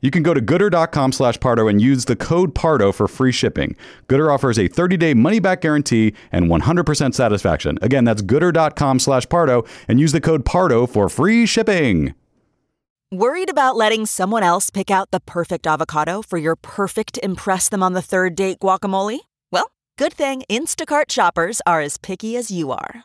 You can go to gooder.com slash Pardo and use the code Pardo for free shipping. Gooder offers a 30-day money-back guarantee and 100% satisfaction. Again, that's gooder.com slash Pardo and use the code Pardo for free shipping. Worried about letting someone else pick out the perfect avocado for your perfect impress them on the third date guacamole? Well, good thing Instacart shoppers are as picky as you are.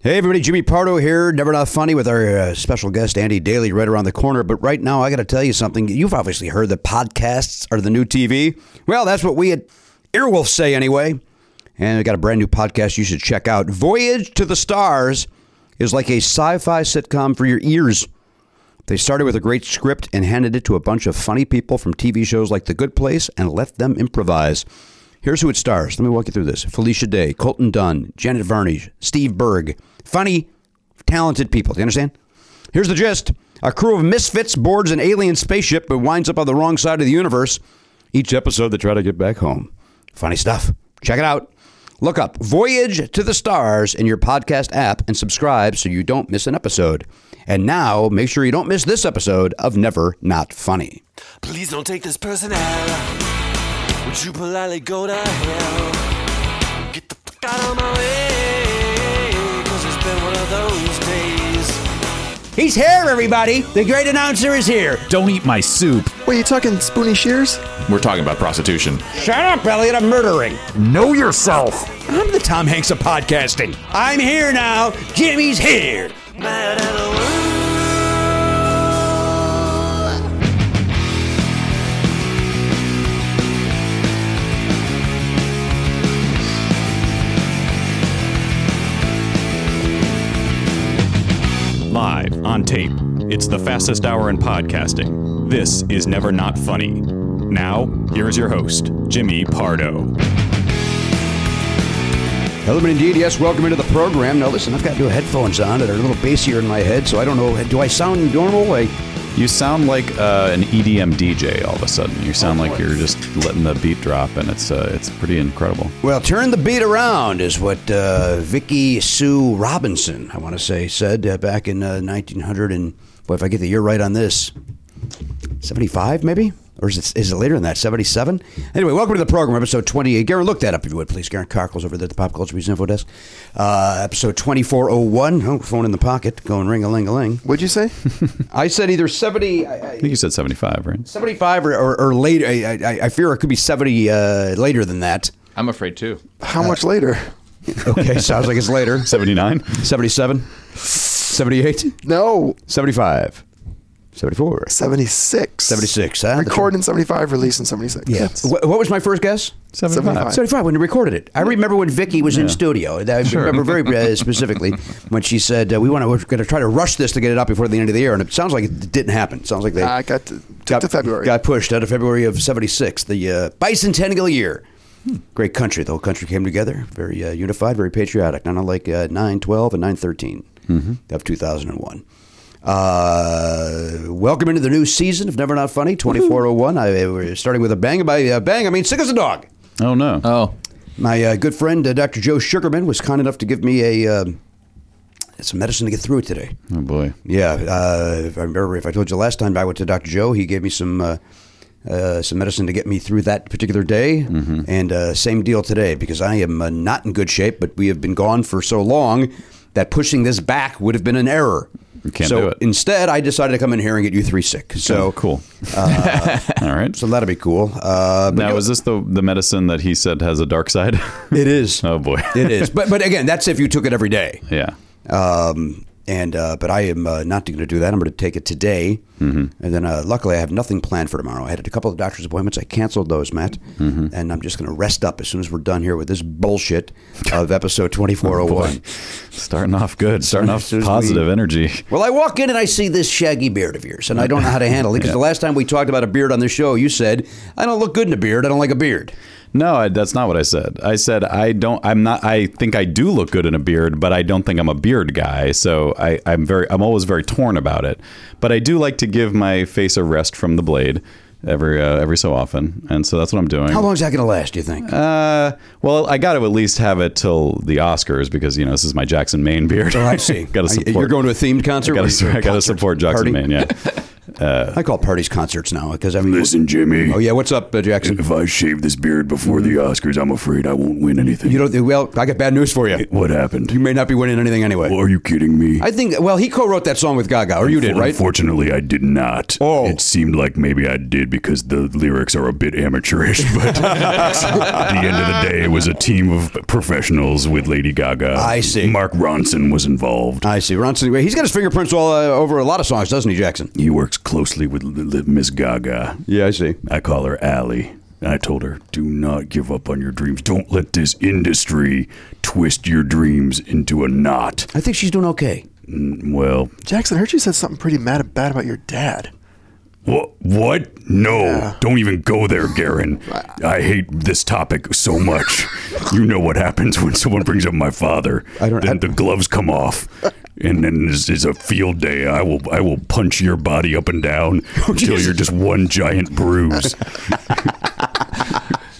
Hey, everybody, Jimmy Pardo here, Never Not Funny, with our uh, special guest, Andy Daly, right around the corner. But right now, I got to tell you something. You've obviously heard that podcasts are the new TV. Well, that's what we at Earwolf say anyway. And we got a brand new podcast you should check out. Voyage to the Stars is like a sci fi sitcom for your ears. They started with a great script and handed it to a bunch of funny people from TV shows like The Good Place and let them improvise. Here's who it stars. Let me walk you through this. Felicia Day, Colton Dunn, Janet Varnish, Steve Berg. Funny, talented people. Do you understand? Here's the gist. A crew of misfits boards an alien spaceship but winds up on the wrong side of the universe. Each episode they try to get back home. Funny stuff. Check it out. Look up Voyage to the Stars in your podcast app and subscribe so you don't miss an episode. And now, make sure you don't miss this episode of Never Not Funny. Please don't take this person out. Would you politely go to hell? Get the fuck out of my way, cause it's been one of those days. He's here, everybody. The great announcer is here. Don't eat my soup. Wait, you talking spoony shears? We're talking about prostitution. Shut up, Elliot. I'm murdering. Know yourself. I'm the Tom Hanks of podcasting. I'm here now. Jimmy's here. Mad at the world. Live on tape. It's the fastest hour in podcasting. This is Never Not Funny. Now, here is your host, Jimmy Pardo. Hello, and indeed, yes, welcome into the program. Now, listen, I've got new headphones on that are a little bassier in my head, so I don't know. Do I sound normal? I You sound like uh, an EDM DJ all of a sudden. You sound like you're just letting the beat drop, and it's uh, it's pretty incredible. Well, turn the beat around is what uh, Vicky Sue Robinson, I want to say, said uh, back in uh, 1900. And boy, if I get the year right on this, 75 maybe? Or is it, is it later than that? 77? Anyway, welcome to the program, episode 28. Garen, look that up if you would, please. Garen Cockles over there at the Pop Culture News Info Desk. Uh, episode 2401. Oh, phone in the pocket, going ring a ling a ling. What'd you say? I said either 70. I, I, I think you said 75, right? 75 or, or, or later. I, I, I fear it could be 70 uh, later than that. I'm afraid too. How much later? Okay, sounds like it's later. 79? 77, 78, No, 75, 74, 76. 76. Huh? Recorded in 75, released in 76. Yeah. Wh- What was my first guess? 75. 75 when you recorded it. I remember when Vicky was in studio. I remember very uh, specifically when she said uh, we want to we're going to try to rush this to get it up before the end of the year, and it sounds like it didn't happen. sounds like they I got to, took to February. got pushed out of February of '76, the uh, bicentennial year. Hmm. Great country. The whole country came together, very uh, unified, very patriotic. Not unlike uh, 912 and 913 Mm-hmm. of 2001. Uh, welcome into the new season of Never Not Funny 2401. I, uh, we're starting with a bang. By uh, bang, I mean sick as a dog. Oh, no. Oh, My uh, good friend, uh, Dr. Joe Sugarman, was kind enough to give me a um, some medicine to get through it today. Oh, boy. Yeah, uh, if I remember, if I told you last time I went to Dr. Joe, he gave me some uh, uh, some medicine to get me through that particular day, Mm-hmm. and uh, same deal today because I am uh, not in good shape. But we have been gone for so long that pushing this back would have been an error. You can't so do it. instead, I decided to come in here and get you three sick. So Oh, cool. uh, All right. So that'll be cool. Uh, but now, is this the, the medicine that he said has a dark side? it is. oh, boy. It is. But but again, that's if you took it every day. yeah. Um, and uh, but I am uh, not going to do that. I'm going to take it today, Mm-hmm. and then uh, luckily I have nothing planned for tomorrow. I had a couple of doctor's appointments. I canceled those, Matt, Mm-hmm. and I'm just going to rest up as soon as we're done here with this bullshit of episode Oh, 2401. Starting off good. Starting off Seriously. positive energy. well, I walk in and I see this shaggy beard of yours, and I don't know how to handle it because the last time we talked about a beard on the show, you said I don't look good in a beard. I don't like a beard. No, I, that's not what I said. I said I don't. I'm not. I think I do look good in a beard, but I don't think I'm a beard guy. So I, I'm very. I'm always very torn about it. But I do like to give my face a rest from the blade every uh, every so often, and so that's what I'm doing. How long is that going to last? Do you think? Uh, well, I got to at least have it till the Oscars because you know this is my Jackson Maine beard. oh, I see. got to I- support. You're going to a themed concert. I got to, I got to Concert support party? Jackson Maine. Yeah. I call parties concerts now because I mean, Listen, Jimmy. Oh yeah, what's up, uh, Jackson? If I shave this beard before the Oscars, I'm afraid I won't win anything. Mm-hmm. You don't. Well, I got bad news for you. what happened? Oh, You may not be winning anything anyway. Are you kidding me? I think. Well, he co-wrote that song with Gaga, or you did, right? Unfortunately, I did not. Oh. It seemed like maybe I did because the lyrics are a bit amateurish, but at the end of the day, it was a team of professionals with Lady Gaga. I see. Mark Ronson was involved. I see. Ronson. He's got his fingerprints all uh, over a lot of songs, doesn't he, Jackson? He works closely with L- L- Miss Gaga. Yeah, I see. I call her Allie. I told her, do not give up on your dreams. Don't let this industry twist your dreams into a knot. I think she's doing okay. Mm, Well, Jackson, I heard you said something pretty mad, bad about your dad. what? What? No! Don't even go there, Garen. I hate this topic so much. you know what happens when someone brings up my father? I don't- Then I- the gloves come off, and then this is a field day. I will, I will punch your body up and down Oh, until you're just one giant bruise.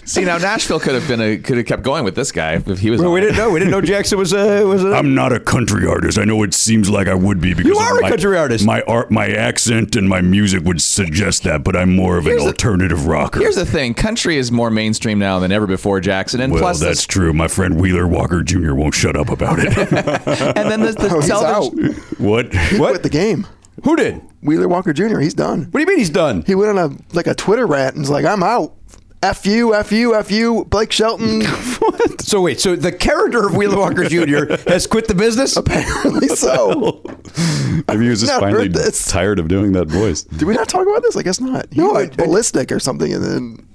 see now Nashville could have been a could have kept going with this guy if he was. Well, on we it. didn't know. We didn't know Jackson was a was uh, a. I'm not a country artist. I know it seems like I would be because You of are a my, country artist. My art, my accent, and my music would suggest that, but I'm more of an alternative rocker. Here's the thing: country is more mainstream now than ever before Jackson, and well, plus this- that's true. My friend Wheeler Walker Jr. won't shut up about it. and then the, the Oh, he's out. television. what? What? Quit the game. Who did? What Wheeler Walker Jr., he's done. do you mean he's done? He went on a like a Twitter rant and was like, I'm out. F you, F you, F you, Blake Shelton. So wait. So the character of Wheeler Walker Jr. has quit the business. Apparently so. Maybe he was just Never finally heard this. tired of doing that voice. Did we not talk about this? I guess not. He No, went I- I- ballistic or something and then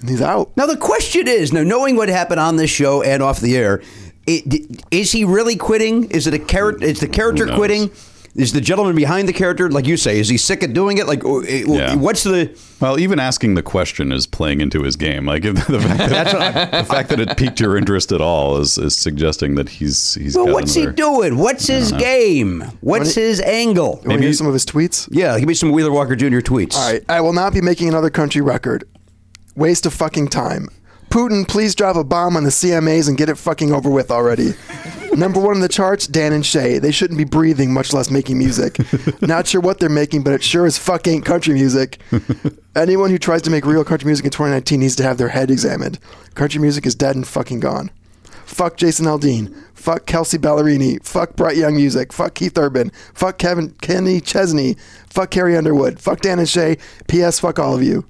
and he's out. Now the question is, now knowing what happened on this show and off the air, i- d- is he really quitting? Is it a character? Is the character knows? quitting? Is the gentleman behind the character, like you say, is he sick at doing it? Like, or- eh, Yeah. what's the? Well, even asking the question is playing into his game. Like if the fact that, the fact that it piqued your interest at all is, is suggesting that he's he's. Well, got what's he another- doing? What's his game? What's his angle? Want to hear some of his tweets? Yeah, give me some Wheeler Walker Jr. tweets. All right, I will not be making another country record. Waste of fucking time. Putin, please drop a bomb on the CMAs and get it fucking over with already. Number one in the charts, Dan and Shay. They shouldn't be breathing, much less making music. Not sure what they're making, but it sure as fuck ain't country music. Anyone who tries to make real country music in 2019 needs to have their head examined. Country music is dead and fucking gone. Fuck Jason Aldean. Fuck Kelsey Ballerini. Fuck Bright Young Music. Fuck Keith Urban. Fuck Kevin Kenny Chesney. Fuck Carrie Underwood. Fuck Dan and Shay. P.S. Fuck all of you.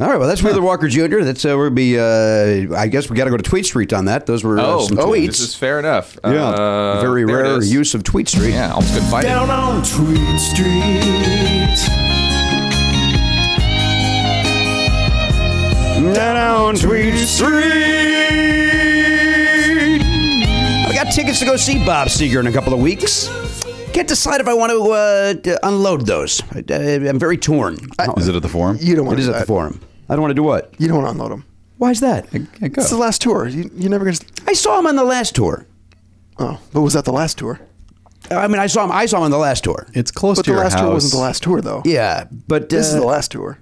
All right, well, that's Wheeler Walker Jr. That's uh, we'll be. Uh, I guess we got to go to Tweet Street on that. Those were uh, Oh, some oh, tweets. this is fair enough. Yeah. Uh, Very there it rare is. use of Tweet Street. Yeah, almost couldn't find it. Down on Tweet Street. Down Tweet Street. I got tickets to go see Bob Seger in a couple of weeks. Can't decide if I want to uh, d- unload those. I, am very torn. Is it at the forum? You don't want it is to. at the forum. I don't want to do what? You don't want to unload them. Why is that? I, It's the last tour. You, you're never going to. saw him on the last tour. Uh, Oh, but was that the last tour? I mean, I saw him. I saw him on the last tour. It's close But to the your last house. tour wasn't the last tour, though. Yeah, but This is uh, the last tour.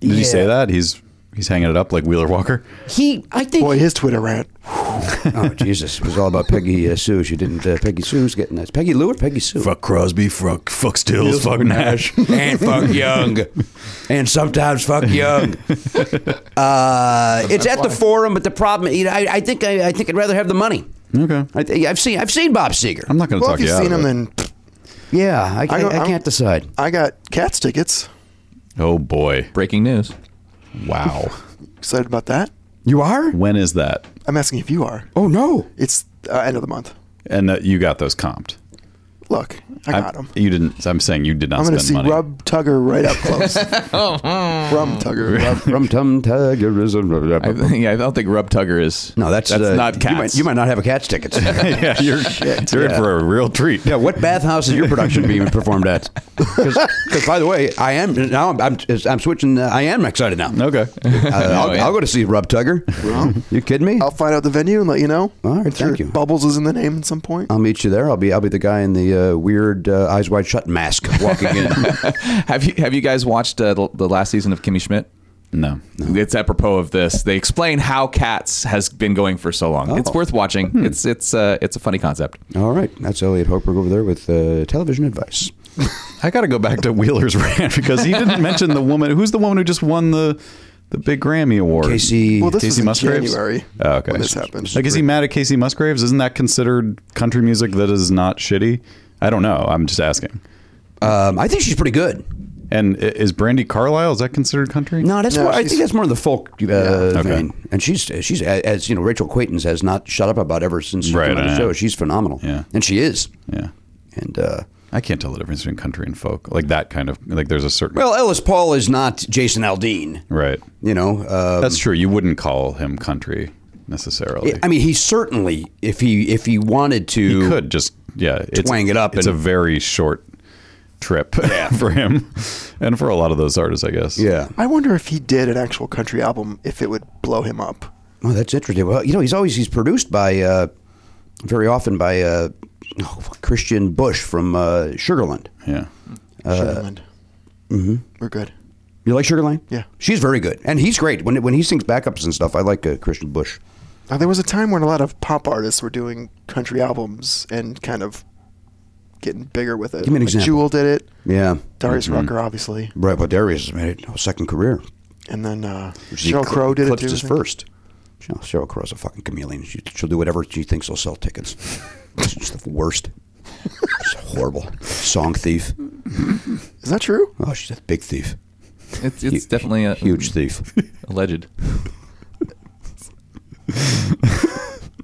Did yeah. you say that? He's he's hanging it up like Wheeler Walker. He, I think. Boy, his Twitter rant. oh Jesus! It was all about Peggy uh, Sue. She didn't. Uh, Peggy Sue's getting this. Peggy Lou or Peggy Sue? Fuck Crosby, fuck, fuck Stills, fuck Nash. and fuck young, and sometimes fuck young. Uh, it's at the forum, but the problem, you know, I, I think I, I think I'd rather have the money. Okay. I th- I've seen I've seen Bob Seger. I'm not going to Well, talk if you you've out. seen of him, it. then yeah, I, I, go- I I'm- can't decide. I got Cats tickets. oh boy! Breaking news. Wow. Excited about that. You are? when is that? I'm asking if you are. Oh no! It's uh, end of the month. And that you got those comped. Look, I got them. You didn't. I'm saying you did not I'm spend going to see money. Rub Tugger right up close. Rum Tugger. Rub, Rum tum tigerism. I, yeah, I don't think Rub Tugger is. No, that's that's uh, not cats. You might, you might not have a cat's tickets. yeah, you're, you're in for a real treat. Yeah, what bathhouse is your production being performed at? Because, by the way, I am now. I'm I'm, I'm switching. Uh, I am excited now. Okay. Uh, I'll, Oh, yeah. I'll go to see Rub Tugger. you kidding me? I'll find out the venue and let you know. All right, I'm thank you. Um, Bubbles is in the name at some point. I'll meet you there. I'll be I'll be the guy in the uh, weird uh, eyes wide shut mask walking in. have you have you guys watched uh, the, the last season of Kimmy Schmidt? No. It's apropos of this. They explain how Cats has been going for so long. Oh. It's worth watching. Hmm. It's it's uh, it's a funny concept. All right, that's Elliot Hochberg over there with uh, television advice. I got to go back to Wheeler's rant because he didn't mention the woman. Who's the woman who just won the the big Grammy award? Casey, Well, this Casey was in Musgraves. January Oh, okay. when this happened. Like, is he mad at Casey Musgraves? Isn't that considered country music that is not shitty? I don't know. I'm just asking. um, I think she's pretty good. And i- is Brandy Carlisle is that considered country? No, that's No, more, I she's- think that's more in the folk uh, Okay. vein. And she's she's as you know Rachel Quaintance has not shut up about ever since she Right, came on the I show. know. She's phenomenal. Yeah. and she is. Yeah. And uh, I can't tell the difference between country and folk. Like that kind of like. There's a certain well, Ellis Paul is not Jason Aldean. right. You know, uh, That's true. You wouldn't call him country necessarily. I mean, he certainly if he if he wanted to, he could just yeah it's, twang it up It's and- a very short trip for him and for a lot of those artists, I guess. Yeah. I wonder if he did an actual country album, if it would blow him up. Oh, that's interesting. Well, you know, he's always he's produced by uh, very often by uh, oh, Christian Bush from uh, Sugarland. yeah. Uh, Sugarland. mm-hmm. We're good. You like Sugarland? Yeah. she's very good, and he's great when when he sings backups and stuff. I like uh, Christian Bush. Now, there was a time when a lot of pop artists were doing country albums and kind of getting bigger with it. Give me an Like example. Mm-hmm. Jewel did it. Yeah, Darius Rucker, obviously, right. Well, Darius has made it a second career. and then uh, She Sheryl cl- Crow did it eclipsed too. I His think. first. Cheryl, Cheryl Crow's a fucking chameleon. She, she'll do whatever she thinks will sell tickets. She's the worst. She's horrible. Song thief. Is that true? Oh, she's a big thief. It's it's definitely uh, a huge thief. alleged.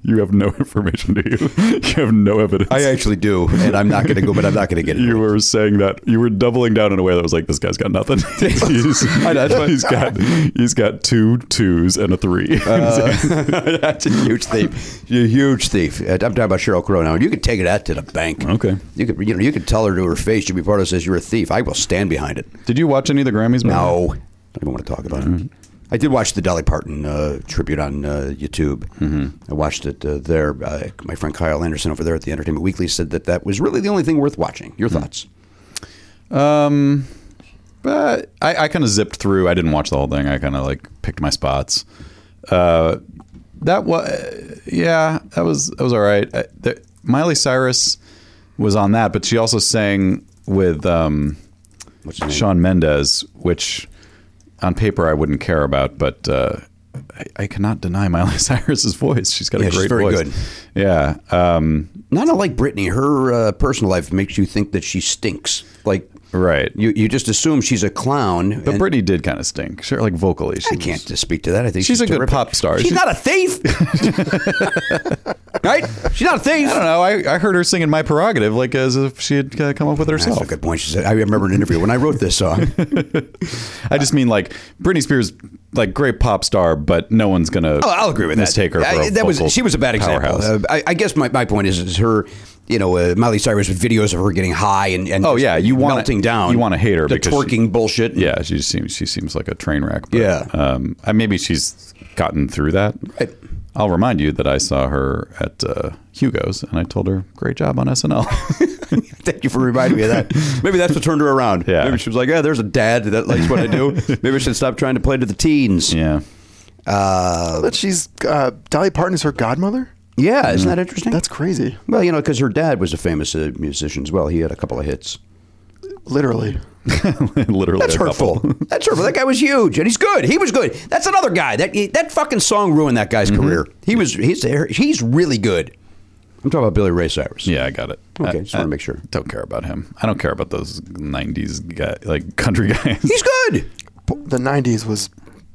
You have no information, do you? You have no evidence. I actually do, and I'm not going to go, but I'm not going to get it. you were saying that you were doubling down in a way that was like this guy's got nothing. he's, he's got he's got two twos and a three. Uh, That's a huge thief. She's a huge thief. Uh, I'm talking about Cheryl Crow now. You could take that to the bank. Okay. You could, you know, you could tell her to her face. You'd be part of this. You're a thief. I will stand behind it. Did you watch any of the Grammys? man? No, don't even want to talk about Mm-hmm. it. I did watch the Dolly Parton uh, tribute on uh, YouTube. Mm-hmm. I watched it uh, there. Uh, my friend Kyle Anderson over there at the Entertainment Weekly said that that was really the only thing worth watching. Mm-hmm. Your thoughts? Um, but I, I kind of zipped through. I didn't watch the whole thing. I kind of like picked my spots. Uh, that was yeah, that was that was all right. Uh, the, Miley Cyrus was on that, but she also sang with um, Sean Mendez, which on paper I wouldn't care about, but uh, I, I cannot deny Miley Cyrus's voice. She's got Yeah, a she's great very voice. good. Yeah. Um, Not unlike Britney, her uh, personal life makes you think that she stinks. Like, right. you, you just assume she's a clown. but and- Britney did kind of stink. Sure, like vocally. She I was- can't speak to that. I think She's she's, a good terrific. pop star. She's, She's- not a thief, right? She's not a thief. I don't know. I, I heard her singing "My Prerogative" like as if she had uh, come up with it That's herself. a good point. She said, "I remember an interview when I wrote this song." I just mean like Britney Spears, like great pop star, but no one's gonna. Oh, I'll agree with that. mistake her. For I- a that was vocal she was a bad example. powerhouse. Uh, I, I guess my, my point is is her, you know, uh, Miley Cyrus with videos of her getting high and, and Oh, just yeah, you wanna- melting down. you wanna hate her the because she- twerking bullshit. yeah, she just seems she seems like a train wreck. But, Yeah. um, I, maybe she's gotten through that. Right. I'll remind you that I saw her at uh, Hugo's and I told her, "Great job on SNL." Thank you for reminding me of that. Maybe that's what turned her around. Yeah. Maybe she was like, "Yeah, there's a dad that likes what I do. Maybe I should stop trying to play to the teens." yeah, That she's uh, Dolly Parton is her godmother. Yeah, isn't Mm. that interesting? That's crazy. Well, you know, because her dad was a famous uh, musician as well. He had a couple of hits. Literally. literally. That's a couple. hurtful. That's hurtful. That guy was huge, and he's good. He was good. That's another guy. That that fucking song ruined that guy's Mm-hmm. career. He was he's he's really good. I'm talking about Billy Ray Cyrus. Yeah, Uh, I got it. Okay, I, just wanna I make sure. Don't care about him. I don't care about those '90s guy, like country guys. he's good. The 90s was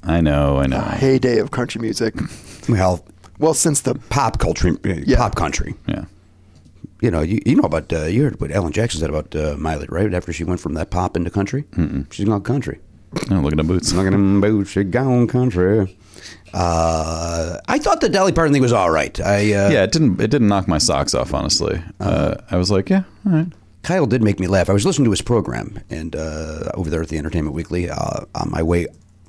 I know. I know. a heyday of country music. Well, Well, since the pop culture, uh, Yeah. pop country. yeah. You know, you, you know about uh, you heard what Ellen Jackson said about uh, Miley, right? After she went from that pop into country, she's gone country. No, look at the boots. Look at them boots, she gone country. Uh, I thought the Dolly Parton thing was all right. I uh, yeah, it didn't. It didn't knock my socks off. Honestly, Uh-huh. uh, I was like, yeah, all right. Kyle did make me laugh. I was listening to his program and uh, over there at the Entertainment Weekly uh, on my way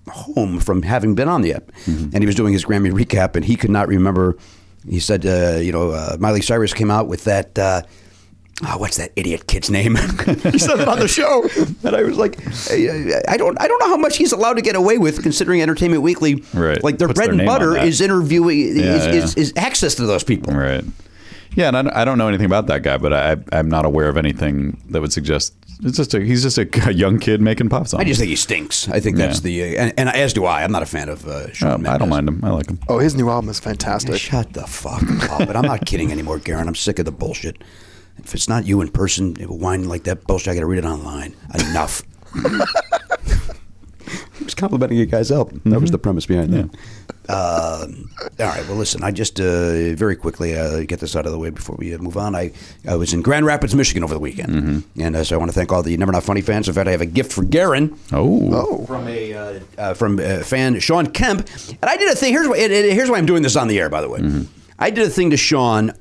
home from having been on the app, Mm-hmm. and he was doing his Grammy recap, and he could not remember. He said, uh, "You know, uh, Miley Cyrus came out with that." Uh, Oh, what's that idiot kid's name? he said it on the show, and I was like, I, I- I don't, I don't know how much he's allowed to get away with, considering Entertainment Weekly, Right. like their Puts bread their and name on butter that. is interviewing, is, Yeah, Is, yeah. is access to those people. Right. Yeah, and I don't, I don't know anything about that guy, but I, I'm not aware of anything that would suggest it's just a, he's just a, young kid making pop songs. I just think he stinks. I think that's Yeah. the uh, and, and as do I. I'm not a fan of uh, Shawn Um, I Mendes. don't mind him. I like him. oh, his new album is fantastic. Shut the fuck up! But I'm not kidding anymore, Garen. I'm sick of the bullshit. If it's not you in person whining like that bullshit, I got to read it online. Enough. he was complimenting you guys' album. Mm-hmm. That was the premise behind that. Um, all right. Well, listen. I just uh, very quickly uh, get this out of the way before we uh, move on. I, I was in Grand Rapids, Michigan over the weekend, Mm-hmm. and uh, so I want to thank all the Never Not Funny fans. In fact, I have a gift for Garen Oh, from a uh, uh, from a fan Sean Kemp, and I did a thing. Here's why, and- and here's why I'm doing this on the air. By the way, Mm-hmm. I did a thing to Sean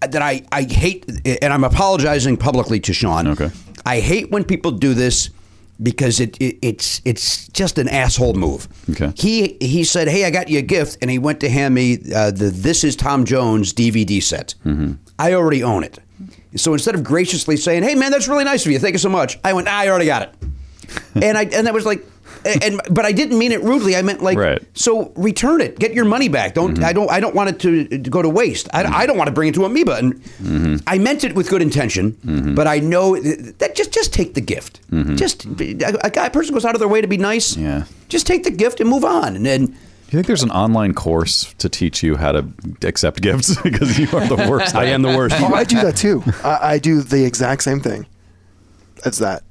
that I I hate, and I'm apologizing publicly to Sean. Okay. I hate when people do this because it, it it's it's just an asshole move. Okay. He he said, "Hey, I got you a gift," and he went to hand me uh, the This Is Tom Jones DVD set. Mm-hmm. I already own it. So instead of graciously saying, "Hey, man, that's really nice of you. Thank you so much," I went, "Ah, "I already got it," and I and that was like, and but I didn't mean it rudely. I meant like, Right. Mm-hmm. so return it. Get your money back. Don't I don't I don't want it to, to go to waste. I, I don't want to bring it to amoeba. And Mm-hmm. I meant it with good intention, but I know th- that just just take the gift. Just a, a guy person goes out of their way to be nice. Mm-hmm. Yeah. Just take the gift and move on. And then do you think there's an online course to teach you how to accept gifts? because you are the worst. I am the worst. Oh, I do that too. I, I do the exact same thing. That's that.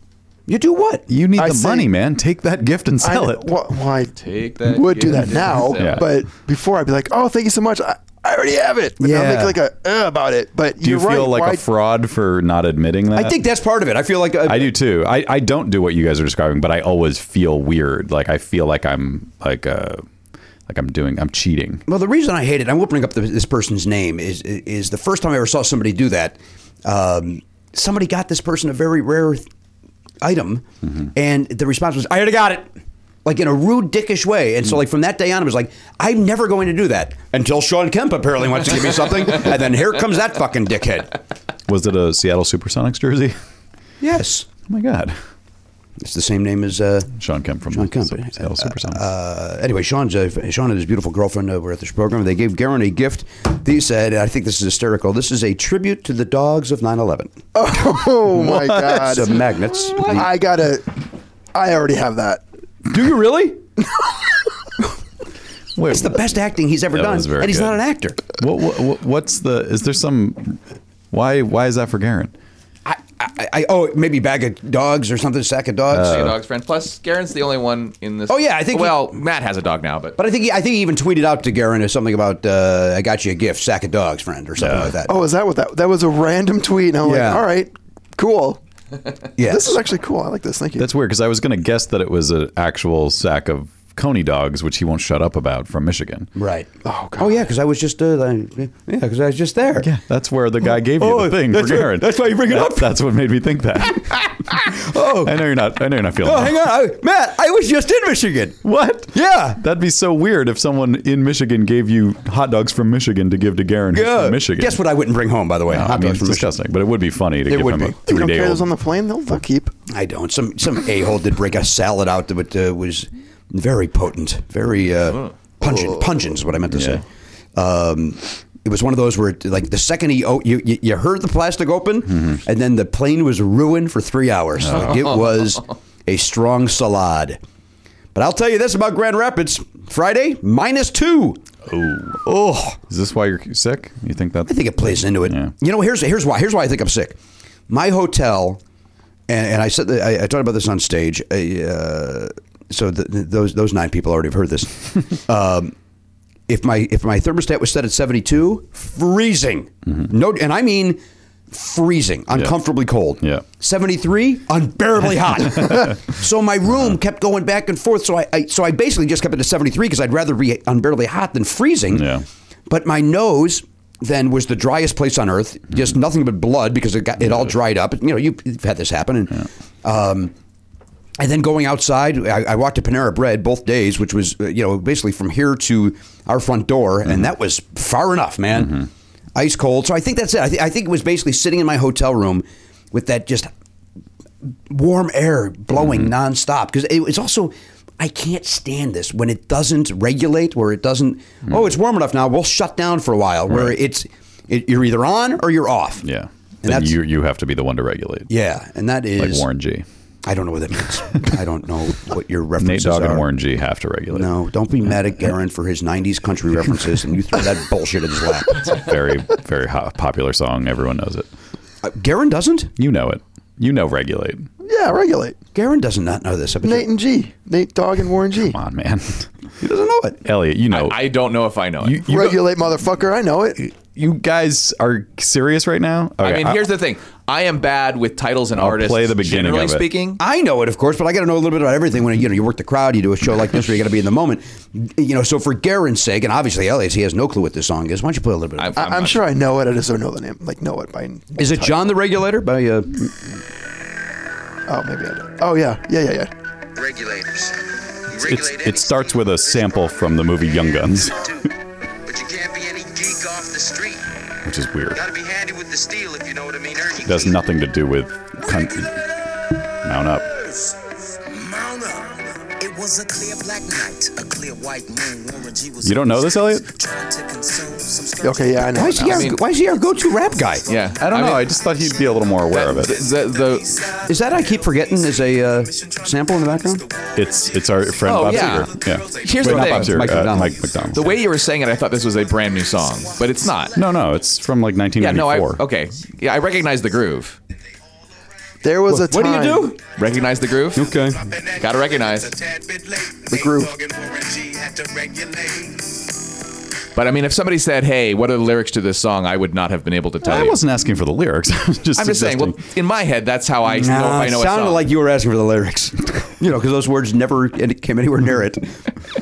you do what? You need I the see. money, man. Take that gift and I, sell it. Well, well, I Take that would do gift that and now, sell it. but before I'd be like, oh, thank you so much. I, I already have it. But now Yeah. make like a uh, about it. But Do you you're feel right, like why- a fraud for not admitting that? I think that's part of it. I feel like uh, I do too. I, I don't do what you guys are describing, but I always feel weird. Like I feel like I'm like uh like I'm doing I'm cheating. Well, the reason I hate it, I'm opening up the, this person's name is is the first time I ever saw somebody do that. Um, somebody got this person a very rare th- item, and the response was, "I already got it." Like in a rude, dickish way, and so like from that day on, it was like I'm never going to do that until Sean Kemp apparently wants to give me something, and then here comes that fucking dickhead. Was it a Seattle Supersonics jersey? Yes, Oh my god. it's the same name as uh, Sean Kemp from Sean Kemp. Se- Seattle Supersonics. uh, anyway, Sean's, uh, Sean and his beautiful girlfriend uh, were at this program. They gave Garen a gift. They said, I think this is hysterical, this is a tribute to the dogs of 9 11. Oh my god! Some magnets. I gotta. I already have that. do you really? Wait, It's the best acting he's ever That done. was very And he's good. not an actor. What, what, what what's the is there some why why is that for Garen? I, I, I, oh, maybe bag of dogs or something, sack of dogs. a Uh, dog's friend. Plus, Garen's the only one in this. Oh, yeah, I think- Well, Matt has a dog now, but But I think he, I think he even tweeted out to Garen something about uh, I got you a gift, sack of dogs, friend, or something like that. Oh, is that what that? That was a random tweet. And I'm Yeah. like, all right, cool. yes. This is actually cool. I like this. Thank you. That's weird because I was going to guess that it was an actual sack of Coney dogs, which he won't shut up about from Michigan. right. Oh, God. oh yeah, because I was just uh, I- yeah, because I was just there. Yeah, that's where the guy gave you the thing for that's right. Garen. That's why you bring it That- up. That's what made me think that. Oh, I know you're not. I know you're not feeling. Oh, that. hang on, I, Matt. I was just in Michigan. What? Yeah. That'd be so weird if someone in Michigan gave you hot dogs from Michigan to give to Garen who's Yeah. from Michigan. Guess what? I wouldn't bring home, by the way. No, hot I mean, dogs it's from Michigan. disgusting, but it would be funny to give would him be. a You you three don't day carry old. those on the plane. They'll, they'll keep. I don't. Some some a hole did bring a salad out that uh, was very potent, very Oh. uh, pungent. Pungent is what I meant to say. Um, it was one of those where, it- like, the second he o- you, you you heard the plastic open, Mm-hmm. and then the plane was ruined for three hours. Oh. Like, it was a strong salad. But I'll tell you this about Grand Rapids: Friday minus two. Oh, Is this why you're sick? You think that? I think it plays into it. Yeah. You know, here's here's why. Here's why I think I'm sick. My hotel, and, and I said that, I, I talked about this on stage. I, uh, so the, the- those those nine people already have heard this. um, if my if my thermostat was set at 72, freezing. Mm-hmm. No, and I mean freezing, uncomfortably cold. Yeah. 73, unbearably hot. so my room kept going back and forth. So I, I so I basically just kept it at 73 because I'd rather be unbearably hot than freezing. Yeah. But my nose then was the driest place on earth, just nothing but blood because it got it all dried up. You know, you- you've had this happen, and um, and then going outside, I, I walked to Panera Bread both days, which was uh, you know basically from here to our front door, and that was far enough, man. Ice cold. So I think that's it. I, th- I think it was basically sitting in my hotel room with that just warm air blowing Mm-hmm. nonstop because it, it's also I can't stand this when it doesn't regulate where it doesn't Mm. oh it's warm enough now we'll shut down for a while where it's it, you're either on or you're off Yeah. and Then that's you you have to be the one to regulate. yeah and that Like is Warren G. I don't know what that means I don't know what your Nate references Dogg are and Warren G. have to regulate. no don't be mad at Garen for his 90s country references and you throw that bullshit in his lap It's a very very hot, popular song. Everyone knows it. uh, Garen doesn't You know it. You know regulate. Yeah, regulate. Garen doesn't not know this I bet you- Nate and G. Nate Dog and Warren G. Come on, man. he doesn't know it Elliot, you know. I don't know if I know it. you, you, regulate, motherfucker. I know it. you guys are serious right now? I Okay, mean, here's the thing. I am bad with titles and artists. play the beginning generally of it. speaking. I know it, of course, but I got to know a little bit about everything. When you know you work the crowd, you do a show like this, where you got to be in the moment. You know, so for Garen's sake, and obviously Elliot's, he has no clue what this song is. Why don't you play a little bit? Of I, I'm not- sure I know it. I just don't know the name. Like know it by. it? Is it John the Regulator by? Uh, Oh, maybe I don't. Oh yeah, yeah, yeah, yeah. regulators. You it's, regulate any it starts with a sample from the movie Young Guns, too, but you can't be any geek off the street. which is weird. Gotta be handy with the steel if you know what I mean. Or you It has nothing to do with con- mount up. Mount up. It was a clear black night, a clear white moon. Warren G was You don't know this, Elliot? trying to consume some Okay, yeah, I know. why it is he now. our Why is he our go-to rap guy? Yeah, I don't know. mean, I just thought he'd be a little more aware of the, it. the, the- Is that I keep forgetting is a uh, sample in the background? It's it's our friend Oh, Bob yeah. Seger. Yeah. Here's Wait, the not thing. Bob Seger, Mike uh, McDonald. Mike McDonald. the way you were saying it, I thought this was a brand new song, but it's not. no, no, it's from like Yeah, no, I 1994. okay. Yeah, I recognize the groove. There was a time. What do you do? Recognize the groove. Okay. Gotta recognize. The groove. But I mean, if somebody said, "Hey, what are the lyrics to this song?" I would not have been able to tell I you. wasn't asking for the lyrics. I was just I'm just saying. Well, suggesting. in my head, that's how I know if Nah, I know it a sounded song. like you were asking for the lyrics. you know, because those words never end- came anywhere near it.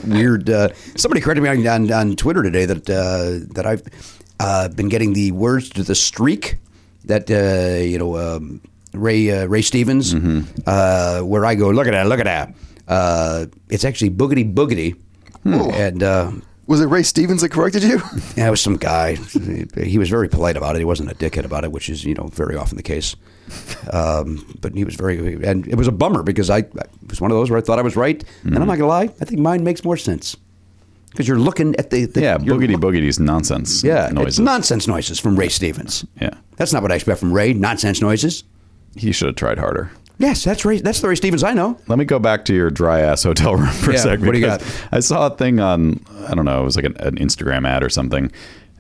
Weird. Uh, somebody corrected me on, on, on Twitter today that uh, that I've uh, been getting the words to the streak that uh, you know um, Ray uh, Ray Stevens, Mm-hmm. uh, where I go, look at that, look at that. Uh, it's actually boogity boogity, Hmm. and. Uh, Was it Ray Stevens that corrected you? yeah, it was some guy. He was very polite about it. He wasn't a dickhead about it, which is you know very often the case. Um, but he was very, and it was a bummer because I it was one of those where I thought I was right, and I'm not gonna lie, I think mine makes more sense because you're looking at the, the yeah, you're boogity boogity is nonsense. yeah, it's noises. nonsense noises from Ray Stevens. Yeah. that's not what I expect from Ray. Nonsense noises. he should have tried harder. Yes, that's Ray. That's the Ray Stevens I know. Let me go back to your dry ass hotel room for a Yeah, second. what do you because got? I saw a thing on I don't know, it was like an, an Instagram ad or something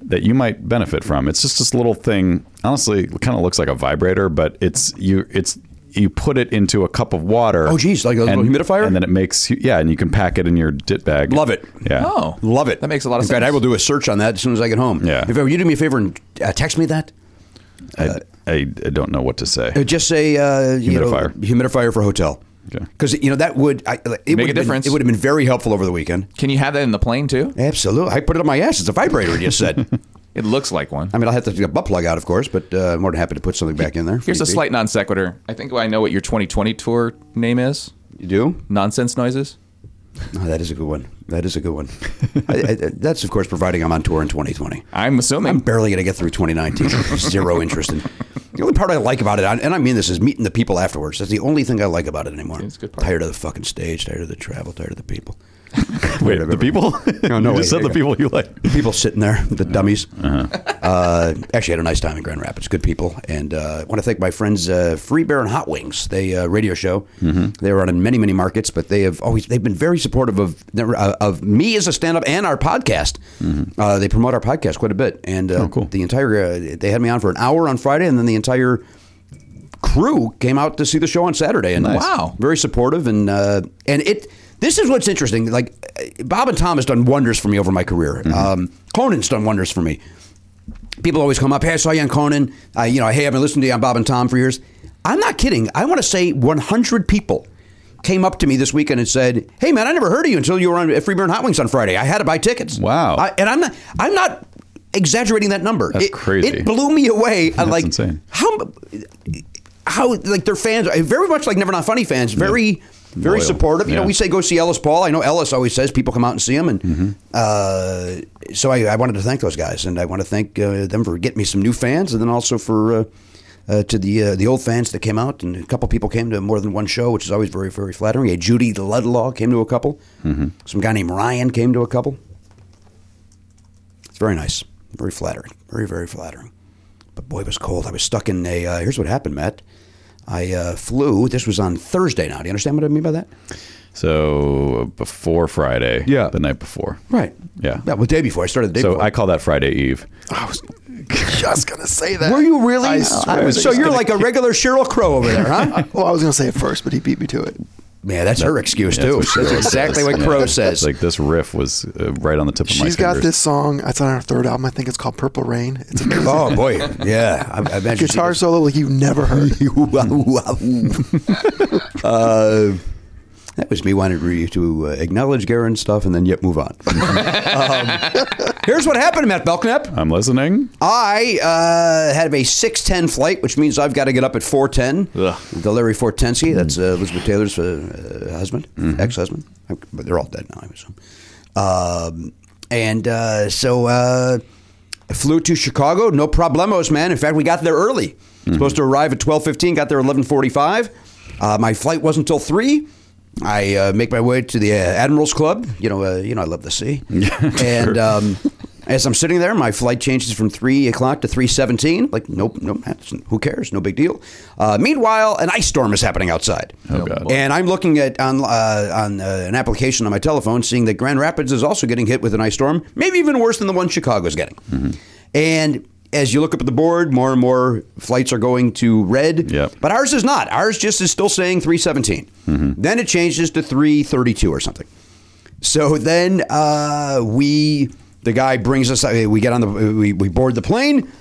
that you might benefit from. It's just this little thing. Honestly, it kind of looks like a vibrator, but it's you it's you put it into a cup of water. Oh, geez, like a little and- humidifier? and then it makes you, yeah, and you can pack it in your dit bag. Love it. Yeah. Oh, Love it. That makes a lot of In fact, sense. I will do a search on that as soon as I get home. Yeah. If you do me a favor and uh, text me that, I, I, I don't know what to say. Uh, Just say uh, you know, Humidifier. humidifier for hotel. Okay. Because you know that would I, it Make would a difference. Been, it would have been very helpful over the weekend. Can you have that in the plane too? Absolutely, I put it on my ass. It's a vibrator. You just said. It looks like one. I mean, I'll have to take a butt plug out, of course, but uh, I'm more than happy to put something back in there. Here's a Maybe. slight non sequitur. I think I know what your 2020 tour name is. You do? Nonsense noises. Oh, that is a good one. That is a good one. I, I, that's of course providing I'm on tour in 2020. I'm assuming. I'm barely going to get through 2019. Zero interest in. The only part I like about it, and I mean this, is meeting the people afterwards. That's the only thing I like about it anymore. It's a good part. Tired of the fucking stage. Tired of the travel. Tired of the people. Wait, the people? No, no, you wait, just said there the you people you like. people sitting there, the dummies. uh actually, had a nice time in Grand Rapids. Good people, and uh, I want to thank my friends uh, Free Bear and Hot Wings. They uh, radio show. They are on in many many markets, but they have always they've been very supportive of uh, of me as a stand up and our podcast. Uh, they promote our podcast quite a bit, and uh, the entire uh, they had me on for an hour on Friday, and then the entire crew came out to see the show on Saturday, and Nice. Wow. very supportive, and uh, and it. This is what's interesting. Like uh, Bob and Tom has done wonders for me over my career. Mm-hmm. Um, Conan's done wonders for me. People always come up, hey, I saw you on Conan. I, you know, hey, I've been listening to you on Bob and Tom for years. I'm not kidding. I want to say 100 people came up to me this weekend and said, hey, man, I never heard of you until you were on at Freeburn Hot Wings on Friday. I had to buy tickets. Wow. I, and I'm not. I'm not. Exaggerating that number, That's It- crazy. It blew me away. I That's like insane. how how like their fans are very much like Never Not Funny fans, very very Loyal. supportive. You know, Yeah. we say go see Ellis Paul. I know Ellis always says people come out and see him, and Mm-hmm. uh, so I, I wanted to thank those guys, and I want to thank uh, them for getting me some new fans, and then also for. Uh, uh, to the uh, the old fans that came out, and a couple people came to more than one show, which is always very very flattering. A Judy Ludlaw came to a couple. Mm-hmm. Some guy named Ryan came to a couple. It's very nice, very flattering, very very flattering. But boy, it was cold. I was stuck in a. Uh, here's what happened, Matt. I uh, flew. This was on Thursday now. Do you understand what I mean by that? So before Friday, Yeah. the night before, Right. Yeah. Yeah. Well, day before I started the day So before. I call that Friday Eve. I was just gonna say that. Were you really? I swear to so God. you're like a regular Cheryl Crow over there, huh? Well, I was gonna say it first, but he beat me to it. yeah, that's her excuse Yeah, too. what That's, Crow exactly says. what Yeah. Crow It's says. Like this riff was uh, right on the tip of my She's got fingers. this song. It's on her third album. I think it's called Purple Rain. It's a oh boy, yeah. I, I imagine she guitar was- solo like you never heard. uh, that was me wanting to- to uh, acknowledge Garen's stuff and then yet move on. um, here's what happened, Matt Belknap. I'm listening. I uh, had a six ten flight, which means I've got to get up at four ten. Ugh. The Larry Fortensi, that's uh, Elizabeth Taylor's uh, uh, husband, ex husband, but they're all dead now. I assume. Um, and uh, so uh, I flew to Chicago, no problemos, man. In fact, we got there early. Supposed to arrive at twelve fifteen, got there eleven forty five. Uh, my flight wasn't until three. I uh, make my way to the uh, Admirals Club. You know, uh, you know, I love the sea. and um, as I'm sitting there, my flight changes from three o'clock to three seventeen. Like, nope, nope, that's, who cares? No big deal. Uh, meanwhile, an ice storm is happening outside. Oh, God. And I'm looking at on uh, on uh, an application on my telephone, seeing that Grand Rapids is also getting hit with an ice storm, maybe even worse than the one Chicago's getting. And as you look up at the board, more and more flights are going to red. Yep. But ours is not. Ours just is still saying 317. Then it changes to 332 or something. So then uh, we The guy brings us. uh, We get on the. We, we board the plane.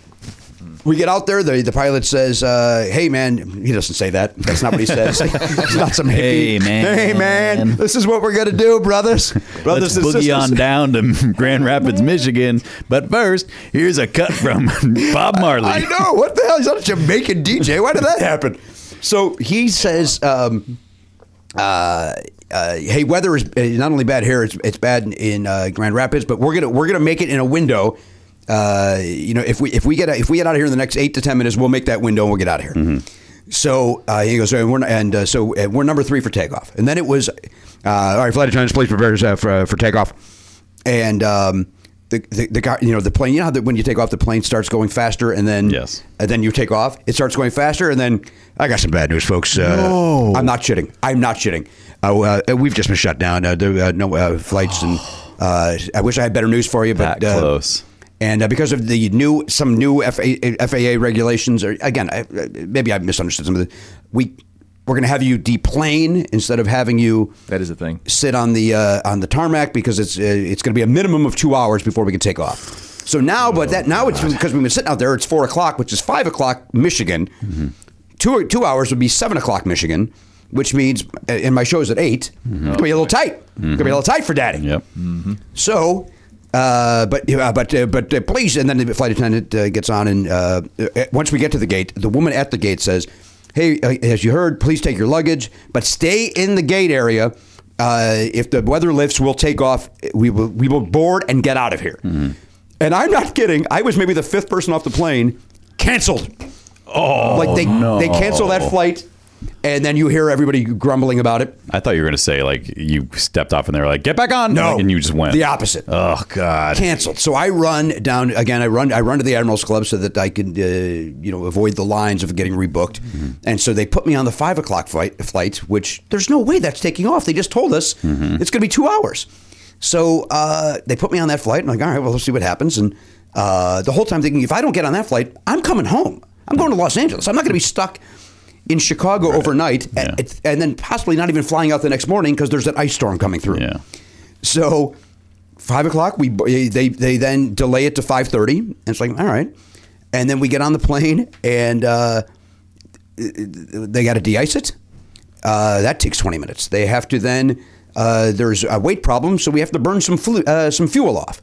We get out there. The, the pilot says, uh, "Hey man," he doesn't say that. That's not what he says. He's not some hippie. Hey, man. Hey man, this is what we're gonna do, brothers. Let's Brothers and boogie sisters. on down to Grand Rapids, Michigan. But first, here's a cut from Bob Marley. I know. What the hell? He's not a Jamaican DJ. Why did that happen? So he says, um, uh, uh, "Hey, weather is uh, not only bad here; it's, it's bad in, in uh, Grand Rapids. But we're gonna we're gonna make it in a window. Uh, you know, if we if we get if we get out of here in the next eight to ten minutes, we'll make that window and we'll get out of here." So uh, he goes, and, we're, and uh, so uh, we're number three for takeoff. And then it was, uh, all right, flight attendants, please prepare yourself for, uh, for takeoff and um, the, the the guy, you know, the plane. You know how the, when you take off, the plane starts going faster, and then Yes. and then you take off, it starts going faster, and then I got some bad news, folks. Uh, No. I'm not shitting. I'm not shitting. Uh, uh, we've just been shut down. Uh, there, uh, no uh, flights, and uh, I wish I had better news for you, but That uh, close. And uh, because of the new, some new FAA, FAA regulations, or again, I, I- maybe I misunderstood some of the. We we're going to have you deplane instead of having you That is a thing. sit on the uh, on the tarmac because it's uh, it's going to be a minimum of two hours before we can take off. So now, but that now it's because we've been sitting out there. It's four o'clock, which is five o'clock Michigan. Two two hours would be seven o'clock Michigan, which means uh, and my show's at 8 It's gonna be a little tight. It's gonna be a little tight for Daddy. Yep. So, uh, but uh, but uh, but uh, please, and then the flight attendant uh, gets on, and uh, uh, once we get to the gate, the woman at the gate says, "Hey, uh, as you heard, please take your luggage, but stay in the gate area." Uh, if the weather lifts, we'll take off. We will we will board and get out of here. Mm-hmm. And I'm not kidding. I was maybe the fifth person off the plane. Canceled. Oh, like they no. they cancel that flight, and then you hear everybody grumbling about it. I thought you were gonna say like you stepped off and they were like, "Get back on!" No. and you just went The opposite. Oh God. canceled. So I run down again. I run. I run to the Admirals Club so that I can, uh, you know, avoid the lines of getting rebooked. Mm-hmm. And so they put me on the five o'clock flight, flight, which there's no way that's taking off. They just told us Mm-hmm. it's going to be two hours. So uh, they put me on that flight. and I'm like, all right, well, let's see what happens. And uh, the whole time thinking, if I don't get on that flight, I'm coming home. I'm going to Los Angeles. I'm not going to be stuck. In Chicago overnight, and, and then possibly not even flying out the next morning because there's an ice storm coming through. Yeah. So five o'clock, we they they then delay it to five thirty, and it's like all right, and then we get on the plane and uh, they got to de-ice it. Uh, that takes twenty minutes. They have to then. Uh, there's a weight problem, so we have to burn some flu- uh, some fuel off.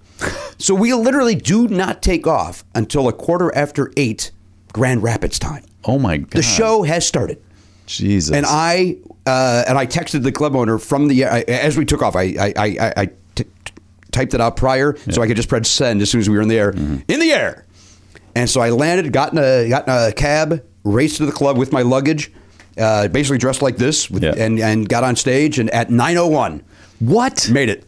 So we literally do not take off until a quarter after eight, Grand Rapids time. Oh my God. The show has started. Jesus. And I uh, and I texted the club owner from the I, as we took off. I I I, I- I t- t- typed it out prior so I could just press send as soon as we were in the air. In the air. And so I landed, got in a got in a cab, raced to the club with my luggage, uh, basically dressed like this, with, Yeah. and and got on stage. And at nine oh one, what? made it.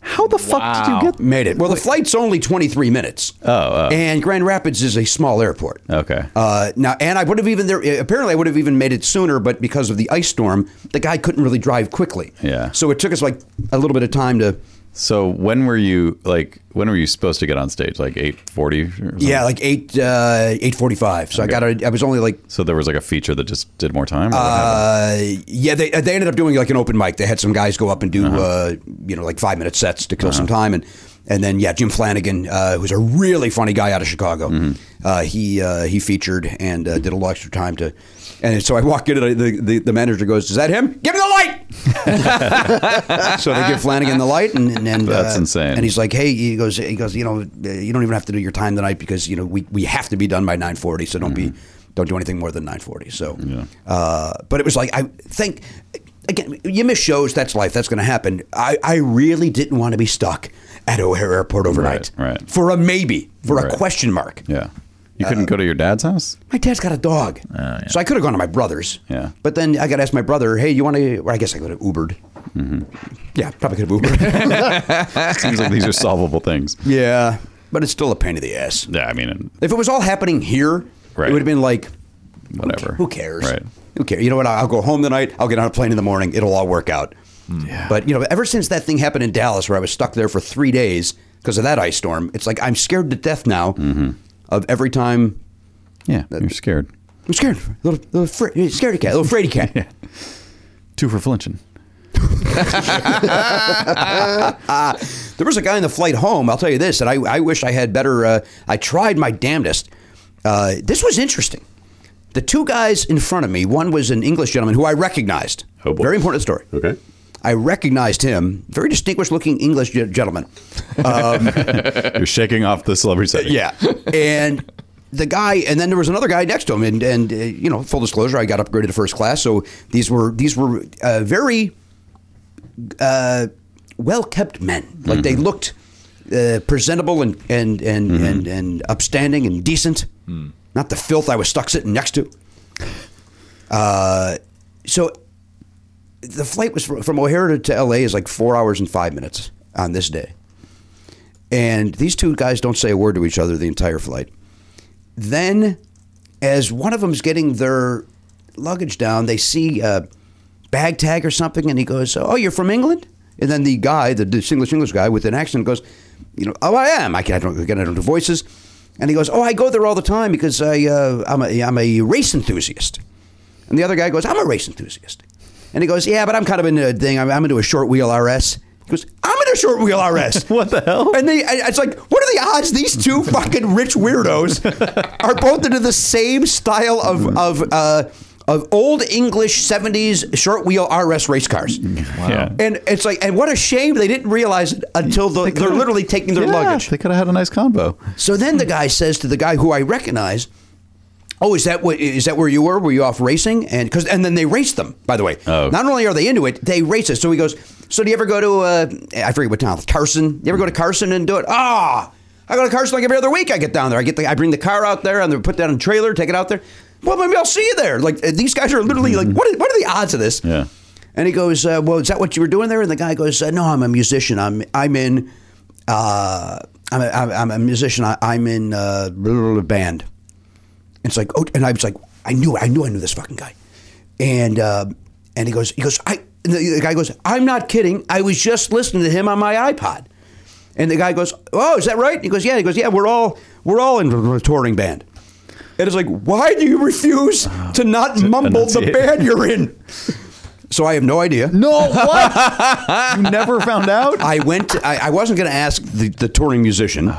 How the fuck did you Wow. get? Made it. Well, the flight's only 23 minutes. Oh, And Grand Rapids is a small airport. Okay. Uh, now, and I would have even there, apparently, I would have even made it sooner, but because of the ice storm, the guy couldn't really drive quickly. Yeah. So it took us like a little bit of time to, So when were you like? When were you supposed to get on stage? Like eight forty? yeah, like 8, uh, 845. So I got, a, I was only like, So there was like a feature that just did more time. or what happened? uh, yeah, they, they ended up doing like an open mic. They had some guys go up and do, Uh-huh. uh you know, like five minute sets to kill some time. And, and then, yeah, Jim Flanagan, uh, who's a really funny guy out of Chicago, Mm-hmm. uh, he uh, he featured and uh, did a little extra time to. And so I walk in, and I, the, the, the manager goes, Is that him? Give him the light! so they give Flanagan the light, and, and, and uh, That's insane. And he's like, "Hey," he goes, "He goes, you know, uh, you don't even have to do your time tonight because you know we, we have to be done by nine forty, so don't be Mm-hmm. don't do anything more than nine forty. So, uh, but it was like I think again, you miss shows. That's life. That's going to happen. I I really didn't want to be stuck at O'Hare Airport overnight Right, right. for a maybe for Right. a question mark. yeah. You couldn't uh, go to your dad's house. My dad's got a dog, so I could have gone to my brother's. Oh, Yeah. but then I got to ask my brother, "Hey, you want to?" Or I guess I could have Ubered. Mm-hmm. Yeah, probably could have Ubered. Seems like these are solvable things. Yeah, but it's still a pain in the ass. Yeah. I mean, If it was all happening here, Right. it would have been like, whatever. who cares? Right. Who cares? You know what? I'll go home tonight. I'll get on a plane in the morning. It'll all work out. Hmm. But you know, ever since that thing happened in Dallas, where I was stuck there for three days because of that ice storm, it's like I'm scared to death now. Mm-hmm. Of every time, Yeah. You're scared. I'm scared. Little little fr- scaredy cat, little fraidy cat. Two for flinching. There was a guy on the flight home. I'll tell you this, and I, I wish I had better. Uh, I tried my damnedest. Uh, this was interesting. The two guys in front of me. One was an English gentleman who I recognized. Oh, boy. Very important story. Okay. I recognized him. Very distinguished looking English ge- gentleman. Um, You're shaking off the celebrity setting. Uh, yeah. And the guy, and then there was another guy next to him, and and uh, you know, full disclosure, I got upgraded to first class, so these were these were uh, very uh, well kept men. Like they looked uh, presentable and and and, and and upstanding and decent. Not the filth I was stuck sitting next to. Uh, so the flight was fr- from O'Hare to L.A. is like four hours and five minutes on this day, and these two guys don't say a word to each other the entire flight. Then, as one of them's getting their luggage down, they see a bag tag or something, and he goes, "Oh, you're from England." And then the guy, the distinguished English guy with an accent, goes, "You know, oh, I am. I, can, I don't again. I don't do voices." And he goes, "Oh, I go there all the time because I, uh, I'm a, I'm a race enthusiast." And the other guy goes, I'm a race enthusiast. And he goes, Yeah, but I'm kind of into a thing. I'm, I'm into a short wheel RS. He goes, I'm into a short wheel RS. What the hell? And they, I- it's like, what are the odds these two fucking rich weirdos are both into the same style of, of, uh, of old English 70s short wheel RS race cars. Yeah. And it's like, and what a shame they didn't realize it until the, they're could've- literally taking their Yeah, luggage. They could have had a nice combo. So then the guy says to the guy who I recognize, "Oh, is that what is that where you were? Were you off racing?" And because and then they race them. By the way, Oh. not only are they into it, they race it. So he goes, "So do you ever go to uh, I forget what town, Carson? You ever go to Carson and do it?" Ah, I go to Carson like every other week. I get down there. I get the, I bring the car out there and they put that in a trailer, take it out there. Well, maybe I'll see you there. Like uh, these guys are literally like, what are, what are the odds of this? Yeah. And he goes, uh, "Well, is that what you were doing there?" And the guy goes, uh, "No, I'm a musician. I'm I'm in, uh, I'm, a, I'm I'm a musician. I, I'm in uh, blah, blah, blah, band." And it's like, oh, and I was like, I knew, it. I knew, I knew this fucking guy. And uh, and he goes, he goes, I. And the, the guy goes, I'm not kidding. I was just listening to him on my iPod. And the guy goes, Oh, is that right? He goes, Yeah. He goes, Yeah. We're all we're all in a touring band. And it's like, why do you refuse to not mumble the enunciate. band you're in? So I have no idea. No, what? you never found out? I went. I, I wasn't going to ask the, the touring musician,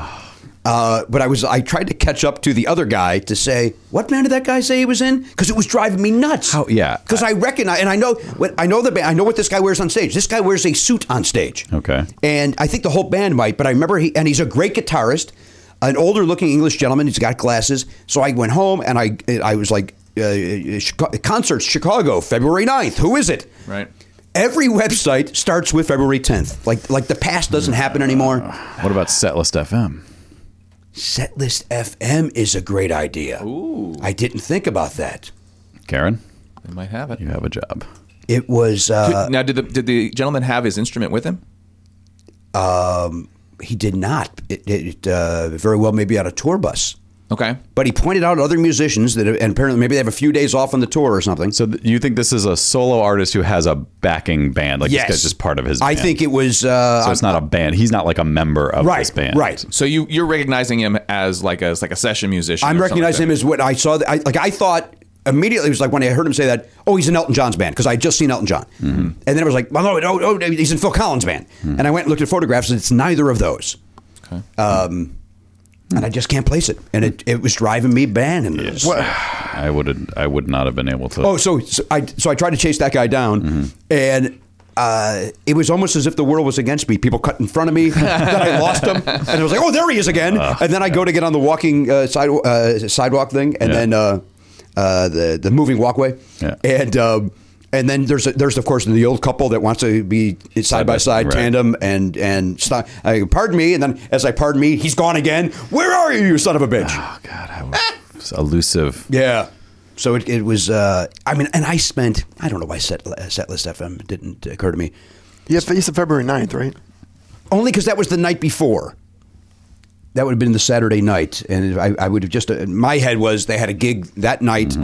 uh, but I was. I tried to catch up to the other guy to say, "What band did that guy say he was in?" Because it was driving me nuts. How- yeah. Because I, recognize and I know. What, I know the band. I know what this guy wears on stage. This guy wears a suit on stage. Okay. And I think the whole band might. But I remember he and he's a great guitarist, an older looking English gentleman. He's got glasses. So I went home and I I was like, uh, Chicago, "Concerts Chicago, February 9th. Who is it?" Right. Every website starts with February 10th. Like like the past doesn't happen anymore. What about Setlist FM? Setlist FM is a great idea. Ooh. I didn't think about that. Karen, They might have it. you have a job. It was uh, now, did the did the gentleman have his instrument with him? um, he did not. It, it uh, very well maybe on a tour bus. Okay. But he pointed out other musicians that and apparently maybe they have a few days off on the tour or something. So th- you think this is a solo artist who has a backing band? Like this guy's just part of his I band. think it was uh, so it's not a band. He's not like a member of right this band. right. So you you're recognizing him as like a as like a session musician. I'm or something recognizing him like as what I saw. I, like I thought immediately it was like when I heard him say that. Oh, he's in Elton John's band because I had just seen Elton John, Mm-hmm. and then it was like, well, no, no, no, he's in Phil Collins' band. And I went and looked at photographs, and it's neither of those. Um, and I just can't place it, and it, it was driving me bananas. I would I would not have been able to. Oh, so, so I so I tried to chase that guy down, Mm-hmm. and. Uh, it was almost as if the world was against me. People cut in front of me. then I lost him, and I was like, "Oh, there he is again!" Ah. and then I go to get on the walking uh, side, uh, sidewalk thing, and Yeah. then uh, uh, the the moving walkway, Yeah. and um, and then there's a, there's of course the old couple that wants to be side, by by- side right. tandem, and and stop. I, pardon me, and then as I pardon me, he's gone again. Where are you, you son of a bitch? Oh, God, I would- it's elusive. Yeah. So it, it was, uh, I mean, and I spent, I don't know why set, Setlist FM didn't occur to me. Yeah, fe- you said February 9th, right? Only because that was the night before. That would have been the Saturday night. And I, I would have just, uh, my head was they had a gig that night.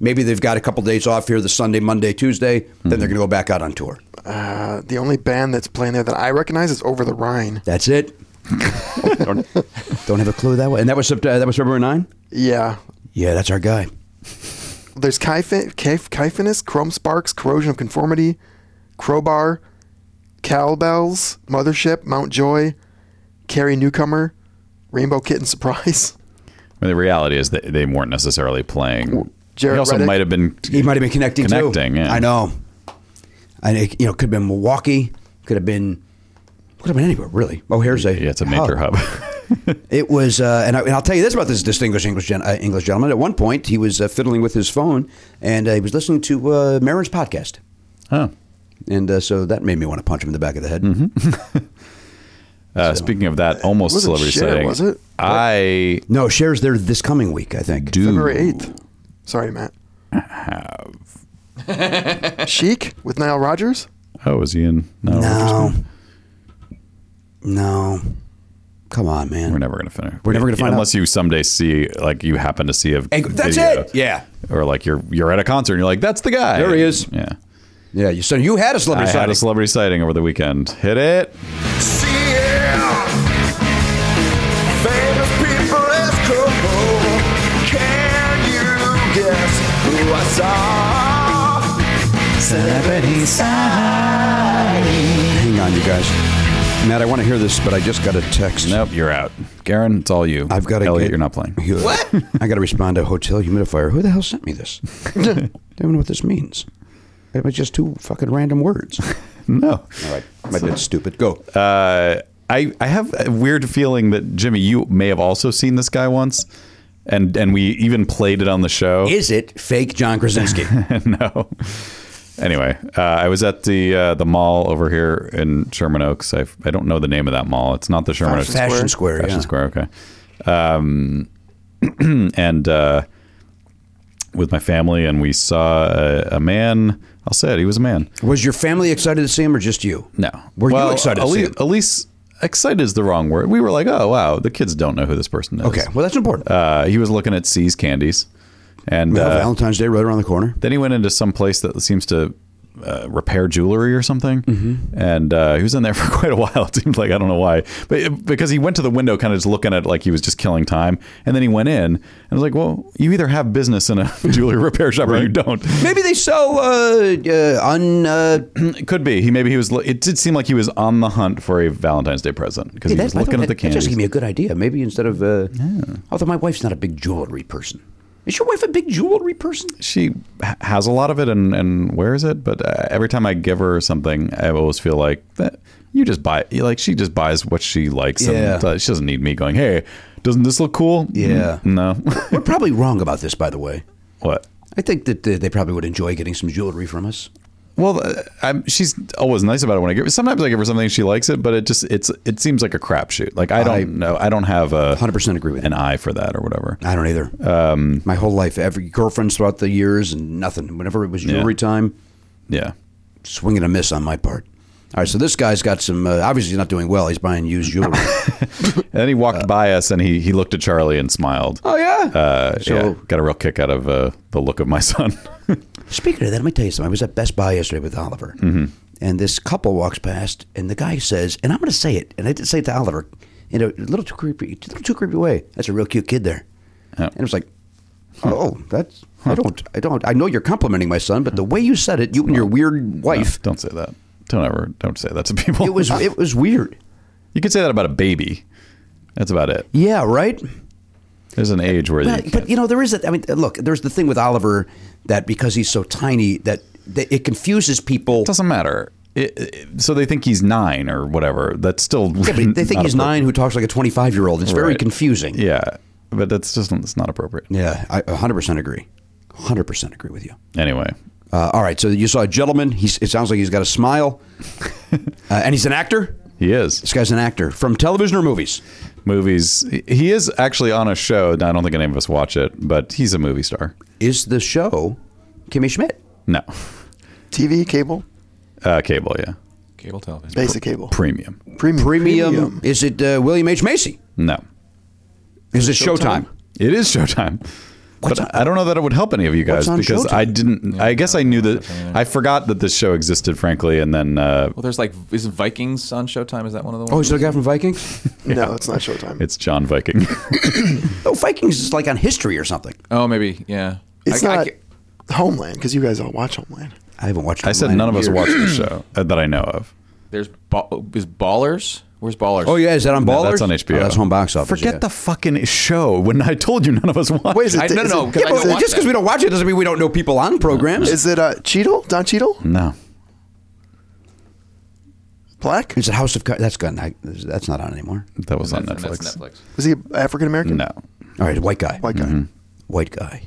Maybe they've got a couple days off here the Sunday, Monday, Tuesday. Then they're going to go back out on tour. Uh, the only band that's playing there that I recognize is Over the Rhine. That's it. don't, don't have a clue that way. And that was, Sept- uh, that was February 9? Yeah. Yeah, that's our guy. There's Kyphinus, Chrome Sparks, Corrosion of Conformity, Crowbar, Cowbells, Mothership, Mount Joy, Carrie Newcomer, Rainbow Kitten Surprise. Well, the reality is that they weren't necessarily playing. Jared he also Reddick. might have been. He might have been connecting, too. Connecting, yeah. I know. I think, you know, could have been Milwaukee. Could have been. Could have been anywhere really. Oh, here's a. Yeah, it's a major hub. hub. It was, uh, and, I, and I'll tell you this about this distinguished English, gen, uh, English gentleman. At one point, he was uh, fiddling with his phone, and uh, he was listening to uh, Marin's podcast, oh. and uh, so that made me want to punch him in the back of the head. Mm-hmm. Uh, Speaking of that, almost Wasn't celebrity Cher, setting. was it? I No, shares there this coming week, I think. do. February 8th. Sorry, Matt. Have. Chic with Nile Rodgers? Oh, is he in? No. No, no, come on, man. We're never gonna finish. We're never gonna find out. unless you someday see like you happen to see a And- that's video. it! Yeah. or like you're you're at a concert and you're like that's the guy There he is. yeah Yeah, you, so you had a I celebrity. had a sighting. celebrity sighting over the weekend hit it Famous people as cool. Can you guess who I saw? Celebrity Hang on, you guys. Matt, I want to hear this, but I just got a text. nope you're out Garen it's all you I've got to Elliot get, you're not playing What? I got to respond to hotel humidifier. Who the hell sent me this? I don't know what this means. It was just two fucking random words. no All right, I did stupid. Go. uh, I I have a weird feeling that Jimmy you may have also seen this guy once and and we even played it on the show Is it fake John Krasinski? no. Anyway, uh, I was at the uh, the mall over here in Sherman Oaks. I, I don't know the name of that mall. It's not the Sherman Oaks Fashion Square, Fashion yeah. Square. Okay. Um, and uh, with my family, and we saw a, a man. I'll say it. He was a man. Was your family excited to see him or just you? No. Were Well, you excited to see Elise, him? Elise, excited is the wrong word. We were like, oh wow, the kids don't know who this person is. Okay, well, that's important. Uh, he was looking at C's candies, and Well, uh, Valentine's Day right around the corner. then he went into some place that seems to uh, repair jewelry or something, Mm-hmm. and uh, he was in there for quite a while. It seemed like I don't know why, but it- because he went to the window, kind of just looking at it like he was just killing time, and then he went in and I was like, "Well, you either have business in a jewelry repair shop or you don't." Maybe they sell uh, uh, un. Uh, It Mm, could be he maybe he was. lo- It did seem like he was on the hunt for a Valentine's Day present because he that- I was thought looking at that- the that Just gave me candies. a good idea. Maybe instead of. Uh, Although my wife's not a big jewelry person. Is your wife a big jewelry person? She ha- has a lot of it and, and wears it, but uh, every time I give her something, I always feel like that you just buy like she just buys what she likes, Yeah. and uh, she doesn't need me going, "Hey, doesn't this look cool?" Yeah. Mm, no. We're probably wrong about this, by the way. what? I think that uh, they probably would enjoy getting some jewelry from us. Well, uh, I'm, she's always nice about it when I give. her. Sometimes I give her something and she likes it, but it just it's it seems like a crapshoot. Like I don't I- know, I don't have a 100% agree with an you. eye for that or whatever. I don't either. Um, my whole life, every girlfriends throughout the years, and nothing. Whenever it was jewelry time, Yeah, swing and a miss on my part. All right, so this guy's got some. Uh, obviously, he's not doing well. He's buying used jewelry. and then he walked by us and he he looked at Charlie and smiled. oh yeah. Uh, So- yeah, got a real kick out of uh, the look of my son. Speaking of that, let me tell you something. I was at Best Buy yesterday with Oliver, Mm-hmm. and this couple walks past, and the guy says, and I'm going to say it, and I didn't say it to Oliver in a little too creepy, a little too creepy way. That's a real cute kid there, Yeah. and it was like, oh, that's I don't, I don't, I know you're complimenting my son, but the way you said it, you and your weird wife, Don't say that. Don't ever. Don't say that to people. it was, it was weird. You could say that about a baby. That's about it. Yeah, right. There's an age where you But, but can't- you know, there is that. I mean, look, there's the thing with Oliver that because he's so tiny that, that it confuses people. it doesn't matter. It, it- so they think he's nine or whatever. That's still. Yeah, but they think not he's nine who talks like a 25 year old. It's very Right. confusing. appropriate. Yeah, but that's just it's not appropriate. Yeah, I 100% agree. 100% agree with you. Anyway, Uh, all right, so you saw a gentleman. He's, it sounds like he's got a smile. uh, and he's an actor? he is. This guy's an actor from television or movies? movies. He is actually on a show. I don't think any of us watch it, but he's a movie star. Is the show Kimmy Schmidt? No, TV, cable, uh, cable. Yeah, Cable television. basic cable. premium. Premium. Premium. Is it uh, William H. Macy? No, Is it Showtime? it is Showtime. but I don't know that it would help any of you What's guys on because Showtime? I didn't. I guess I knew that. I forgot that this show existed, frankly, and then uh, Well, there's like, isn't Vikings on Showtime? Is that one of the ones? Oh, is it a guy from Vikings? No, it's not Showtime. it's John Viking. oh, Vikings is like on history or something. Oh, maybe. Yeah. It's I- I not ca- Homeland because you guys all watch Homeland. I haven't watched I said mine in none of us years. watched the show uh, that I know of. There's ball, is Ballers. Where's Ballers? Oh yeah, is that on No, Ballers? that's on HBO. Oh, that's home box office. Forget yeah. the fucking show when I told you none of us watched. Wait, is it? I- no, is no, it- 'cause I Yeah, but don't watch just because that. we don't watch it doesn't mean we don't know people on programs. Is it uh, Cheadle? Don Cheadle? no. Black? Is it House of Cards? That's gone. I- That's not on anymore. That was on That's- Netflix. That's Netflix. Was he African American? No. All right, white guy. White guy. Mm-hmm. White guy.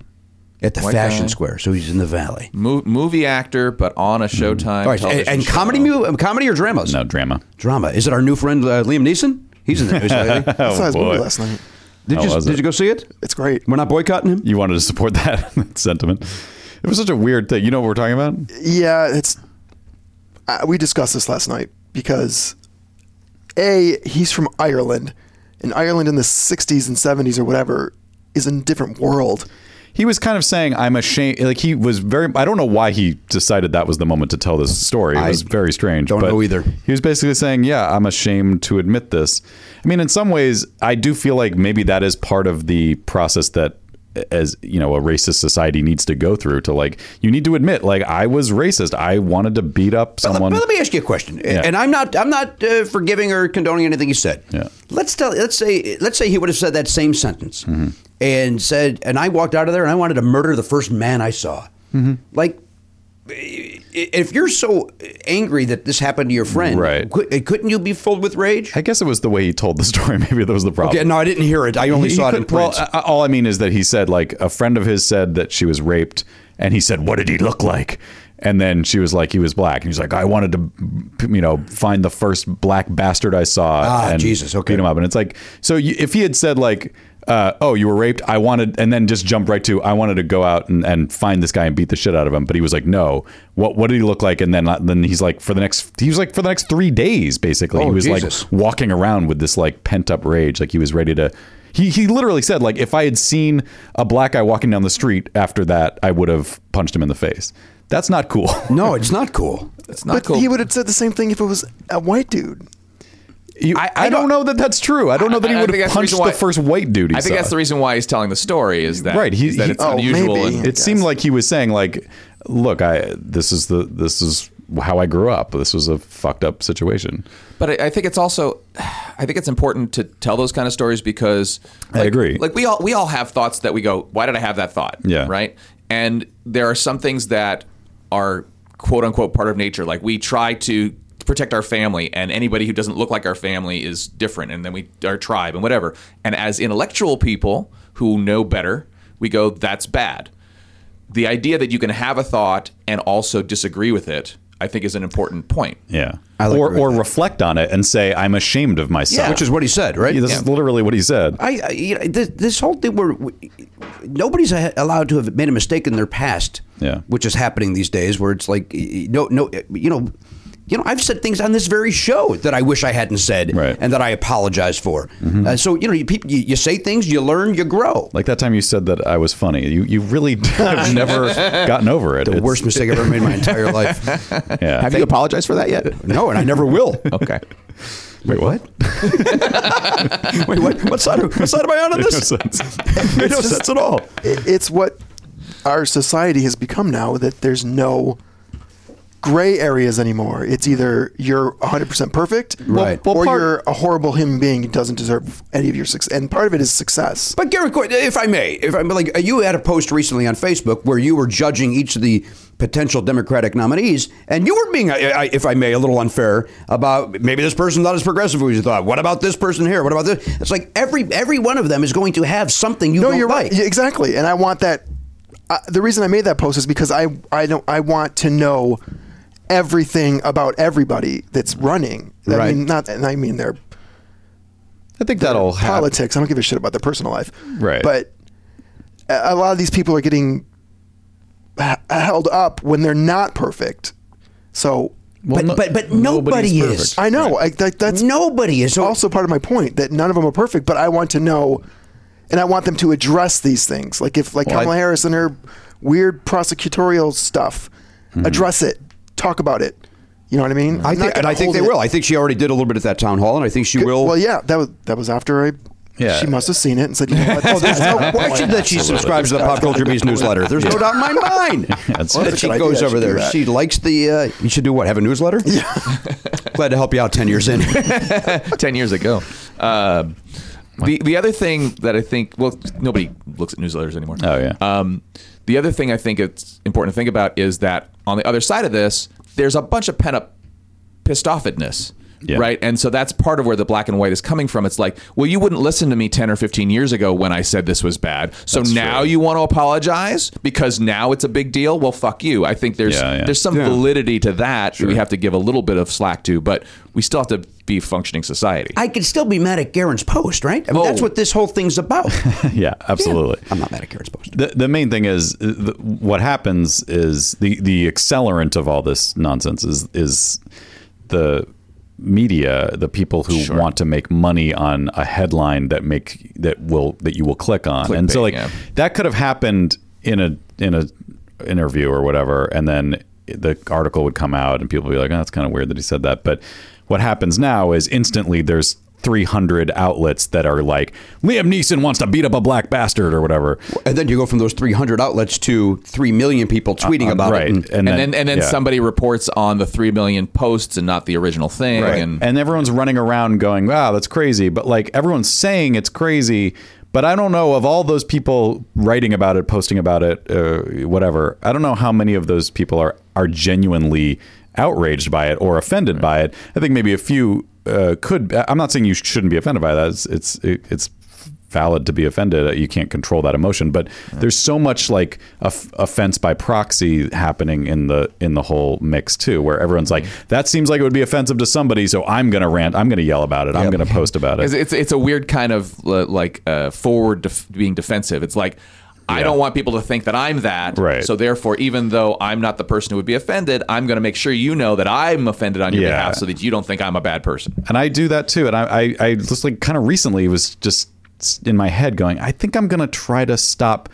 At the White Fashion guy. Square, so he's in the Valley. Mo- movie actor, but on a Showtime. All right, and, television and show. comedy, mu- um, comedy or dramas? No drama. drama. Is it our new friend uh, Liam Neeson? He's in there. Is that- I saw his Oh, boy. movie last night. did How you was did it? you go see it? It's great. We're not boycotting him. You wanted to support that, that sentiment. It was such a weird thing. You know what we're talking about? Yeah, it's. I we discussed this last night because, a he's from Ireland, and Ireland in the '60s and '70s or whatever is a different world. He was kind of saying, "I'm ashamed." Like he was very. I don't know why he decided that was the moment to tell this story. It I was very strange. don't but know either. He was basically saying, "Yeah, I'm ashamed to admit this." I mean, in some ways, I do feel like maybe that is part of the process that, as you know, a racist society needs to go through. To like, you need to admit, like, I was racist. I wanted to beat up But someone. Let, but let me ask you a question, and I'm not I'm not uh, forgiving or condoning anything he said. Yeah. Let's tell let's say let's say he would have said that same sentence and said, and I walked out of there and I wanted to murder the first man I saw. Like, i- if you're so angry that this happened to your friend, Right. could, couldn't you be filled with rage? I guess it was the way he told the story. Maybe that was the problem. Okay, no, I didn't hear it. I only He saw it in could- well, print. I- I- all I mean is that he said, like, a friend of his said that she was raped, and he said, "What did he look like?" And then she was like, "He was black," and he's like, "I wanted to, you know, find the first black bastard I saw Ah, and Jesus, okay. beat him up." And it's like, so you, if he had said like. Uh, oh, you were raped. I wanted, and then just jump right to. I wanted to go out and, and find this guy and beat the shit out of him, but he was like, "No, what? What did he look like?" And then, uh, then he's like, for the next, he was like, for the next three days, basically, Oh, he was Jesus. like walking around with this like pent up rage, like he was ready to. He he literally said like if I had seen a black guy walking down the street after that, I would have punched him in the face. That's not cool. uh, no, it's not cool. It's not but cool. he would have said the same thing if it was a white dude. You- I, I don't know that that's true. I don't know that he I- I would think have that's the punched reason the why- first white dude. he I think saw. that's the reason why he's telling the story is that Right, he- is that he- it's Oh, unusual. maybe. And, It seemed like he was saying like, look, I this is the this is how I grew up. This was a fucked up situation. But I, I think it's also, I think it's important to tell those kind of stories because I like- agree. Like we all we all have thoughts that we go, why did I have that thought? Yeah. Right. And there are some things that are quote unquote part of nature. Like we try to protect our family, and anybody who doesn't look like our family is different, and then we our tribe and whatever. And as intellectual people who know better, we go, that's bad. The idea that you can have a thought and also disagree with it, I think, is an important point. Yeah. I like or agree or with that. reflect on it and say I'm ashamed of myself. which is what he said, right? Yeah, this is literally what he said. I, I you know, this, this whole thing where we, nobody's a- allowed to have made a mistake in their past, Yeah. which is happening these days, where it's like y- y- no, no, you know, you know, I've said things on this very show that I wish I hadn't said, Right. Mm-hmm. and that I apologize for. Uh, so you know, you, people, you, you say things, you learn, you grow. Like that time you said that I was funny. You you really have never gotten over it. the It's- worst mistake I've ever made in my entire life. Yeah. Have you apologized for that yet? No, and I never will. Okay. Wait, what? Wait, what? What side? What side am I on in no this? sense. Made no sense at all. It, it's what our society has become now that there's no gray areas anymore. It's either you're 100% perfect Right. or Well, part- you're a horrible human being who doesn't deserve any of your success. And part of it is success. But Garrett, Gordon, if I may, if I'm like uh, you had a post recently on Facebook where you were judging each of the potential Democratic nominees, and you were being, I- I- if I may, a little unfair about maybe this person's not as progressive as you thought. What about this person here? What about this? It's like every every one of them is going to have something you no, don't you're like. right. Yeah, exactly. And I want that. I the reason I made that post is because I I don't I want to know everything about everybody that's running. I Right. mean, not and I mean their I think that'll happen. politics. I don't give a shit about their personal life. Right. But a a lot of these people are getting h- held up when they're not perfect. So but, but but nobody is. I know I, that, that's nobody is. So- also part of my point that none of them are perfect, but I want to know, and I want them to address these things. Like if like Kamala Harris and her weird prosecutorial stuff, address it, talk about it. You know what I mean? Mm-hmm. I I'm not think, and gonna I think hold they it- will. I think she already did a little bit at that town hall, and I think she will. Well, yeah, that was that was after I Yeah. She must have seen it and said, you know what? Oh, there's no guy's question that she Absolutely. subscribes to the Pop Culture Bees newsletter. There's no doubt in my mind That's- that she Good idea. goes I over should do there. that. She likes the. Uh, you should do what? Have a newsletter? Yeah. Glad to help you out. Ten years in. 10 years ago. Um, the, the other thing that I think, well, nobody looks at newsletters anymore. Oh, yeah. Um, the other thing I think it's important to think about is that on the other side of this, there's a bunch of pent up pissed offedness. Yeah. Right. And so that's part of where the black and white is coming from. It's like, well, you wouldn't listen to me 10 or 15 years ago when I said this was bad. So That's now true. you want to apologize because now it's a big deal. Well, fuck you. I think there's Yeah, yeah. there's some validity to that that we have to give a little bit of slack to, but we still have to be a functioning society. I could still be mad at Garen's post, right? I mean, Whoa. that's what this whole thing's about. yeah, absolutely. I'm not mad at Garen's post. The, the main thing is uh, the, what happens is the, the accelerant of all this nonsense is is the media, the people who want to make money on a headline that make that will that you will click on, and so Clickbait, like yeah. that could have happened in a in a interview or whatever, and then the article would come out, and people would be like, "Oh, that's kind of weird that he said that." But what happens now is instantly there's 300 outlets that are like, "Liam Neeson wants to beat up a black bastard" or whatever, And then you go from those 300 outlets to 3 million people tweeting Uh, about right. it. and- and, then, and then yeah. somebody reports on the three million posts and not the original thing. And, and everyone's running around going, "Wow, that's crazy!" But like everyone's saying it's crazy, but I don't know of all those people writing about it, posting about it, uh, whatever. I don't know how many of those people are are genuinely outraged by it or offended by it. I think maybe a few uh, could. I'm not saying you shouldn't be offended by that. It's it's it's valid to be offended uh, you can't control that emotion but there's so much like of- offense by proxy happening in the in the whole mix too where everyone's like that seems like it would be offensive to somebody so i'm gonna rant i'm gonna yell about it i'm gonna post about It's, it it's it's a weird kind of uh, like uh, forward def- being defensive. It's like I Yeah. don't want people to think that I'm that. Right. So therefore, even though I'm not the person who would be offended, I'm going to make sure you know that I'm offended on your Yeah. behalf, so that you don't think I'm a bad person. and i do that too and i i, I just like kind of recently was just in my head going i think i'm gonna try to stop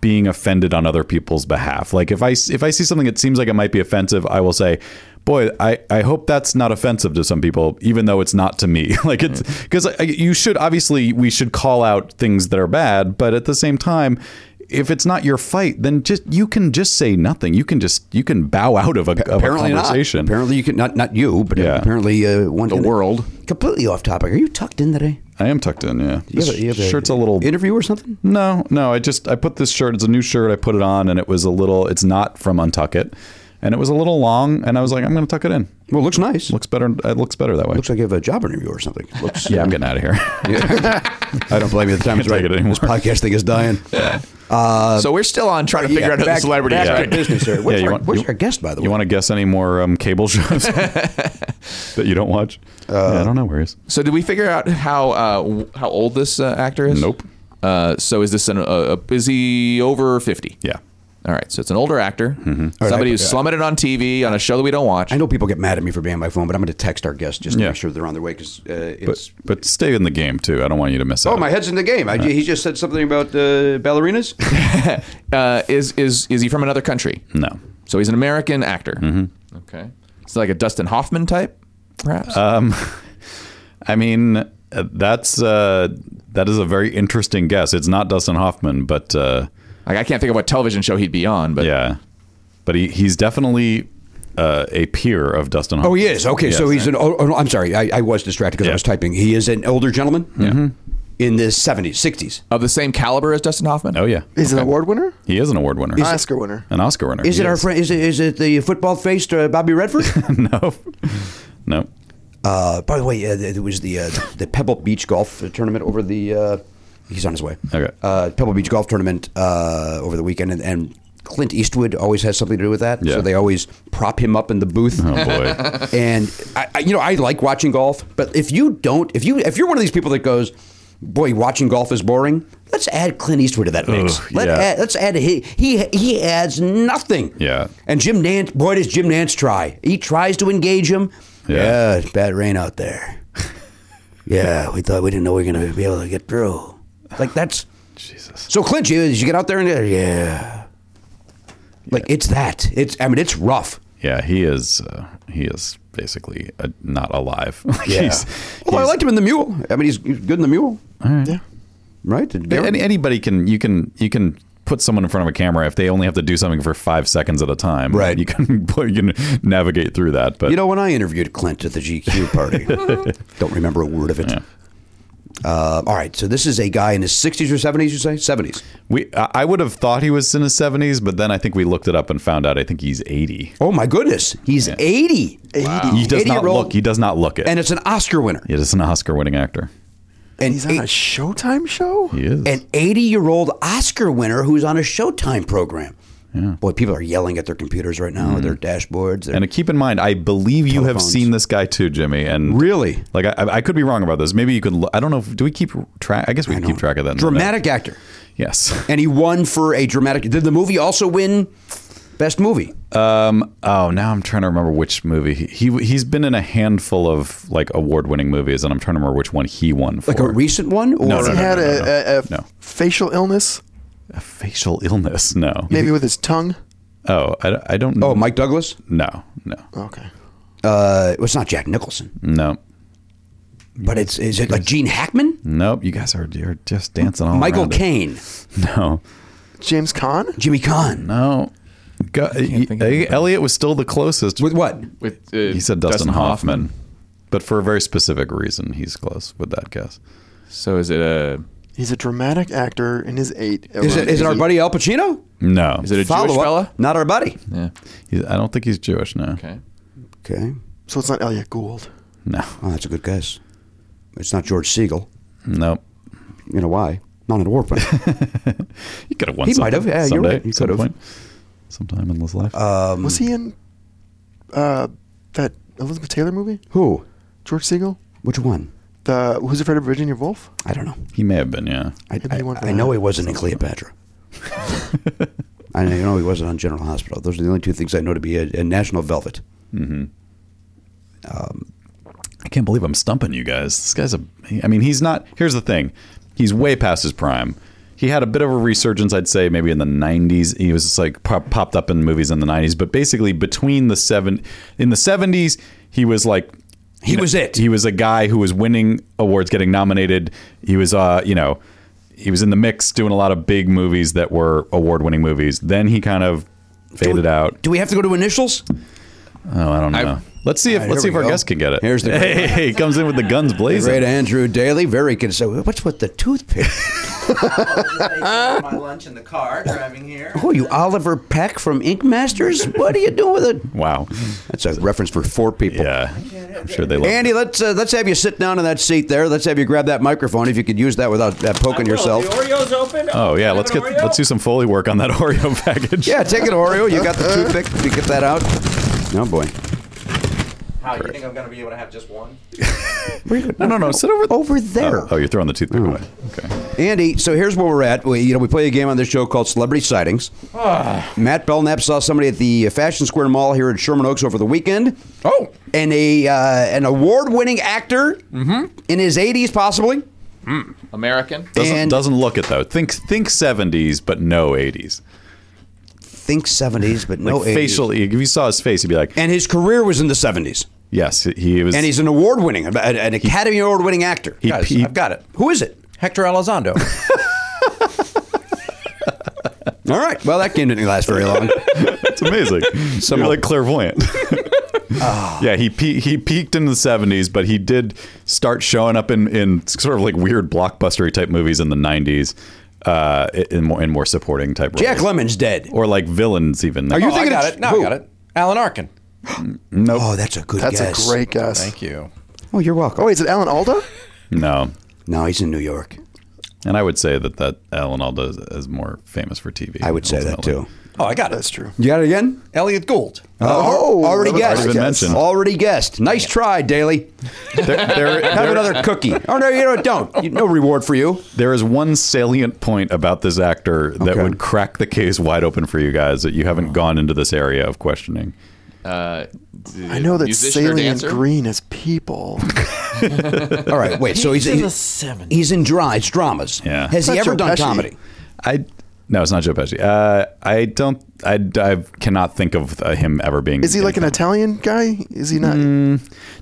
being offended on other people's behalf like if i if i see something that seems like it might be offensive i will say boy i i hope that's not offensive to some people even though it's not to me like it's Mm. because you should obviously we should call out things that are bad but at the same time if it's not your fight then just you can just say nothing you can just you can bow out of a, of a apparently not. conversation Apparently you can not not you, but Yeah. apparently uh, one The world. completely off topic. Are you tucked in today? i am tucked in yeah, You have a- you have a shirt's a little interview or something. No, no. I just I put this shirt. It's a new shirt. I put it on, and it was a little. It's not from Untuck It, and it was a little long. And I was like, I'm gonna tuck it in. Well, it looks nice. Looks better. It looks better that way. Looks like you have a job interview or something. Looks. yeah, I'm getting out of here. I don't blame you. The time is Can't right. take it anymore. This podcast thing is dying. Yeah. Uh, so we're still on trying to figure out who the back- celebrity back is. to right? business here. What's, Yeah, you our, want- what's you- our guest, by the way? you want to guess any more um, cable shows that you don't watch? Uh, yeah, I don't know where he is. So did we figure out how uh, w- how old this uh, actor is? Nope. Uh, so is this an, a, a is he over fifty? Yeah. Mm-hmm. All right. So it's an older actor, somebody who's slumming it on TV on a show that we don't watch. I know people get mad at me for being on my phone, but I'm going to text our guest just to Yeah. make sure they're on their way because uh, But it's. but stay in the game too. I don't want you to miss out. Oh, my head's in the game. I, He just said something about uh, ballerinas. Uh, is is is he from another country? No. So he's an American actor. Mm-hmm. Okay. It's like a Dustin Hoffman type, perhaps. Uh, I mean, uh, that's uh, that is a very interesting guess. It's not Dustin Hoffman, but. Uh, like I can't think of what television show he'd be on, but Yeah, but he, he's definitely uh, a peer of Dustin. Oh, Hoffman. he is. Okay, Yes. so he's an. Oh, oh, no, I'm sorry. I, I was distracted because Yeah. I was typing. He is an older gentleman. In the 70s, 60s. of the same caliber as Dustin Hoffman. Oh yeah, Is an award winner? he is an award winner, Oscar winner. an Oscar winner. Is He it our friend? Is it is it the football faced uh, Bobby Redford? no, no. uh, by the way, uh, it was the uh, the Pebble Beach golf tournament over the. Uh, he's on his way. Okay. Uh, Pebble Beach golf tournament uh, over the weekend, and, and Clint Eastwood always has something to do with that. Yeah. So they always prop him up in the booth. Oh boy. and I, I, you know, I like watching golf, but if you don't, if you if you're one of these people that goes, boy, watching golf is boring. Let's add Clint Eastwood to that mix. Ugh, Let yeah. add, let's add he, he he adds nothing. Yeah. And Jim Nance, boy, does Jim Nance try? He tries to engage him. Yeah. yeah it's bad rain out there. yeah, we thought we didn't know we were gonna be able to get through. Like that's Jesus. So Clint, you you get out there and uh, yeah, like it's that. It's I mean it's rough. yeah, he is. Uh, he is basically uh, not alive. Like, Yeah. he's- well, I he's- liked him in the mule. I mean, he's he's good in the mule, Yeah. right? Did Garrett- Any, anybody can you can you can put someone in front of a camera if they only have to do something for five seconds at a time. Right. You can put- you can navigate through that. But You know, when I interviewed Clint at the GQ party, don't remember a word of it. Uh, all right, so this is a guy in his 60s or 70s, you say? 70s. we I I would have thought he was in his seventies, but then I think we looked it up and found out I think he's eighty. Oh my goodness, he's 80. 80. He does not 80-year-old, look. He does not look it. and it's an Oscar winner. he is an Oscar-winning actor. And He's on a Showtime show? He is. an 80 year old Oscar winner who's on a Showtime program. Boy, people are yelling at their computers right now, their dashboards. Their, Mm-hmm. And keep in mind, I believe you have Telephones. seen this guy too, Jimmy. And Really? like I, I could be wrong about this. Maybe you could. lo- I don't know. If, do we keep track? I guess we I can don't- keep track of that. in a minute. Dramatic actor. Yes. And he won for a dramatic. Did the movie also win Best Movie? Um. Oh, now I'm trying to remember which movie he, he he's been in a handful of like award-winning movies, and I'm trying to remember which one he won for. like a recent one? Or No, no, Has no, he no, had no, a, no, a, a no. facial illness? A facial illness. No. Maybe with his tongue? Oh, I, I don't. know. Oh, Mike Douglas? No. No. Okay. Uh, well, it's not Jack Nicholson, No. but it's is it like Gene Hackman? Nope. You guys are you're just dancing all Michael around it. Caine, No. James Caan? Jimmy Kahn. No. Oh, Go, think of anybody. Elliot was still the closest. With what? With uh, He said Dustin, Hoffman. But for a very specific reason, he's close with that guess. So is it a He's a dramatic actor in his eight. Is it, is it our buddy Al Pacino? No, is it a Jewish Follow-up. fella? Not our buddy. Yeah. He's, I don't think he's Jewish. No, Okay. Okay. So it's not Elliot Gould. no, Oh, that's a good guess. It's not George Siegel. nope. You know why? Not an orphan. He could have won. He might something have. Yeah, you're someday, right. He some could have. point. sometime in his life. Um, Was he in uh, that Elizabeth Taylor movie? Who? George Siegel? Which one? The Who's Afraid of Virginia Woolf? I don't know. he may have been. Yeah, I, Maybe I, he went for I know that. he wasn't in Cleopatra. I know he wasn't on General Hospital. Those are the only two things I know to be a, a National Velvet. I can't believe I'm stumping you guys. This guy's a. I mean, he's not. Here's the thing. He's way past his prime. He had a bit of a resurgence, I'd say, maybe in the '90s. He was just like pop, popped up in movies in the '90s, but basically between the seven in the '70s, he was like He was it. He was a guy who was winning awards, getting nominated. He was, uh, you know, he was in the mix, doing a lot of big movies that were award-winning movies. Then he kind of faded out. Do we have to go to initials? Oh, I don't know. I- let's see if right, let's see here if we our go. guest can get it. Here's the- hey, he comes in with the guns blazing. Great Andrew Daly, very concerned. What's with the toothpick? my lunch in the car driving here. Who are you, Oliver Peck from Ink Masters? What are you doing with it? Wow. That's a reference for four people. Yeah. I'm sure they love Andy, let's uh, let's have you sit down in that seat there. Let's have you grab that microphone if you could use that without uh, poking yourself. The Oreo's open. Oh yeah, let's get let's do some Foley work on that Oreo package. Yeah, take it, Oreo. You got the toothpick. You get that out. Oh boy. How you think I'm gonna be able to have just one? No, no, no. Sit over Over there. Oh, oh, you're throwing the toothpick away. Okay. Uh, Andy, so here's where we're at. We, you know, we play a game on this show called Celebrity Sightings. Matt Belknap saw somebody at the Fashion Square Mall here in Sherman Oaks over the weekend. Oh. and a uh, an award-winning actor in his 80s, possibly. American? Doesn't And- doesn't look it though. Think think 70s, but no 80s. Think 70s, but Like no 80s. facial. If you saw his face, you'd be like, And his career was in the 70s, yes, he was. and he's an award-winning, an- an Academy Award-winning actor. he, Guys, he- I've got it. Who is it? Hector Elizondo. All right. Well, that game didn't last very long. It's amazing. You're like clairvoyant. Ah. yeah, he pe- he peaked in the 70s, but he did start showing up in, in sort of like weird blockbustery type movies in the 90s, uh, in more in more supporting type roles. Jack Lemon's dead. or like villains even. Are you oh, I thinking got it's- it. Now who? I got it. Alan Arkin. Oh, that's a good That's guess. a great guess. Thank you. Oh, you're welcome. Oh, wait, is it Alan Alda? No. No, he's in New York. And I would say that that Alan Alda is, is more famous for TV. I would say that ultimately. too. Oh, I got it. That's true. You got it again? Elliot Gould. Oh, already that was guessed. already been mentioned. Already guessed. Nice try, Daly. There- there- Have there- another cookie. Oh no, you know, don't. You- No reward for you. There is one salient point about this actor that Okay. Oh. would crack the case wide open for you guys that you haven't gone into this area of questioning. Uh, I know that musician or Salient dancer? Green is people. All right, wait. So he's He's in the he's, 70s. he's in dry. It's dramas. Yeah. Has he Not ever Joe done Pesci. comedy? I No, it's not Joe Pesci. Uh, I don't. I, I cannot think of uh, him ever being. Is he like an Italian guy? Is he not?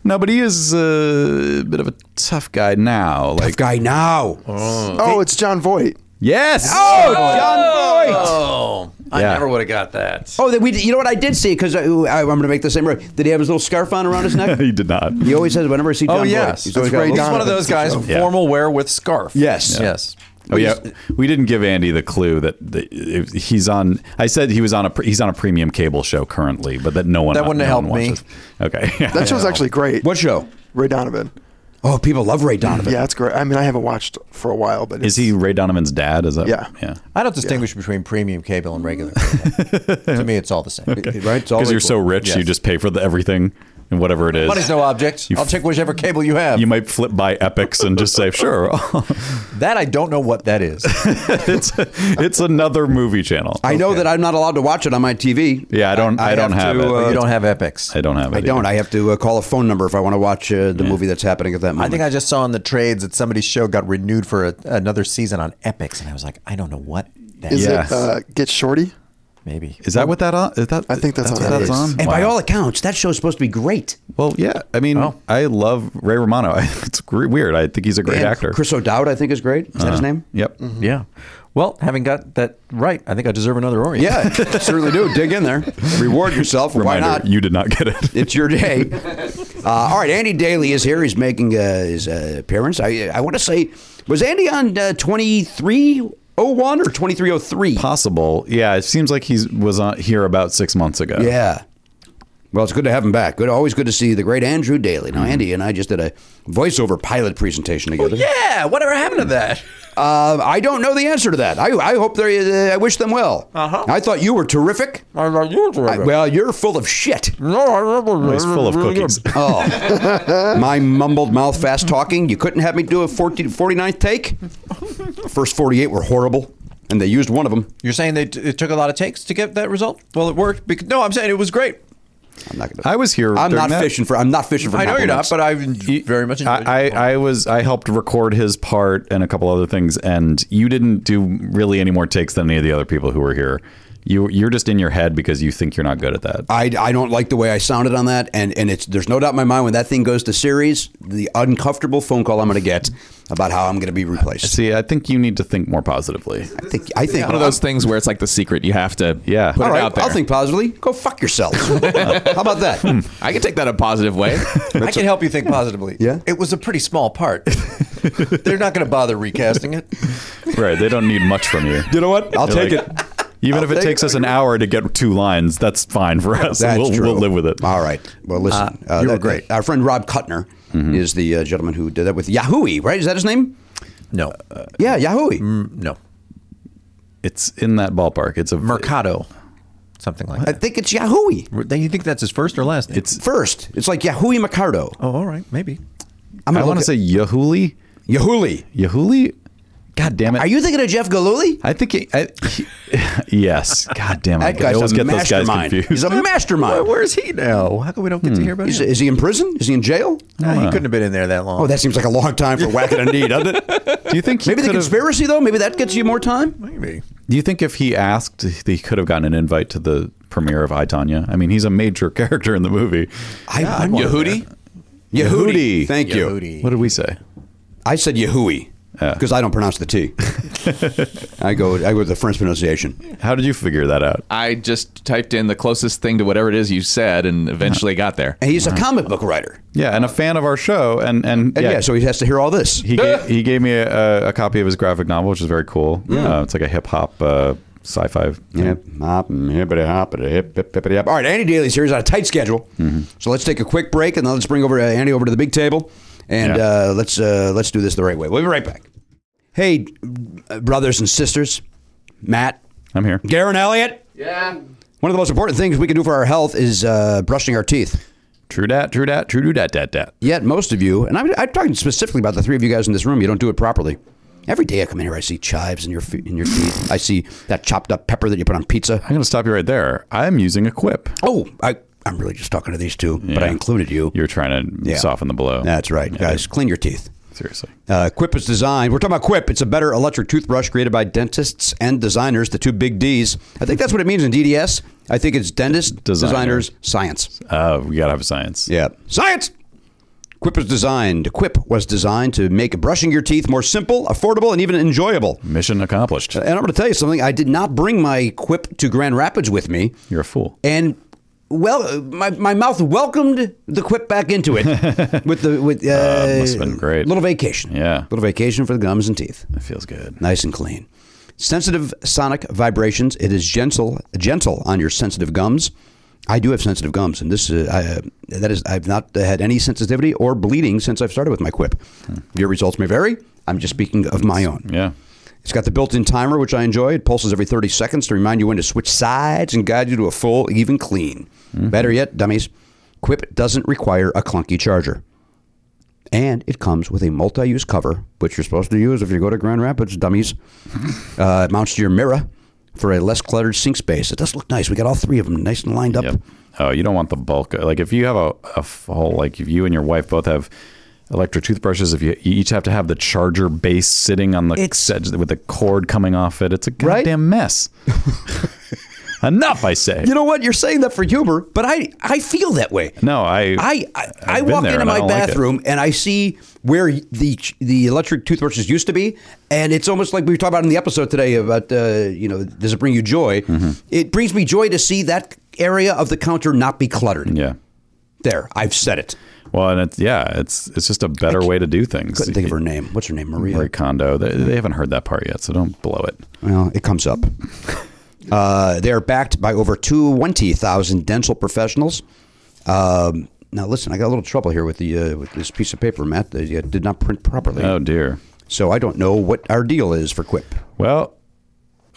No, but he is uh, a bit of a tough guy now. Like tough guy now. Oh, it's John Voight. Yes. Oh, John Voight. Oh, I Yeah. never would have got that. Oh, that we. You know what I did see because I, am going to make the same error. Did he have his little scarf on around his neck? he did not. he always has. Whenever I see John Oh, yes. Voight, he's That's always got a Ray little- He's one of those guys, Yeah. formal wear with scarf. Yes. Yes. Oh yeah, we didn't give Andy the clue that the, if he's on. I said he was on a pre- he's on a premium cable show currently, but that no one That wouldn't no have one helped watches. Okay, That show's actually great. What show? Ray Donovan. Oh, people love Ray Donovan. Yeah, it's great. I mean, I haven't watched for a while, but is it's- he Ray Donovan's dad? Is that Yeah. yeah? I don't distinguish between premium cable and regular cable. to me, it's all the same. Right. It's all Because you're equal. so rich, you Yes. just pay for the everything and whatever it is. Money's no object. You I'll f- check whichever cable you have. you might flip by Epics and just say sure. that I don't know what that is. it's it's another movie channel. I know that I'm not allowed to watch it on my TV. Yeah, I don't- I don't have to, it. uh, Oh, you don't have epics. I don't have it. I don't. either. I have to uh, call a phone number if I want to watch uh, the movie that's happening at that moment. I think I just saw in the trades that somebody's show got renewed for a, another season on Epics, and I was like, I don't know what that is. Is Yes. it uh, Get Shorty? Maybe. Is that what that on? Is that I think that's on what Epics. on. and by Wow. all accounts, that show's supposed to be great. well, yeah. I mean, Oh. I love Ray Romano. it's gr- weird. I think he's a great And actor. Uh-huh. Chris O'Dowd, I think, is great. Is that his name? Yep. Yeah. Well, having got that right, I think I deserve another Orient. Yeah, certainly do. Dig in there. Reward yourself. Why Reminder: not? you did not get it. It's your day. Uh, all right, Andy Daly is here. He's making uh, his uh, appearance. I I want to say, was Andy on uh, twenty three oh one or twenty three oh three? possible. Yeah, it seems like he was on here about six months ago. Yeah. Well, it's good to have him back. Good, always good to see the great Andrew Daly. Now, Andy and I just did a voiceover pilot presentation together. Oh, Yeah. Whatever happened to that? Uh, I don't know the answer to that. I, I hope they. Uh, I wish them well. Uh-huh. I thought you were terrific. I thought you were terrific. I- well, you're full of shit. No, I remember. He's full of cookies. Oh, my mumbled mouth fast talking. You couldn't have me do a 40, 49th take. First 48 were horrible, and they used one of them. You're saying they t- it took a lot of takes to get that result? Well, it worked. Because, no, I'm saying it was great. I'm not, gonna, I was here. I'm during not that. fishing for. I'm not fishing for. I know you're not, compliments. but I very much enjoyed I, it. I, I was I helped record his part and a couple other things, and you didn't do really any more takes than any of the other people who were here. You you're just in your head because you think you're not good at that. I, I don't like the way I sounded on that, and, and it's there's no doubt in my mind when that thing goes to series, the uncomfortable phone call I'm going to get about how I'm going to be replaced. See, I think you need to think more positively. I think I think One of those things where it's like the secret. You have to Yeah. put All it right, out there. I'll think positively. Go fuck yourselves. how about that? I can take that a positive way. I can help you think positively. Yeah? It was a pretty small part. They're not going to bother recasting it. right. They don't need much from you. know what? I'll You're take like- it. Even if it take takes us an hour to get two lines, that's fine for us. That's we'll, true. we'll live with it. All right. Well, listen, uh, you were that- great. Our friend Rob Kuttner Mm-hmm. is the uh, gentleman who did that with Yahoo, E, right? Is that his name? Uh, No. Yeah, Yahoo. E. no. It's in that ballpark. It's a Mercado. Something like I that. think it's Yahoo. E. Then you think that's his first or last name? It's First, it's like Yahoo E Mercado. Oh, all right. Maybe. I'm I gonna want to look say Yahuli. at- Yahoo. E. Yahuli. God damn it! Are you thinking of Jeff Galooly? I think he, I, he- yes. God damn it! That guy's I always a get those guys mastermind. confused. He's a mastermind. where's Uh, he now? How come we don't get to hear about Is, him? is he in prison? Is he in jail? Nah, he couldn't have been in there that long. Oh, that seems like a long time for whacking a knee, doesn't it? do you think he Maybe the could've- conspiracy, though, maybe that gets you more time? maybe. Do you think if he asked, he could have gotten an invite to the premiere of I Tanya? I mean, he's a major character in the movie. I wonder. E. Yehudi? E. Yehudi. Thank you. What did we say? I said Yahooey because I don't pronounce the T. I go I go with the French pronunciation. How did you figure that out? I just typed in the closest thing to whatever it is you said and eventually got there. And he's a comic book writer. Yeah, and a fan of our show, and and, And Uh-huh. yeah. so he has to hear all this. he gave, he gave me a, a copy of his graphic novel, which is very cool. Uh, it's like a hip hop uh, sci-fi. thing. Hip, hop, hippity hop, Mm-hmm. hip, hip, hippity hop. All right, Andy Daly's here. He's on a tight schedule, so let's take a quick break and then let's bring over uh, Andy over to the big table, and Yeah. uh, let's uh, let's do this the right way. We'll be right back. Hey, uh, brothers and sisters, Matt, I'm here. Garen Elliott. Yeah. One of the most important things we can do for our health is uh, brushing our teeth. True dat, true dat, true do dat dat dat. Yet most of you, and I'm, I'm talking specifically about the three of you guys in this room, you don't do it properly. Every day I come in here, I see chives in your feet. In your feet, I see that chopped up pepper that you put on pizza. I'm going to stop you right there. I'm using a quip. Oh, I, I'm really just talking to these two, but I Yeah. included you. You're trying to Yeah. soften the blow. That's right, guys. Clean your teeth. Seriously. Uh, Quip is designed. We're talking about Quip. It's a better electric toothbrush created by dentists and designers, the two big D's. I think that's what it means in DDS. I think it's dentist, Designer. designers, science. Uh, we gotta have science. Yeah. Science! Quip was designed. Quip was designed to make brushing your teeth more simple, affordable, and even enjoyable. Mission accomplished. And I'm going to tell you something. I did not bring my Quip to Grand Rapids with me. You're a fool. And well, my, my mouth welcomed the Quip back into it with the with uh, must've been great. little vacation. Yeah. little vacation for the gums and teeth. It feels good. Nice and clean. Sensitive sonic vibrations. It is gentle, gentle on your sensitive gums. I do have sensitive gums, and this uh, I, uh, that is I've not had any sensitivity or bleeding since I've started with my Quip. Your results may vary. I'm just speaking of my own. Yeah. It's got the built-in timer, which I enjoy. It pulses every 30 seconds to remind you when to switch sides and guide you to a full, even clean. Better yet, dummies, Quip doesn't require a clunky charger. And it comes with a multi-use cover, which you're supposed to use if you go to Grand Rapids, dummies. Uh, it mounts to your mirror for a less cluttered sink space. It does look nice. We got all three of them nice and lined up. Yep. Oh, you don't want the bulk. Like if you have a, a whole, like if you and your wife both have electric toothbrushes, if you, you each have to have the charger base sitting on the It's- edge with the cord coming off it, it's a Right? goddamn mess. Enough, I say. You know what? You're saying that for humor, but I I feel that way. no, I, I I, I I've been walk there into and I my don't like it. bathroom and I see where the the electric toothbrushes used to be, and it's almost like we were talking about in the episode today about uh, you know does it bring you joy? Mm-hmm. It brings me joy to see that area of the counter not be cluttered. yeah. There, I've said it. Well, and it's, yeah, it's, it's just a better way to do things. Couldn't think of her name. What's her name? Maria. Marie Kondo. They, they haven't heard that part yet, so don't blow it. Well, it comes up. Uh, they are backed by over 20,000 dental professionals. Um, now, listen, I got a little trouble here with the uh, with this piece of paper, Matt. That you did not print properly. Oh dear. So I don't know what our deal is for Quip. Well,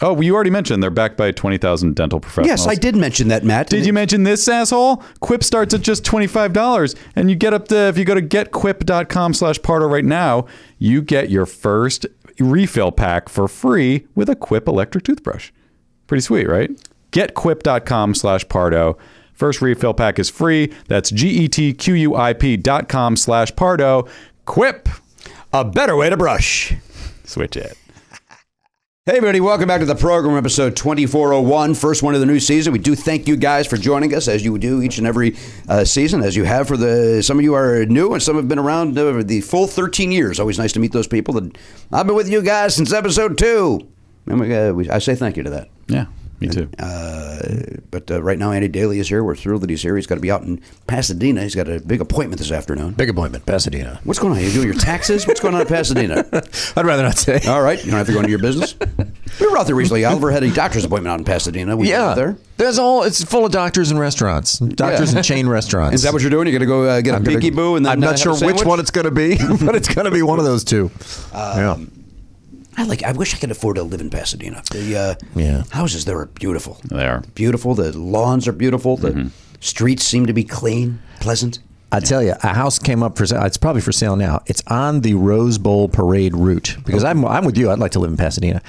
oh, well, you already mentioned they're backed by 20,000 dental professionals. Yes, I did mention that, Matt. Did you mention this asshole? Quip starts at just $25 and you get up to, if you go to getquip.com slash Pardo right now, you get your first refill pack for free with a Quip electric toothbrush. Pretty sweet, right? Getquip.com slash Pardo. First refill pack is free. That's E G-E-T-Q-U-I-P dot com slash Pardo. Quip. a better way to brush? Switch it. Hey, everybody, welcome back to the program, episode 2401, first one of the new season. We do thank you guys for joining us, as you do each and every uh, season, as you have for the. Some of you are new, and some have been around uh, the full 13 years. Always nice to meet those people. That I've been with you guys since episode two. And we, uh, we, I say thank you to that. Yeah, me too. But uh, right now, Andy Daly is here. We're thrilled that he's here. He's got to be out in Pasadena. He's got a big appointment this afternoon. Big appointment, Pasadena. What's going on? You doing your taxes? What's going on in Pasadena? I'd rather not say. All right, you don't have to go into your business. We were out there recently. Oliver had a doctor's appointment out in Pasadena. We were yeah, out there. there's all. It's full of doctors and restaurants, doctors Yeah. and chain restaurants. Is that what you're doing? You're going to go uh, get a I'm gonna- Biggie Boo and then I'm uh, not have a sure which sandwich? one it's going to be, but it's going to be one of those two. yeah. I like. I wish I could afford to live in Pasadena. The uh, Yeah. houses there are Mm-hmm. beautiful. They are. beautiful. The lawns are beautiful. The streets seem to be clean, pleasant. I tell you, a house came up for sale. It's probably for sale now. It's on the Rose Bowl Parade route because I'm I'm with you. I'd like to live in Pasadena,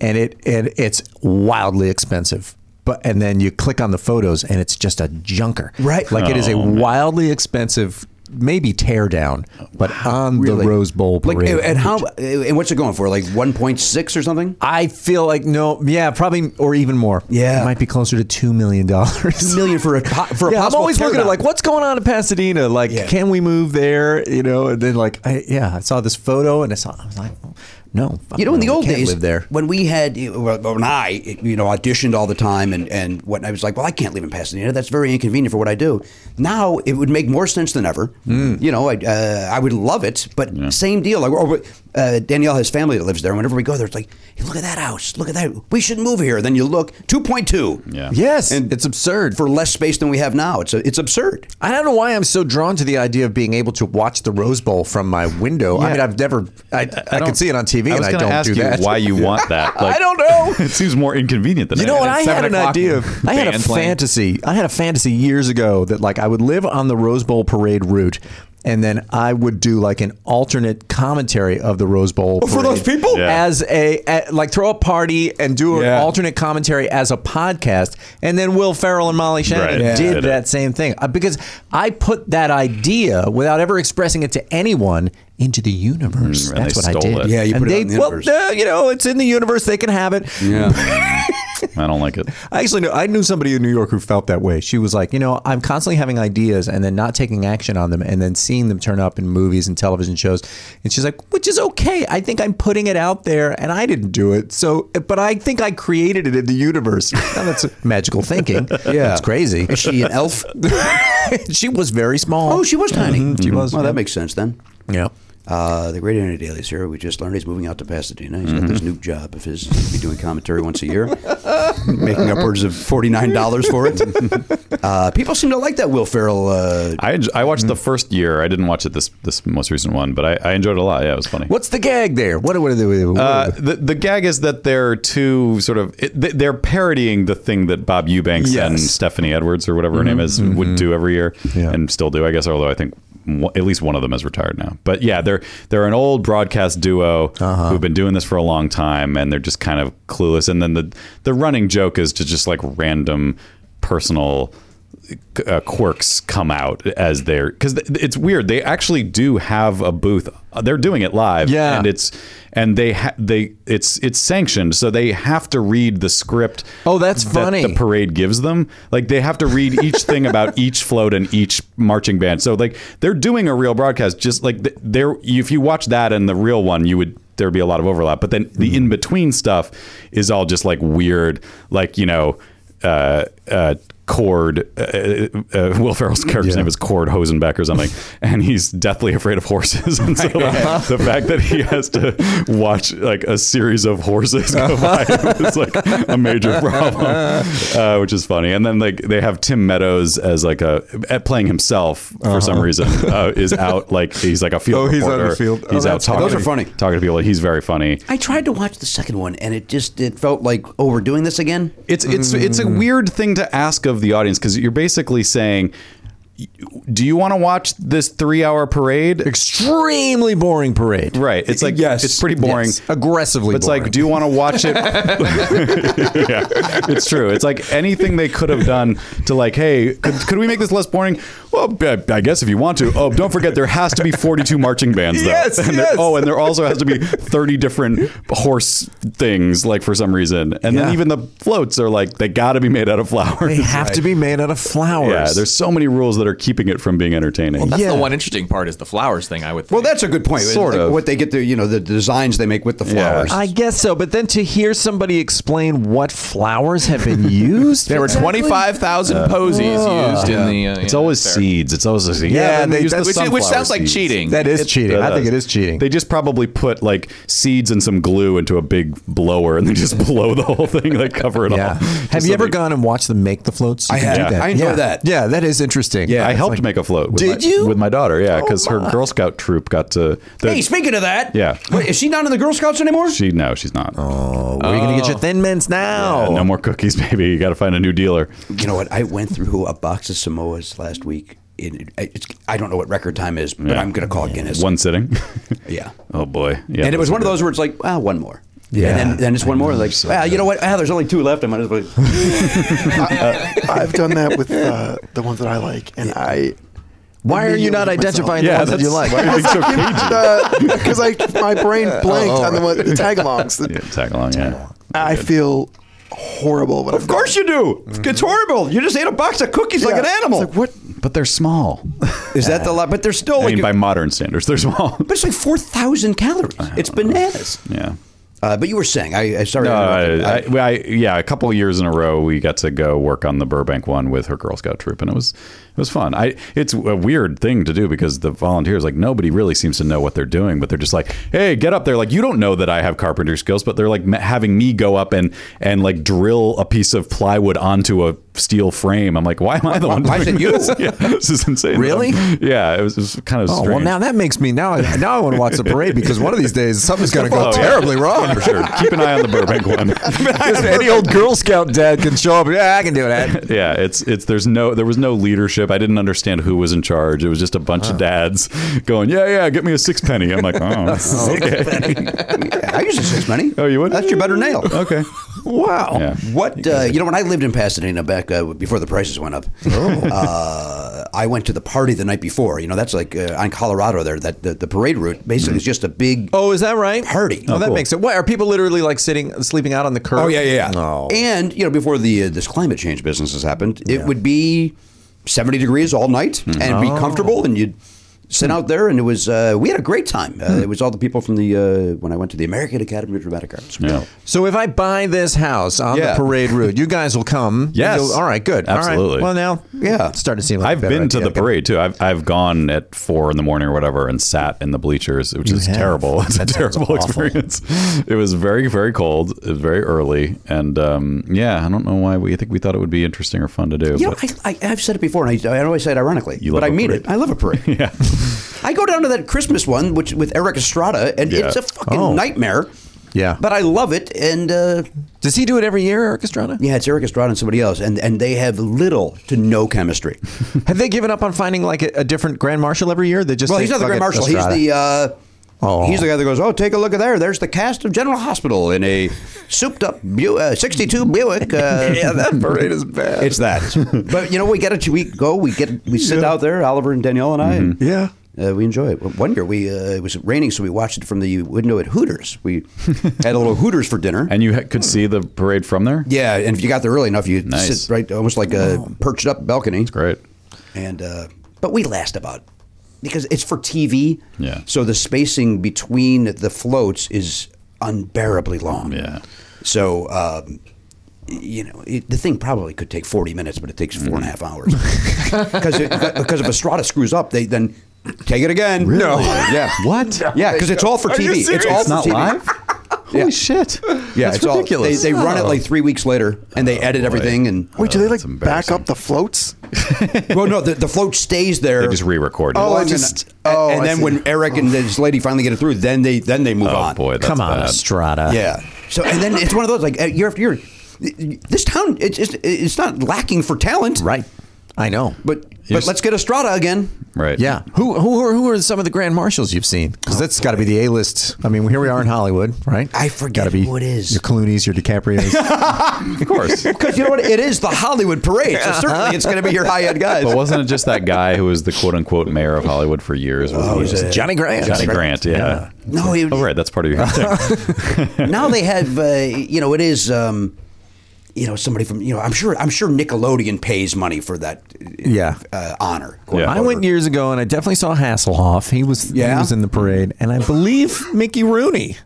and it and it's wildly expensive. But and then you click on the photos and it's just a junker. Right. like it is a Oh, man. wildly expensive, maybe tear down, but on the Rose Bowl Like, Parade. and how? And what's it going for? Like 1.6 or something? I feel like no, yeah, probably or even more. Yeah. it might be closer to two million dollars. Million for a ho- for a Yeah, I'm possible always looking at teardown. like what's going on in Pasadena. Like, Yeah. can we move there? You know, and then like, I, yeah, I saw this photo and I saw, I was like, no, You know, in the we old can't days, live there. when we had, well, when I, you know, auditioned all the time and and what I was like, well, I can't live in Pasadena. That's very inconvenient for what I do. Now it would make more sense than ever. Hmm. You know, I uh, I would love it, but same deal. Like or, uh, Danielle has family that lives there. and Whenever we go there, it's like, hey, look at that house. Look at that. We should move here. Then you look, two point two. Yeah. Yes, And- it's absurd. For less space than we have now, it's it's absurd. I don't know why I'm so drawn to the idea of being able to watch the Rose Bowl from my window. I mean, I've never, I, I, don't- could see it on TV, I and was I gonna don't ask do you that. Why you want that? Like, I don't know. It seems more inconvenient than You know that. what? I It's had seven an o'clock. idea. I had a Band playing. fantasy. I had a fantasy years ago that like I would live on the Rose Bowl parade route, and then I would do like an alternate commentary of the Rose Bowl Oh, for parade those people? Yeah. as a, a- like throw a party and do an alternate commentary as a podcast, and then Will Ferrell and Molly Shannon Right. Yeah. did Did it. that same thing Uh, because I put that idea without ever expressing it to anyone into the universe. Mm, and That's they what I stole did. it. Yeah, you and put it they, out in the well, universe. no, you know, it's in the universe. They can have it. I don't like it. I actually knew I knew somebody in New York who felt that way. She was like, you know, I'm constantly having ideas and then not taking action on them and then seeing them turn up in movies and television shows. And she's like, which is okay. I think I'm putting it out there and I didn't do it. So but I think I created it in the universe. Now that's magical thinking. Yeah. It's crazy. Is she an elf? she was very small. Oh, she was tiny. Mhm, she was, Well, yeah. that makes sense then. Yeah. Uh, the great Andy Daly's here. We just learned he's moving out to Pasadena. He's got this Mhm. new job of his. He'll be doing commentary once a year, making upwards of forty nine dollars for it. uh, people seem to like that Will Ferrell. Uh, I, I watched the first year. I didn't watch it this this most recent one, but I, I enjoyed it a lot. Yeah, it was funny. What's the gag there? What what are they? What Uh, the the gag is that they're two sort of it, they- they're parodying the thing that Bob Eubanks and Yes. Stephanie Edwards or whatever her name is would do every year and still do I guess although I think mo- at least one of them is retired now but yeah they're they're an old broadcast duo who've been doing this for a long time and they're just kind of clueless and then the the running joke is to just like random personal uh, quirks come out as they're because th- it's weird. They actually do have a booth. Uh, They're doing it live, Yeah. and it's and they ha- they it's it's sanctioned, so they have to read the script. Oh, that's that funny. the parade gives them like they have to read each thing about each float and each marching band. So like they're doing a real broadcast, just like th- they're if you watch that and the real one, you would. There'd be a lot of overlap, but then Mm-hmm. the in between stuff is all just like weird, like you know, uh, uh, Cord, uh, uh, Will Ferrell's character's name is Cord Hosenbeck or something, and he's deathly afraid of horses. And so Uh-huh. the fact that he has to watch like a series of horses go by Uh-huh. him is like a major problem, uh, which is funny. And then like they have Tim Meadows as like a at playing himself for some reason uh, is out like he's like a field. Uh-huh. Oh, he's out in the reporter. field. Oh, He's out that's funny. talking. Those are funny. Talking to people. He's very funny. I tried to watch the second one, and it just it felt like oh, we're doing this again. It's it's it's a weird thing to ask of the audience because you're basically saying, "Do you want to watch this three-hour parade?" Extremely boring parade. Right. It's like Yes. it's pretty boring. Yes. Aggressively But it's boring. like, do you want to watch it? yeah, it's true. It's like anything they could have done to like, hey, could, could we make this less boring? Well, I I guess if you want to. Oh, don't forget there has to be 42 marching bands though. Yes, and there- yes. Oh, and there also has to be 30 different horse things like for some reason. And Yeah. then even the floats are like they got to be made out of flowers. They have to be made out of flowers. Yeah, there's so many rules that are keeping it from being entertaining. That's Yeah. the one interesting part is the flowers thing. I would. Well, think. that's a good point. Sort Like, of. what they get the you know the designs they make with the flowers. I guess so, but then to hear somebody explain what flowers have been used, there were twenty five thousand posies used Ah. in the. Uh, It's yeah, always fair. seeds. It's always seeds. Yeah, they- use the Which, which sunflower sounds like seeds. cheating. That is cheating. I think it is cheating. They just probably put like seeds and some glue into a big blower and they just blow the whole thing, like cover it yeah. all. Have you ever gone and watched them make the floats? You I can have. do that. I enjoy yeah. that. Yeah, that is interesting. Yeah, I It's helped like- make a float. With Did my, you? With my daughter, yeah, Oh, because my. her Girl Scout troop got to. the- hey, speaking of that, Yeah. wait, is she not in the Girl Scouts anymore? she no, she's not. Oh, where are you going to get your thin mints now? Uh, no more cookies, baby. You got to find a new dealer. You know what? I went through a box of Samoas last week. It, it's, I don't know what record time is, but Yeah. I'm going to call Guinness. One sitting. yeah. oh boy. Yeah. and it was those one of are good. those where it's like, ah, one more. Yeah. And then, then it's one more. Like, ah, you know what? Ah, there's only two left. I might as well. I've done that with uh, the ones that I like, and I. Why are you not Myself. identifying Yeah, the ones that's- that you like? why are you so Because uh, I my brain blanked on the, one- the tagalongs. Yeah, tag along. Yeah. I feel horrible. When Of course you do. Mm-hmm. It's horrible. You just ate a box of cookies like an animal. It's like what? But they're small. Is that the lot? But they're still I like, mean, by modern standards, they're small. but it's like 4,000 calories. It's bananas. Yeah. Uh, but you were saying, I, I sorry. Uh-huh. No, I I, interrupted. I, well, I, yeah, a couple of years in a row, we got to go work on the Burbank one with her Girl Scout troop, and it was it was fun. I it's a weird thing to do because the volunteers like nobody really seems to know what they're doing, but they're just like, hey, get up there! Like you don't know that I have carpenter skills, but they're like ma- having me go up and and like drill a piece of plywood onto a steel frame. I'm like, why am I the one? Why is doing it you? This? Yeah, this is insane. Really? Yeah, it was, it was kind of. Oh strange. well, now that makes me now. I- Now I want to watch the parade because one of these days something's going to go Oh, yeah. terribly wrong. For sure. Keep an eye on the Burbank one. Because any old Girl Scout dad can show up. Yeah, I can do that. yeah, it's it's there's no there was no leadership. I didn't understand who was in charge. It was just a bunch of dads going, yeah, yeah, get me a sixpenny. I'm like, oh, okay. I use a six money. Oh, you would? That's your better nail. Okay. Wow. Yeah. What uh, you know? When I lived in Pasadena back uh, before the prices went up, uh, I went to the party the night before. You know, that's like uh, on Colorado there. That the, the parade route basically is just a big Oh, is that right? party. Oh, that makes it. What are people literally like sitting, sleeping out on the curb? Oh, yeah, yeah, yeah. No. And you know, before the uh, this climate change business has happened, it would be seventy degrees all night, and it'd be comfortable, and you'd sit out there, and it was uh, we had a great time. Uh, It was all the people from the uh, when I went to the American Academy of Dramatic Arts. Yeah. So if I buy this house on Yeah. the parade route, you guys will come. and Yes. you'll- All right. Good. Absolutely. All right. Well, now, Yeah. it's starting to seem like I've a better been to idea. the parade too. I've I've gone at four in the morning or whatever and sat in the bleachers, which is have? terrible. It's That a sounds terrible awful. experience. It was very very cold. It was very early, and um, yeah, I don't know why we I think we thought it would be interesting or fun to do. You know, but- I, I, I've said it before, and I, I always say it ironically, You but love I a mean parade. it. I love a parade. yeah, I go down to that Christmas one, which with Eric Estrada, and Yeah. it's a fucking Oh. nightmare. Yeah. but I love it, and uh, Does he do it every year, Eric Estrada? yeah, it's Eric Estrada and somebody else, and and they have little to no chemistry. Have they given up on finding like a, a different grand marshal every year? They just Well, say, he's not the "Fuck grand it, marshal. He's Estrada." the uh, Oh. he's the guy that goes, "Oh, take a look at there. There's the cast of General Hospital in a souped-up Bu- uh, '62 Buick." Uh, yeah, that parade is bad. it's that. but you know, we get it. We go. We get. We sit out there. Oliver and Danielle and I. and, Mm-hmm. Yeah. Uh, we enjoy it. One year, we uh, it was raining, so we watched it from the window at Hooters. We had a little Hooters for dinner. and you ha- could see the parade from there. yeah, and if you got there early enough, you Nice. Oh. sit right, almost like a perched up balcony. Great. and uh, but we last about because it's for TV. Yeah. So the spacing between the floats is unbearably long. Yeah. So um, you know it, the thing probably could take forty minutes, but it takes four and Mm. a half hours because it- because if Estrada screws up, they then take it again. No. Yeah. What? Yeah, because it's all for Are you TV. It's serious? all It's for not TV. live? Holy Yeah. shit! Yeah, That's it's ridiculous. all. They, they run it Oh. like three weeks later, and they edit everything. And Wait, do they like back embarrassing. up the floats? well, no, the, the float stays there. They just re-record. it. Oh, Well, I and then- just- and- oh, and I then see. when Eric and this lady finally get it through, then they then they move oh on. boy, uh, that's Come on, bad. Estrada. Yeah. So and then it's one of those like uh, year after year, this town it's it's, it's not lacking for talent, Right. I know. But You're but s- let's get Estrada again. Right. Yeah. Who who are, who are some of the grand marshals you've seen? Because that's got to be the A list. I mean, here we are in Hollywood, right? I forget Gotta be who it is. Your Clooney's, your DiCaprio's. Of course. Because you know what, it is the Hollywood parade, so certainly it's going to be your high end guys. But wasn't it just that guy who was the quote unquote mayor of Hollywood for years? Oh, Johnny Grant. Johnny Grant, yeah. No, it- Oh, right. That's part of your thing. now they have uh, you know it is um, you know somebody from you know I'm sure I'm sure Nickelodeon pays money for that uh, Yeah. uh, honor. Yeah. I went years ago, and I definitely saw Hasselhoff. He was Yeah? he was in the parade, and I believe Mickey Rooney.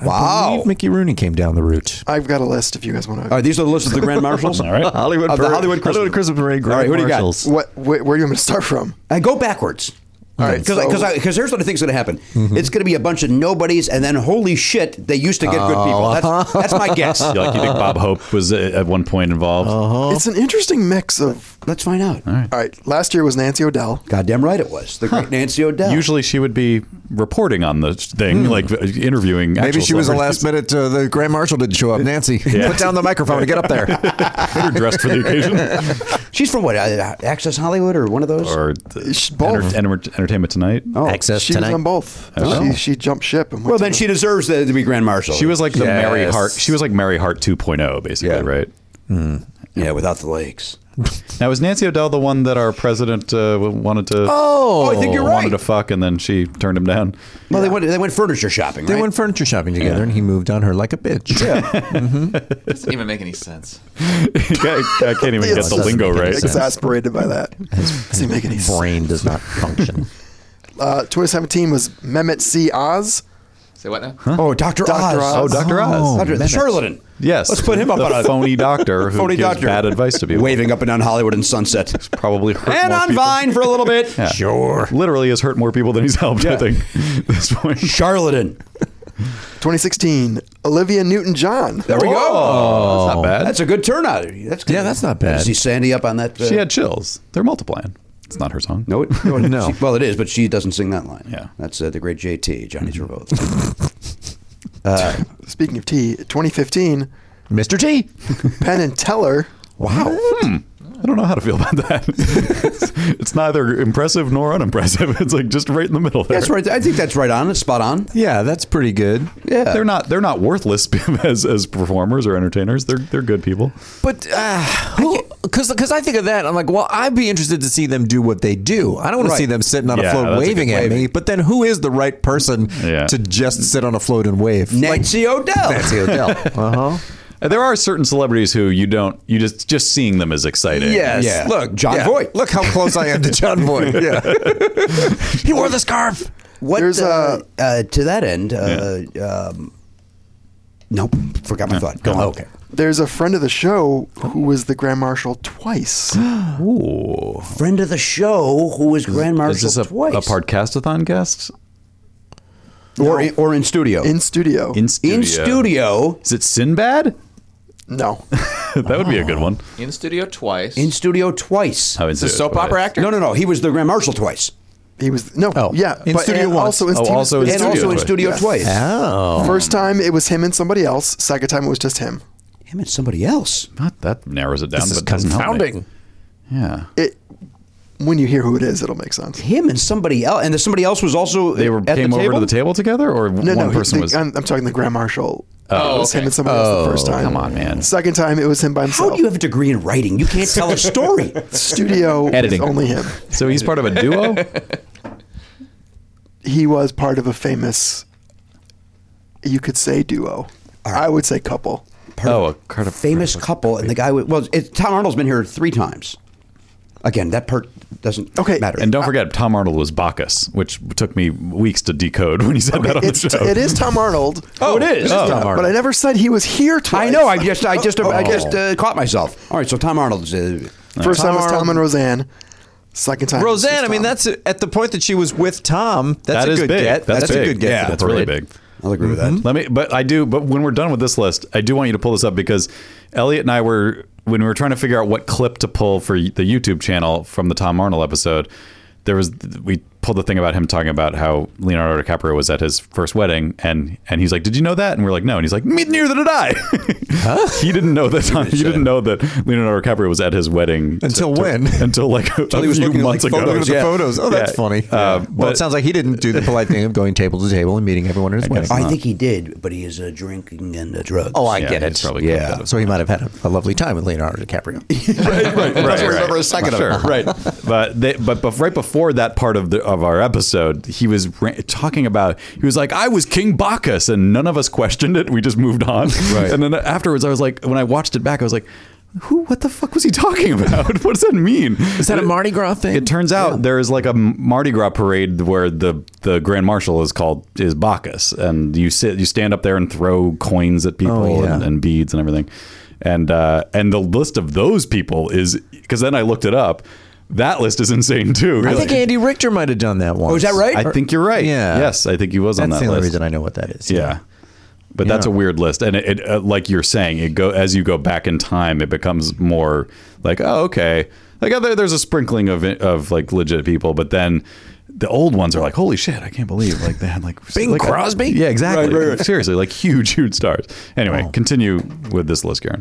I Wow. believe Mickey Rooney came down the route. I've got a list if you guys want to. All right, these are the list of the grand marshals. All right. Hollywood, of the Hollywood, Christmas. Parade. All right, who do you got? What? Where, where do you want me to start from? I go backwards. All right, because so- because here's what I think's going to happen. It's going to be a bunch of nobodies, and then holy shit, they used to get good people. That's, that's my guess. You like you think Bob Hope was uh, at one point involved? Uh-huh. Oh. It's an interesting mix of. Let's find out. All right, last year was Nancy Odell. Goddamn right it was the great Nancy O'Dell. Usually she would be reporting on the thing, like uh, interviewing. Hmm. Maybe actual she was the last celebrities. minute. Uh, the grand marshal didn't show up. Nancy, put down the microphone and get up there. They're dressed for the occasion, she's from what? Uh, Access Hollywood or one of those? or Sh- the both. enter- enter- Entertainment Tonight. Oh. Access she tonight. was on both. Oh. She, she jumped ship and went well, to then the- she deserves the, to be grand marshal. She was like the Mary Yes. Hart. She was like Mary Hart 2.0, basically, Yeah. right? yeah, without the legs. Now is Nancy O'Dell the one that our president uh, wanted to? Oh, I think you're wanted right. to fuck, and then she turned him down. Well, they went they went furniture shopping. They right? went furniture shopping together, and he moved on her like a bitch. doesn't even make any sense. I I can't even get Yes. the lingo right. Exasperated by that. Does not make any sense? Brain does not function. Uh, 2017 was Mehmet C. Oz. Say what now? Oh, Dr. Oz. Dr. Oz. Oh, Dr. Oz. Dr. The charlatan. Yes. Let's put him up the on a phony doctor who phony gives doctor. bad advice to people. Waving up and down Hollywood and Sunset. Probably hurt and more on people. Vine for a little bit. Yeah. Literally has hurt more people than he's helped, I think, at this point. Charlatan. 2016, Olivia Newton-John. There we go. Whoa, that's not Oh, bad. That's a good turnout. That's good. Yeah, that's not bad. See Sandy up on that. uh, She had chills. They're multiplying. It's not her song. No, it, no, it- No. she- well, it is, but she doesn't sing that line. Yeah. that's uh, the great JT, Johnny Travolta. uh, Speaking of tea, 2015, Mr. T. Penn and Teller. Wow. I don't know how to feel about that. it's, it's neither impressive nor unimpressive. It's like just right in the middle there. that's right. I think that's right on. It's spot on. Yeah, that's pretty good. Yeah, They're not they're not worthless as as performers or entertainers. They're they're good people. But because because I think of that, I'm like, well, I'd be interested to see them do what they do. I don't want Right. to see them sitting on Yeah, a that's float a good waving at me. But then, who is the right person Yeah. to just sit on a float and wave? Nancy Odell. Nancy Odell. uh huh. And There are certain celebrities who you don't you just just seeing them is exciting. Yes. Yeah. Look, John yeah. Voight. Look how close I am to John Voight. Yeah. he wore the scarf. What There's uh, uh, to that end? Uh, um, nope, forgot my thought. Go on. Okay. There's a friend of the show who was the Grand Marshal twice. Friend of the show who was Grand Is Marshal this a, twice. a podcastathon guest? or, or in studio. in studio. In studio. In studio. Is it Sinbad? no. that would be a good one. In studio twice. In studio twice. Oh, It's a soap opera actor. No, no, no. He was the Grand Marshal twice. He was no. Oh, yeah. in but, studio and once. Also in Oh, he was- also in and studio also in twice. studio Yes. twice. Oh. First time it was him and somebody else. Second time it was just him. Him and somebody else. Not that narrows it down, This is but doesn't help me. confounding. Yeah. It when you hear who it is, it'll make sense. Him and somebody else. And the somebody else was also They were at came the over table? to the table together or No, one no. person he, the- was I'm, I'm talking the Grand Marshal. Oh, it was him okay. and somebody else the first time. come on, man. Second time it was him by himself. How do you have a degree in writing? You can't tell a story. studio was Editing. only him. So he's part of a duo? He was part of a famous you could say duo. I would say couple. oh, a kind of famous couple, and the guy was well. It, Tom Arnold's been here three times. Again, that part doesn't Okay, matter. And don't forget, Tom Arnold was Bacchus, which took me weeks to decode when he said that on It's, the show. it is Tom Arnold. Oh, it is. Oh. Yeah, Tom But I Arnold. never said he was here twice. I know. I just, Oh, I just, I just uh, caught myself. All right, so Tom Arnold's. Uh, First time was Tom and Roseanne. Second time. was Roseanne, just I mean, Tom. that's at the point that she was with Tom. That's That a is good big. get. That's, big. a good get. Yeah, for the that's really parade. big. I'll agree with that. Let me, but I do. But when we're done with this list, I do want you to pull this up because Elliot and I were when we were trying to figure out what clip to pull for the YouTube channel from the Tom Arnold episode. There was we pulled the thing about him talking about how Leonardo DiCaprio was at his first wedding, and and he's like, "Did you know that?" And we're like, "No," and he's like, "Me neither did I." he didn't know that. Tom, he didn't know that Leonardo DiCaprio was at his wedding Until when? until like a, he was few looking at, months like, ago. Photos, Yeah. the photos. Oh, that's Yeah. funny. Uh, well, it but- sounds like he didn't do the polite thing of going table to table and meeting everyone at his wedding. I think he did, but he is uh, drinking and uh, drugs. Oh, I Yeah, get he's it. probably Yeah. good at it. So he might have had a, a lovely time with Leonardo DiCaprio. right, right, right, remember right. a second of it. sure, right. But, they, but but right before that part of the of our episode, he was ra- talking about he was like, "I was King Bacchus," and none of us questioned it. We just moved on. Right. And then afterwards, I was like, when I watched it back, I was like. Who? What the fuck was he talking about? What does that mean? Is that a Mardi Gras thing? It turns out there is like a Mardi Gras parade where the the Grand Marshal is called is Bacchus, and you sit, you stand up there and throw coins at people Oh, yeah. and, and beads and everything. And uh, and the list of those people is because then I looked it up. That list is insane too. I think Andy Richter might have done that once. Oh, is that right? I think you're right. Yeah. Yes, I think he was That's on that the only list. reason I know what that is. Yeah. But that's a Yeah. weird list, and it, it uh, like you're saying, it go as you go back in time, it becomes more like, oh, okay, like oh, there, there's a sprinkling of of like legit people, but then the old ones are like, holy shit, I can't believe like they had like Bing like- Crosby? yeah, exactly, seriously, like huge, huge stars. Anyway, continue with this list, Karen.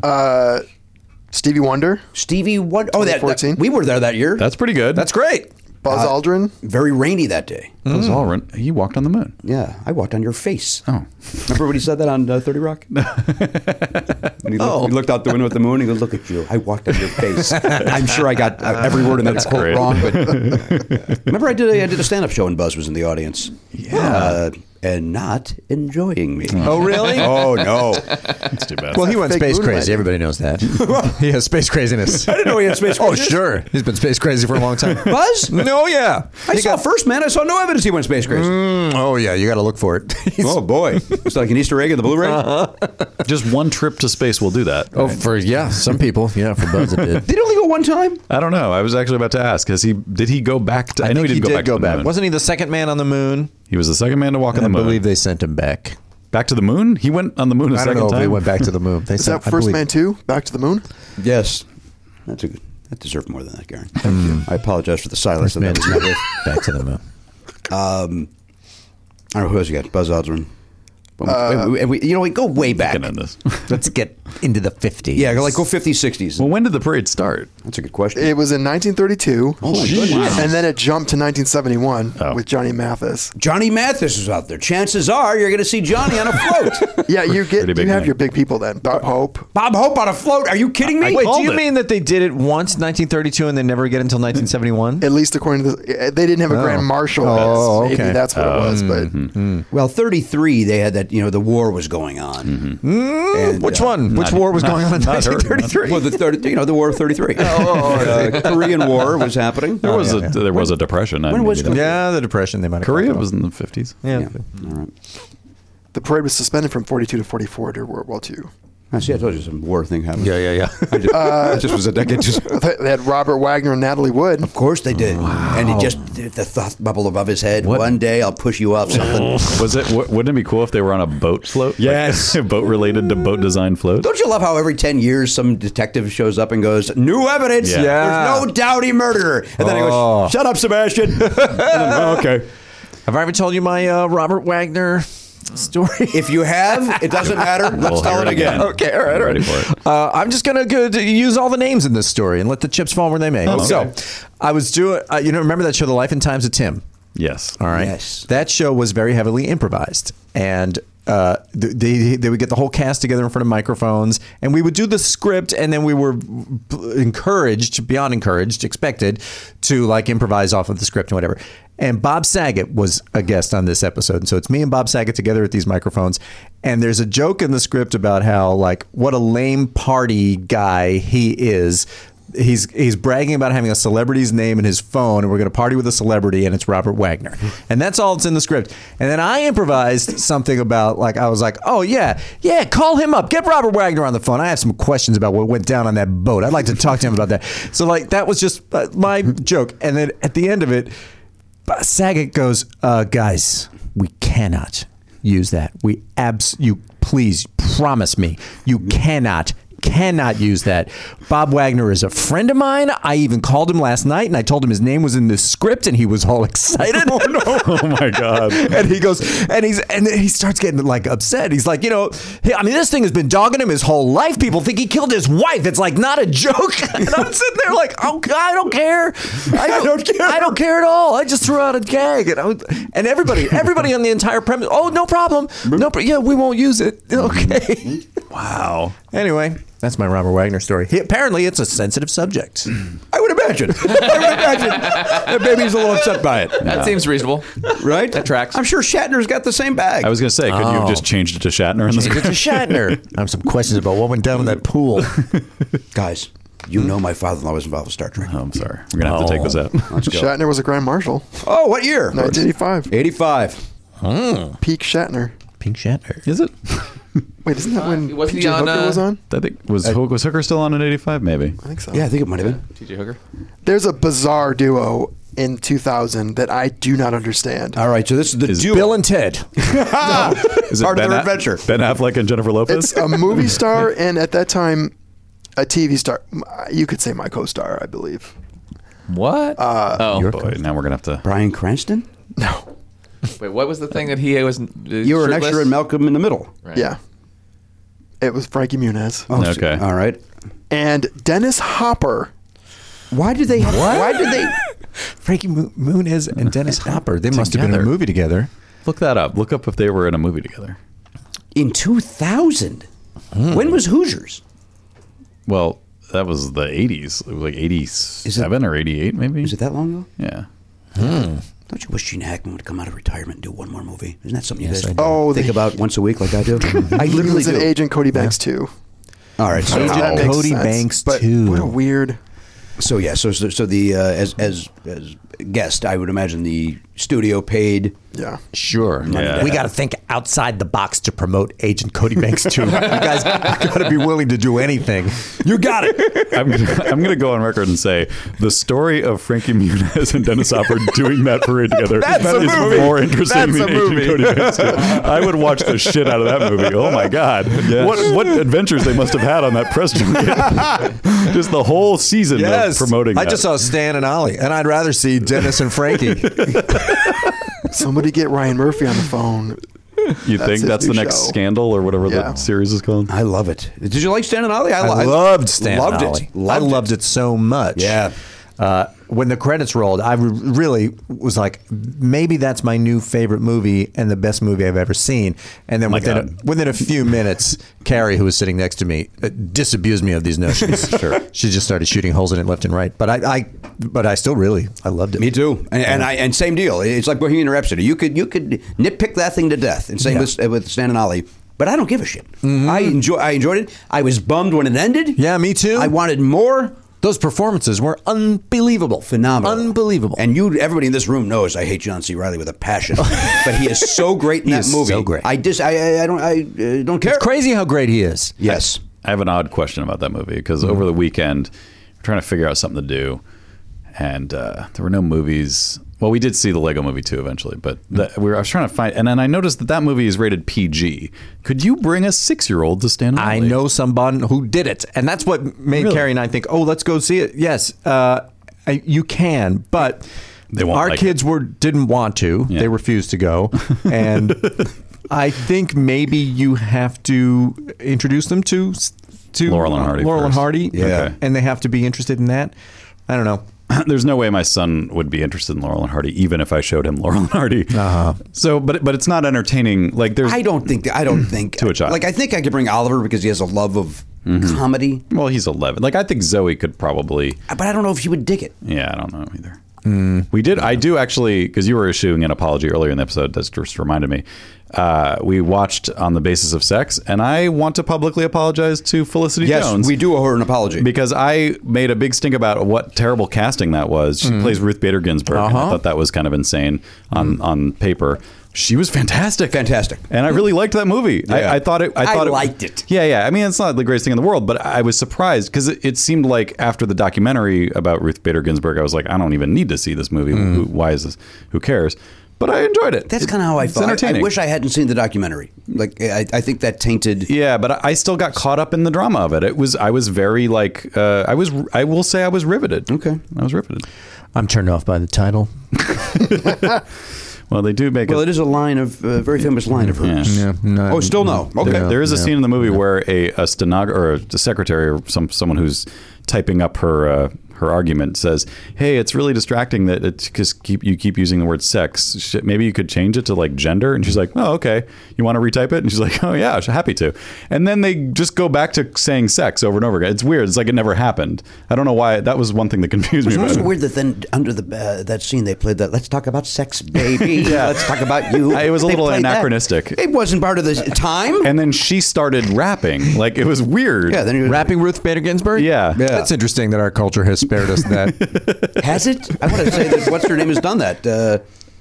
Stevie Wonder, Stevie, what? Oh, that, that 2014? we were there that year. that's pretty good. that's great. Buzz Aldrin. Very rainy that day. Buzz Aldrin. He walked on the moon. Yeah, I walked on your face. Oh. remember when he said that on uh, Thirty Rock? and he, looked, he looked out the window at the moon. and He goes, "Look at you! I walked on your face." I'm sure I got uh, every word in that quote great. wrong. But remember, I did a, I did a stand up show and Buzz was in the audience. Yeah, and not enjoying me. Oh, really? Oh no! That's too bad. Well, he went Fake space moon crazy. landing. Everybody knows that. he has space craziness. I didn't know he had space. Oh, craziness. sure. He's been space crazy for a long time. Buzz? No, yeah. I saw first man. I saw no evidence he went space crazy. Mm, oh, yeah. You got to look for it. He's- Oh boy! It's like an Easter egg in the Blu-ray. just one trip to space will do that. Oh, for yeah, some people, yeah, for Buzz it did. Did he only go one time? I don't know. I was actually about to ask. Has he? Did he go back? To, I, know think he didn't go back. to the moon. Wasn't he the second man on the moon? He was the second man to walk on I the moon. believe they sent him back. Back to the moon? He went on the moon a I don't second know if time. they went back to the moon. They Is said- that I First believe- Man 2? Back to the Moon? Yes. That's a, that deserved more than that, Garen. I apologize for the silence. First that that was not Man 2. with. Back to the moon. Um, I don't know who else you got. Buzz Aldrin. When we- when we- you know, what? go way back. Looking at this. Let's get into the 50s. Yeah, go like go 50s, 60s. Well, when did the parade start? That's a good question. It was in 1932. Oh, my Jeez. goodness. And then it jumped to 1971 Oh. with Johnny Mathis. Johnny Mathis was out there. Chances are you're going to see Johnny on a float. Yeah, you get Pretty big you have name. your big people then. Bob Hope. Bob Hope on a float. Are you kidding me? Wait, called do you it. mean that they did it once, 1932, and then never again until 1971? At least according to the, they didn't have a Oh. grand marshal. Oh, Maybe okay. Oh, mm-hmm. that's what it was. But well, 33, they had that, you know, the war was going on. And, Which uh, one? Which war was going on in 1933? Well, the 30, you know, the war of 33. Oh, uh, Korean War was happening. There was a there was a depression. I when mean, was you know. yeah, the depression. They might have Korea called it was in the fifties. off. Yeah. yeah. All right. the parade was suspended from 42 to 44 during World War II. I see. I told you some war thing happened. Yeah, yeah, yeah. I just, it just was a decade. Just, of They they had Robert Wagner and Natalie Wood. course they did. And he just the thought bubble above his head. One day I'll push you up something. Was it? W- wouldn't it be cool if they were on a boat float? Yes, boat related to boat design float. Don't you love how every ten years some detective shows up and goes, "New evidence. Yeah. Yeah. There's no doubt he murdered her." And then he Oh. goes, "Shut up, Sebastian." And then, "Oh, okay. Have I ever told you my uh, Robert Wagner story? If you have, it doesn't matter. Let's We'll tell hear it again. Okay, all right, I'm all right. Ready for it. Uh, I'm just gonna go to use all the names in this story and let the chips fall where they may. So, I was doing. Uh, you know, remember that show, The Life and Times of Tim? Yes. All right. Yes. That show was very heavily improvised, and uh, th- they they would get the whole cast together in front of microphones, and we would do the script, and then we were b- encouraged, beyond encouraged, expected to like improvise off of the script and whatever. And Bob Saget was a guest on this episode, and so it's me and Bob Saget together at these microphones, and there's a joke in the script about how like what a lame party guy he is he's he's bragging about having a celebrity's name in his phone, and we're going to party with a celebrity, and it's Robert Wagner, and that's all that's in the script. And then I improvised something about like I was like, oh yeah, yeah, call him up, get Robert Wagner on the phone. I have some questions about what went down on that boat. I'd like to talk to him about that. So like that was just uh, my joke, and then at the end of it, Saget goes, uh, guys, we cannot use that. We abs you please promise me you cannot cannot use that. Bob Wagner is a friend of mine. I even called him last night and I told him his name was in the script and he was all excited. Oh no. Oh my God. and he goes and he's and then he starts getting like upset. He's like, you know, he- I mean this thing has been dogging him his whole life. People think he killed his wife. It's like not a joke. and I'm sitting there like, oh God, I don't care. I don't, care. I don't care at all. I just threw out a gag and I was, and everybody everybody on the entire premise. Oh no problem. No, pro- yeah, we won't use it. Okay. Wow. anyway, that's my Robert Wagner story. He, apparently, it's a sensitive subject. I would imagine. I would imagine that baby's a little upset by it, That seems reasonable. right? That tracks. I'm sure Shatner's got the same bag. I was gonna say, could you have just changed Oh. it to Shatner in the It's a script? Shatner. I have some questions about what went down in that pool. Guys, you know my father-in-law was involved with Star Trek. Uh, Oh, I'm sorry. We're gonna have to take this out. Let's go. Shatner was a grand marshal. Oh, what year? 1985. 85. Peak Shatner. Pink Shatner. Is it? Wait, isn't that when wasn't PJ he on, Hooker uh, was on? I think was Hook was Hooker still on in '85? Maybe. I think so. Yeah, I think it might have been. TJ Hooker. There's a bizarre duo in 2000 that I do not understand. Uh, All right, so this is the Is duo. Bill and Ted. Is it Part of Ben their A- adventure. Ben Affleck and Jennifer Lopez. It's a movie star and at that time a TV star. You could say my co-star, I believe. What? oh, Boy, now we're gonna have to. Brian Cranston? No. wait. What was the thing that he was? uh, You were an extra in Malcolm in the Middle. Right. Yeah. It was Frankie Muniz Oh, so- Okay. all right. and Dennis Hopper. Why do they? Why do they? Frankie Mo- Muniz and Dennis Hopper. They must have been Together. in a movie together. Look that up. Look up if they were in a movie together. In 2000, when was Hoosiers? Well, that was the 80s. It was like 87 or 88, maybe. Is it that long ago? Yeah. Don't you wish Gene Hackman would come out of retirement and do one more movie? Isn't that something Yes, you I guys do. Oh, think the- about once a week like I do? I He literally was an do. agent Cody Banks too. All right, so I don't know how Agent that makes Cody sense, Banks but too. What a weird. So yeah, so so, so the uh, as as as guest, I would imagine the studio paid. Yeah. Sure. Yeah. We got to think outside the box to promote Agent Cody Banks too. you guys got to be willing to do anything. You got it. I'm gonna, I'm gonna go on record and say the story of Frankie Muniz and Dennis Hopper doing that parade together That's a is movie. more interesting That's than a Agent movie. Cody Banks. I would watch the shit out of that movie. Oh my god, what what adventures they must have had on that press junket. Just the whole season Yes. of promoting. I that. just saw Stan and Ollie, and I'd rather see Dennis and Frankie. Somebody get Ryan Murphy on the phone. You That's think his that's the new next show. scandal or whatever Yeah. that series is called? I love it. Did you like Stan and Ollie? I, li- loved Stan Loved and Ollie. it. Loved I loved it. so much. Yeah. Uh, when the credits rolled, I re- really was like, maybe that's my new favorite movie and the best movie I've ever seen. And Oh then My within a, God. within a few minutes, Carrie, who was sitting next to me, uh, disabused me of these notions. sure. She just started shooting holes in it left and right. But I, I but I still really I loved it. Me too. And, and I and same deal. It's like Bohemian Rhapsody. You could you could nitpick that thing to death. And same Yeah. with with Stan and Ollie. But I don't give a shit. I enjoy. I enjoyed it. I was bummed when it ended. Yeah, me too. I wanted more. Those performances were unbelievable. Phenomenal. Unbelievable. And you, everybody in this room knows I hate John C. Riley with a passion, but he is so great in He that is movie. so great. I dis. I, I, I don't. I uh, don't care. it's crazy how great he is. Yes. I have an odd question about that movie because over the weekend, we're trying to figure out something to do, and uh, there were no movies. Well, we did see the Lego Movie too eventually, but that, we were, I was trying to find, and then I noticed that that movie is rated PG. Could you bring a six-year-old to stand? I know someone who did it, and that's what made Really? Carrie and I think, "Oh, let's go see it." Yes, uh, I- you can, but They won't our like kids were didn't want to; Yeah. they refused to go, and I think maybe you have to introduce them to to Laurel and Hardy Laurel and first. Hardy, Yeah. Okay. and they have to be interested in that. I don't know. There's no way my son would be interested in Laurel and Hardy, even if I showed him Laurel and Hardy. Uh-huh. So, but but it's not entertaining. Like there's, I don't think. That, I don't think. To a child. Like I think I could bring Oliver because he has a love of comedy, well, he's 11. Like I think Zoe could probably. but I don't know if she would dig it. Yeah, I don't know either. Hmm. We did. I do actually, because you were issuing an apology earlier in the episode. That's just reminded me. Uh, we watched on the basis of sex, and I want to publicly apologize to Felicity Yes, Jones we do owe her an apology. because I made a big stink about what terrible casting that was. She plays Ruth Bader Ginsburg, and I Uh-huh. thought that was kind of insane on on paper. She was fantastic, Fantastic. and I really liked that movie. Yeah. I, I thought it. I I thought liked it. Yeah, yeah. I mean, it's not the greatest thing in the world, but I was surprised because it, it seemed like after the documentary about Ruth Bader Ginsburg, I was like, I don't even need to see this movie. Mm-hmm. Who, why is this? Who cares? But I enjoyed it. That's It- kind of how I it's felt. I- I, entertaining. wish I hadn't seen the documentary. Like I, I think that tainted. Yeah, but I- I still got caught up in the drama of it. It was I was very like uh, I was I will say I was riveted. Okay. I was riveted. I'm turned off by the title. Well, they do make Well, a- it is a line of a very famous line of hers. Yeah. no, oh, still no. Okay. There- there is a scene in the movie where a, a stenographer or a secretary or some someone who's typing up her uh, her argument says, "Hey, it's really distracting that it's because keep you keep using the word sex. Sh- Maybe you could change it to like gender." And she's like, "Oh, okay. You want to retype it?" And she's like, "Oh yeah, sh- happy to." And then they just go back to saying sex over and over again. It's weird. It's like it never happened. I don't know why. That was one thing that confused me. It's About also it. weird that then under the uh, that scene they played that. Let's talk about sex, baby. Let's talk about you. It was a They little played that. anachronistic. Uh, It wasn't part of the time. And then she started rapping. Like it was weird. yeah. Then you Rapping Ruth Bader Ginsburg. Yeah. Yeah. that's interesting that our culture has spared us that. has it. I want to say that what's her name has done that. Uh,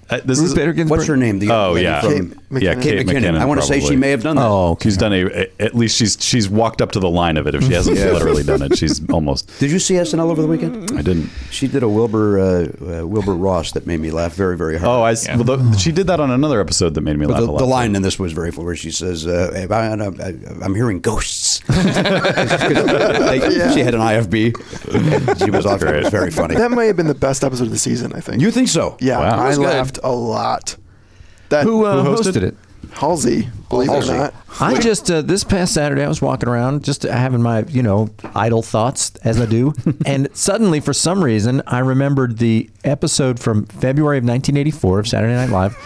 Uh, this Ruth is Bader Ginsburg? what's her name? The Oh lady yeah, from- Kate yeah, McKinnon. Kate McKinnon. I want to say she probably. may have done that. Oh, okay. She's done a. At least she's she's walked up to the line of it. If she hasn't literally done it, she's almost. Did you see SNL over the weekend? I didn't. She did a Wilbur uh, uh, Wilbur Ross that made me laugh very very hard. Oh, I. s- Well, the, she did that on another episode Oh, that made me laugh the, a lot. the line in this was very full, where she says, uh, "Hey, I, am hearing ghosts." She had an IFB. She was off. It was very funny. That may have been the best episode of the season, I think. You think so? yeah, Wow. I That's good. laughed a lot. That who, uh, Who hosted? hosted it? Halsey, believe it or not. I just uh, this past Saturday I was walking around just having my you know idle thoughts as I do, and suddenly for some reason I remembered the episode from February of 1984 of Saturday Night Live.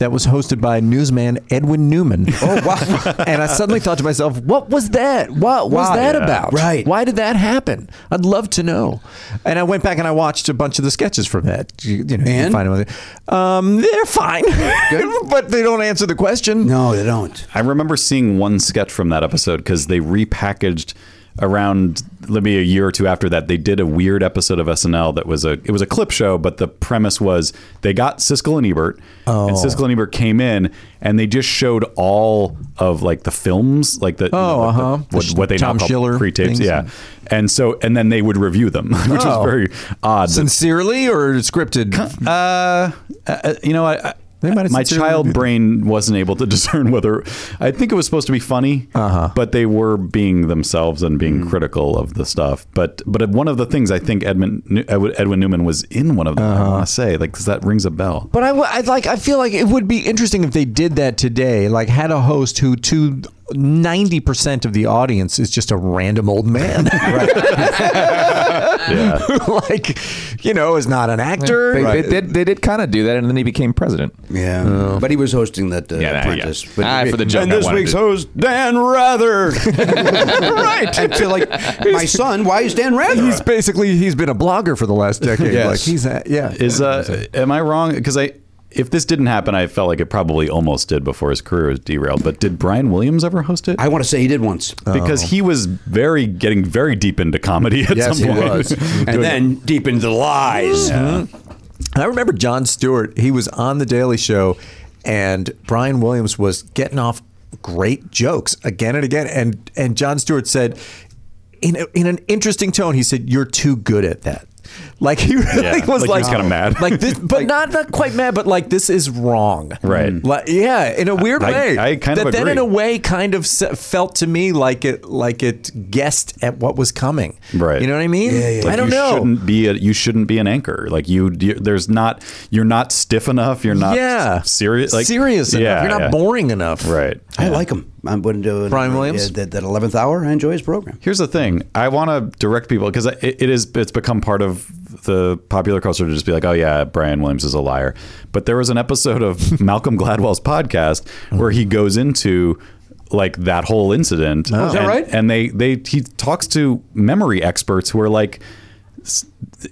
That was hosted by newsman Edwin Newman. Oh wow! and I suddenly thought to myself, "What was that? What was Why? that Yeah. about? Right. Why did that happen? I'd love to know." And I went back and I watched a bunch of the sketches from that. You, you know, you can And? find them. on there. Um, they're fine, but they don't answer the question. No, they don't. I remember seeing one sketch from that episode because they repackaged around maybe a year or two after that, they did a weird episode of SNL that was a it was a clip show, but the premise was they got Siskel and Ebert, and Oh. Siskel and Ebert came in and they just showed all of like the films, like the you know, Oh, like, the- uh-huh. The what, what they Tom now call Schiller pre-tapes, things. yeah. And so and then they would review them, which Oh. was very odd. that- Sincerely or scripted? uh, uh, you know, I, I, have my sincerely child reviewed brain wasn't able to discern whether I think it was supposed to be funny, Uh-huh. but they were being themselves and being Hmm. critical of the stuff. But but one of the things I think Edmund Neu- Edwin Edwin Newman was in one of them. Uh-huh. I want to say like 'cause that rings a bell. But I, w- I'd like. I feel like it would be interesting if they did that today. Like had a host who to ninety percent of the audience is just a random old man, Yeah, like you know, is not an actor. They, they did, they did kind of do that, and then he became president. Yeah, but he was hosting that uh, Yeah, yeah, yeah. apprentice. Ah, for the joke, And I this wanted week's it. host, Dan Rather. right. And so, like, my son, why is Dan Rather? He's basically he's been a blogger for the last decade. Yes. Like he's a, yeah. is uh, am I wrong? Because I. If this didn't happen, I felt like it probably almost did before his career was derailed. But did Brian Williams ever host it? I want to say he did once. because he was very getting very deep into comedy at yes, some he point. was. Doing- and then deep into the lies. I remember John Stewart. He was on the Daily Show, and Brian Williams was getting off great jokes again and again. And and John Stewart said, in a, in an interesting tone, he said, "You're too good at that." Like he really Yeah, was like he like was kinda mad. like this, but not not quite mad, but like this is wrong, Mm. Right. Like, yeah, in a weird I- way. I kind that of then in agree. a way kind of se- felt to me like it like it guessed at what was coming, Right. You know what I mean? Like, I don't you know. Shouldn't be a, you shouldn't be an anchor. Like you, you- there's not. You're not stiff enough. You're not. yeah, Serious. Like serious enough. Yeah, You're not yeah. boring enough. Right. I like him. I'm going to Brian Williams? that, that 11th hour. I enjoy his program. Here's the thing. I want to direct people because it, it is. It's become part of the popular culture to just be like, oh yeah, Brian Williams is a liar. But there was an episode of Malcolm Gladwell's podcast where he goes into like that whole incident. Oh, is that and, right? And they they he talks to memory experts who are like.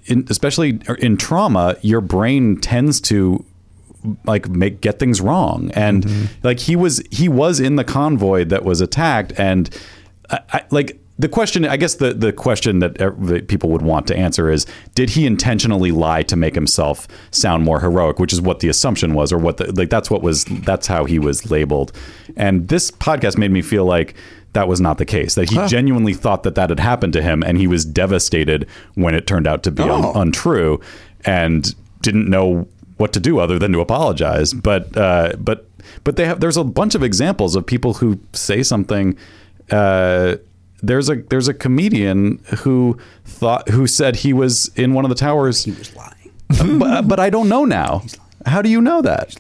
in, especially in trauma, your brain tends to like make get things wrong. And like he was he was in the convoy that was attacked, and I, I, like the question, I guess the the question that, ev- that people would want to answer is, did he intentionally lie to make himself sound more heroic? Which is what the assumption was, or what the like that's what was that's how he was labeled. And this podcast made me feel like that was not the case. That he genuinely thought that that had happened to him, and he was devastated when it turned out to be un- untrue, and didn't know what to do other than to apologize. But uh, but but they have there's a bunch of examples of people who say something. Uh, there's a there's a comedian who thought who said he was in one of the towers. He was lying. but, but I don't know now. How do you know that?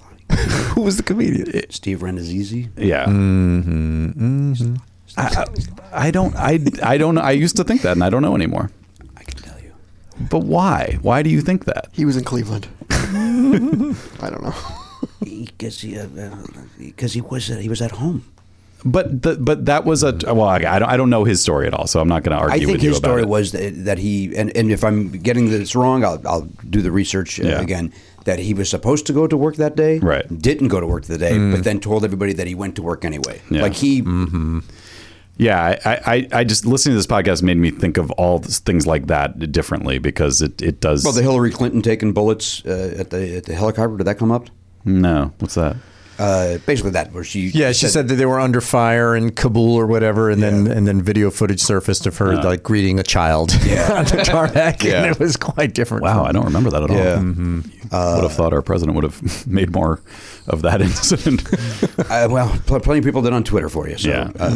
Who was the comedian? Steve Renazizi. Yeah. I, I, I don't. I. I don't. I used to think that, and I don't know anymore. I can tell you. But why? Why do you think that? He was in Cleveland. I don't know. Because he, uh, uh, 'cause he, was, uh, he was at home. But the, but that was a. Well, I, I don't. I don't know his story at all, so I'm not going to argue I think with you his about story it. was that, that he, and, and if I'm getting this wrong, I'll, I'll do the research uh, Yeah. again. That he was supposed to go to work that day, Right. Mm. Didn't go to work the day, but then told everybody that he went to work anyway. Yeah. Mm-hmm. Like he, Yeah, I, I, I just listening to this podcast made me think of all th- things like that differently because it, it does. well, the Hillary Clinton taking bullets uh, at the at the helicopter. Did that come up? no, what's that? Uh, basically, that where she, Yeah, she said, that they were under fire in Kabul or whatever, and then and then video footage surfaced of her like greeting a child on the tarmac, and it was quite different. Wow, from- I don't remember that at all. Yeah. Mm-hmm. would have thought our president would have made more of that incident. Uh, well, pl- plenty of people did on Twitter for you. So, Yeah. uh,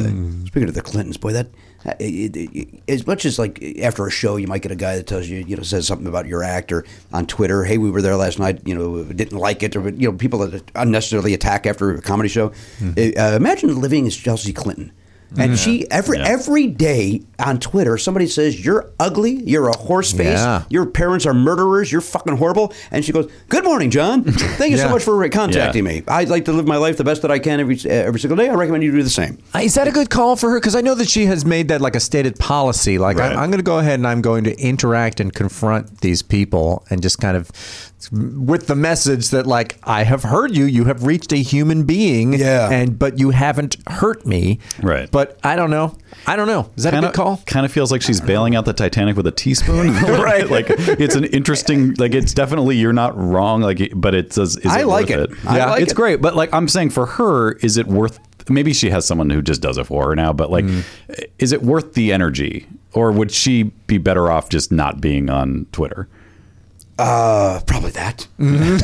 speaking of the Clintons, boy, that uh, it, it, it- as much as like after a show, you might get a guy that tells you, you know, says something about your act or on Twitter. Hey, we were there last night. You know, didn't like it, or you know, people that unnecessarily attack after a comedy show. Uh, imagine living as Chelsea Clinton. And she every Hmm. Yeah. every day on Twitter, somebody says you're ugly, you're a horse face, Yeah. your parents are murderers, you're fucking horrible. And she goes, "Good morning, John. Thank you so Yeah. much for contacting Yeah. me. I'd like to live my life the best that I can every uh, every single day. I recommend you do the same. Uh, Is that a good call for her? Because I know that she has made that like a stated policy. Like Right. I, I'm going to go ahead and I'm going to interact and confront these people, and just kind of with the message that like I have heard you, you have reached a human being, Yeah. and but you haven't hurt me, Right. But But I don't know. I don't know. Is that kinda, a good call? Kind of feels like she's bailing out the Titanic with a teaspoon, right? like it's an interesting, like it's definitely you're not wrong, like but it does. Is I it like worth it. I Yeah, like it's it. great, but like I'm saying, for her, is it worth? Maybe she has someone who just does it for her now, but like, Mm. is it worth the energy, or would she be better off just not being on Twitter? Uh, probably that. I mean, I mean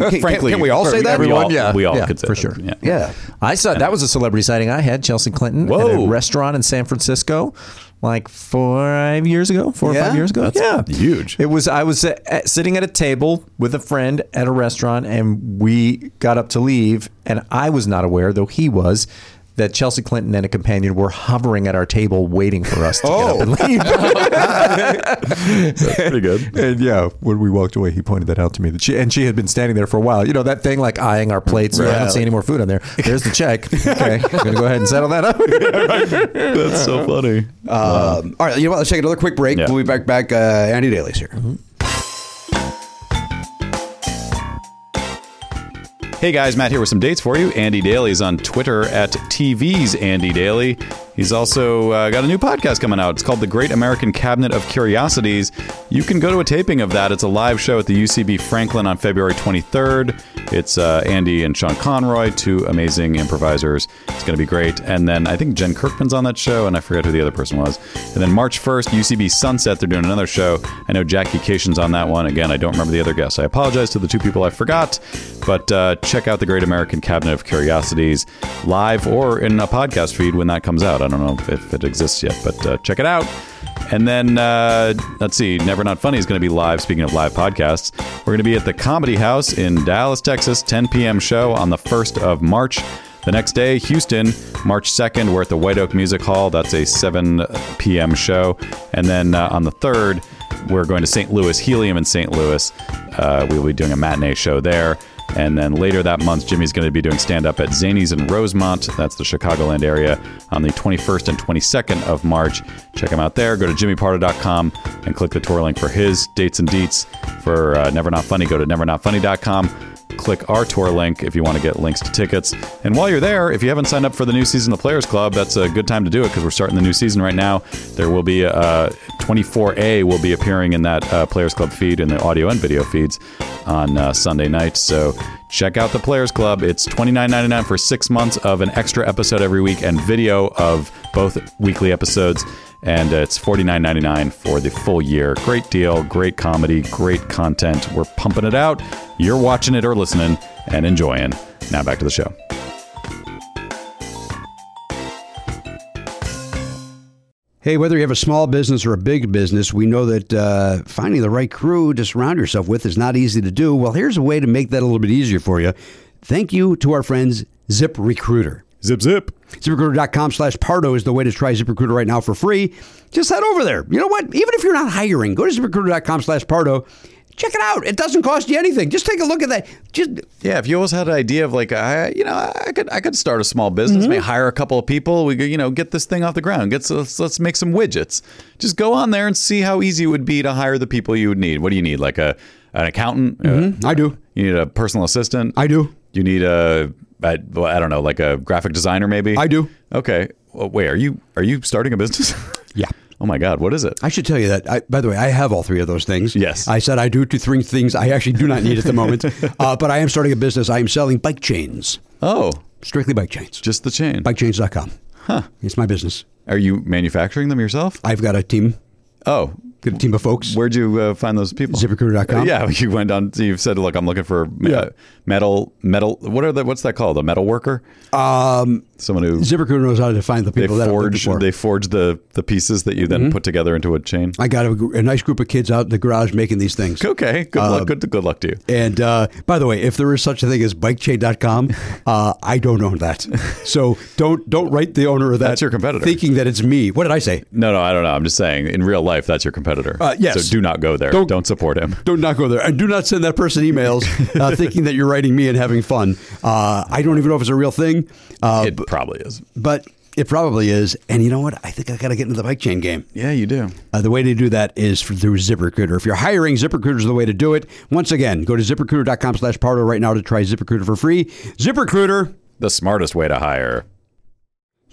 Can- can- frankly, can we all say that? Everyone, we all, Yeah. we all Yeah, could say for that. sure. Yeah. Yeah. I saw that was a celebrity sighting I had Chelsea Clinton at Whoa. a restaurant in San Francisco, like five years ago, four or Yeah? five years ago. That's yeah, huge. It was. I was uh, at, sitting at a table with a friend at a restaurant, and we got up to leave, and I was not aware, though he was. That Chelsea Clinton and a companion were hovering at our table, waiting for us to Oh. get up and leave. Pretty good. And yeah, when we walked away, he pointed that out to me. That she and she had been standing there for a while. You know that thing, like eyeing our plates. I don't see any more food on there. There's the check. Okay, I'm gonna go ahead and settle that up. That's so funny. Um, all right, you know what? Let's take another quick break. Yeah. We'll be back. Back. Uh, Andy Daly's here. Mm-hmm. Hey guys, Matt here with some dates for you. Andy Daly is on Twitter at TV's Andy Daly. He's also uh, got a new podcast coming out. It's called The Great American Cabinet of Curiosities. You can go to a taping of that. It's a live show at the UCB Franklin on February 23rd. It's uh, Andy and Sean Conroy, two amazing improvisers. It's going to be great. And then I think Jen Kirkman's on that show, and I forget who the other person was. And then March 1st, UCB Sunset, they're doing another show. I know Jackie Cation's on that one. Again, I don't remember the other guests. I apologize to the two people I forgot, but uh, check out the Great American Cabinet of Curiosities live or in a podcast feed when that comes out. I don't know if, if it exists yet, but uh, check it out. And then uh, let's see, Never Not Funny is going to be live. Speaking of live podcasts, we're going to be at the Comedy House in Dallas, Texas, 10 p.m. show on the 1st of March. The next day, Houston, March 2nd, we're at the White Oak Music Hall. That's a 7 p.m. show. And then uh, on the 3rd, we're going to St. Louis, Helium in St. Louis. Uh, we'll be doing a matinee show there. And then later that month, Jimmy's going to be doing stand up at Zany's in Rosemont. That's the Chicagoland area on the 21st and 22nd of March. Check him out there. Go to jimmypardo.com and click the tour link for his dates and deets. For uh, Never Not Funny, go to nevernotfunny.com click our tour link if you want to get links to tickets. And while you're there, if you haven't signed up for the new season of the Players Club, that's a good time to do it because we're starting the new season right now. There will be uh, 24A will be appearing in that uh, Players Club feed in the audio and video feeds on uh, Sunday night. So check out the Players Club. It's $29.99 for six months of an extra episode every week and video of both weekly episodes and uh, it's $49.99 for the full year. Great deal, great comedy, great content. We're pumping it out. You're watching it or listening and enjoying. Now back to the show. Hey, whether you have a small business or a big business, we know that uh, finding the right crew to surround yourself with is not easy to do. Well, here's a way to make that a little bit easier for you. Thank you to our friends Zip Recruiter. Zip, zip. ZipRecruiter.com slash Pardo is the way to try ZipRecruiter right now for free. Just head over there. You know what? Even if you're not hiring, go to ZipRecruiter.com slash Pardo. Check it out. It doesn't cost you anything. Just take a look at that. Just Yeah, if you always had an idea of like, I, you know, I could, I could start a small business, Mm-hmm. maybe hire a couple of people. We could, you know, get this thing off the ground. Get let's, let's make some widgets. Just go on there and see how easy it would be to hire the people you would need. What do you need? Like a an accountant? Uh, Mm-hmm. I do. You need a personal assistant. I do. You need a, I, well, I don't know, like a graphic designer, maybe. I do. Okay. Well, wait, are you are you starting a business? Yeah. Oh my God, what is it? I should tell you that. I, by the way, I have all three of those things. Yes. I said I do two, three things I actually do not need at the moment. uh, but I am starting a business. I am selling bike chains, Oh, strictly bike chains. just the chain. Bikechains.com. Huh. It's my business. Are you manufacturing them yourself? I've got a team, Oh, got a team of folks. where'd you uh, find those people? ZipRecruiter.com. Uh, yeah, you went on. You said, "Look, I'm looking for me- Yeah. uh, metal, metal. What are the? What's that called? A metal worker? Um, someone who ZipRecruiter knows how to find the they people that I'm looking forge. for. They forge the the pieces that you then Mm-hmm. put together into a chain. I got a, gr- a nice group of kids out in the garage making these things. okay, good Uh, luck. Good good luck to you. And uh, by the way, if there is such a thing as bikechain.com, uh, I don't own that. So don't don't write the owner of that. That's your competitor. Thinking that it's me. What did I say? No, no, I don't know. I'm just saying, in real life, that's your competitor. Uh, yes. So do not go there. Don't- Don't, support him. Don't not go there, and do not send that person emails uh, thinking that you're writing me and having fun. Uh, I don't even know if it's a real thing, uh, it probably is. but it probably is. And you know what? I think I got to get into the bike chain game. Yeah, you do. Uh, the way to do that is for- through ZipRecruiter. If you're hiring, ZipRecruiter is the way to do it. Once again, go to ZipRecruiter.com slash Pardo right now to try ZipRecruiter for free. ZipRecruiter, The smartest way to hire.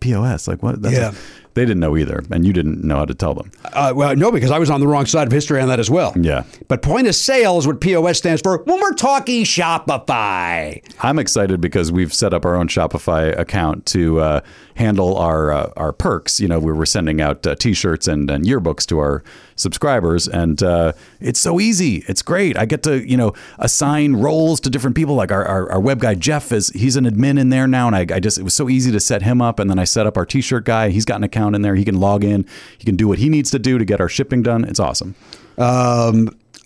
POS? Like what?" That's Yeah. they didn't know either, and you didn't know how to tell them. Uh, well, no, because I was on the wrong side of history on that as well. Yeah. But point of sale is what POS stands for when we're talking Shopify. I'm excited because we've set up our own Shopify account to uh, handle our uh, our perks. You know, we were sending out uh, T-shirts and, and yearbooks to our subscribers, and uh, it's so easy. It's great. I get to you know assign roles to different people. Like our, our, our web guy Jeff is he's an admin in there now, and I, I just it was so easy to set him up, and then I set up our T-shirt guy. He's got an account in there. He can log in. He can do what he needs to do to get our shipping done. It's awesome. Um,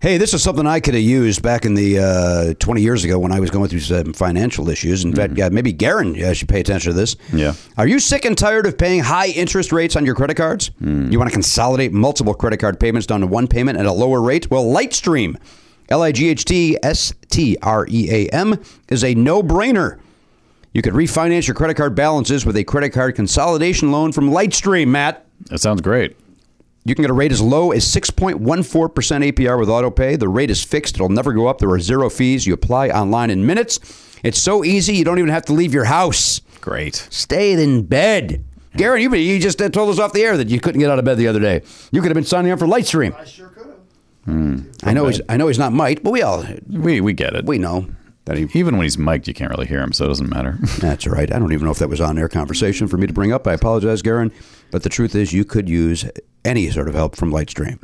Hey, this is something I could have used back in the uh, 20 years ago when I was going through some financial issues. In fact, yeah, maybe Garen uh, should pay attention to this. Yeah. Are you sick and tired of paying high interest rates on your credit cards? You want to consolidate multiple credit card payments down to one payment at a lower rate? Well, Lightstream, L I G H T S T R E A M, is a no brainer. You could refinance your credit card balances with a credit card consolidation loan from Lightstream, Matt. That sounds great. You can get a rate as low as 6.14% APR with AutoPay. The rate is fixed, it'll never go up. There are zero fees. You apply online in minutes. It's so easy, you don't even have to leave your house. Great. Stay in bed. Garen, you, you just uh, told us off the air that you couldn't get out of bed the other day. You could have been signing up for Lightstream. I sure could have. I know, he's, I know he's not Mike, but we all We we get it. we know. That he, even when he's mic'd, you can't really hear him, so it doesn't matter. That's all right. I don't even know if that was on air conversation for me to bring up. I apologize, Garen. But the truth is, you could use any sort of help from Lightstream.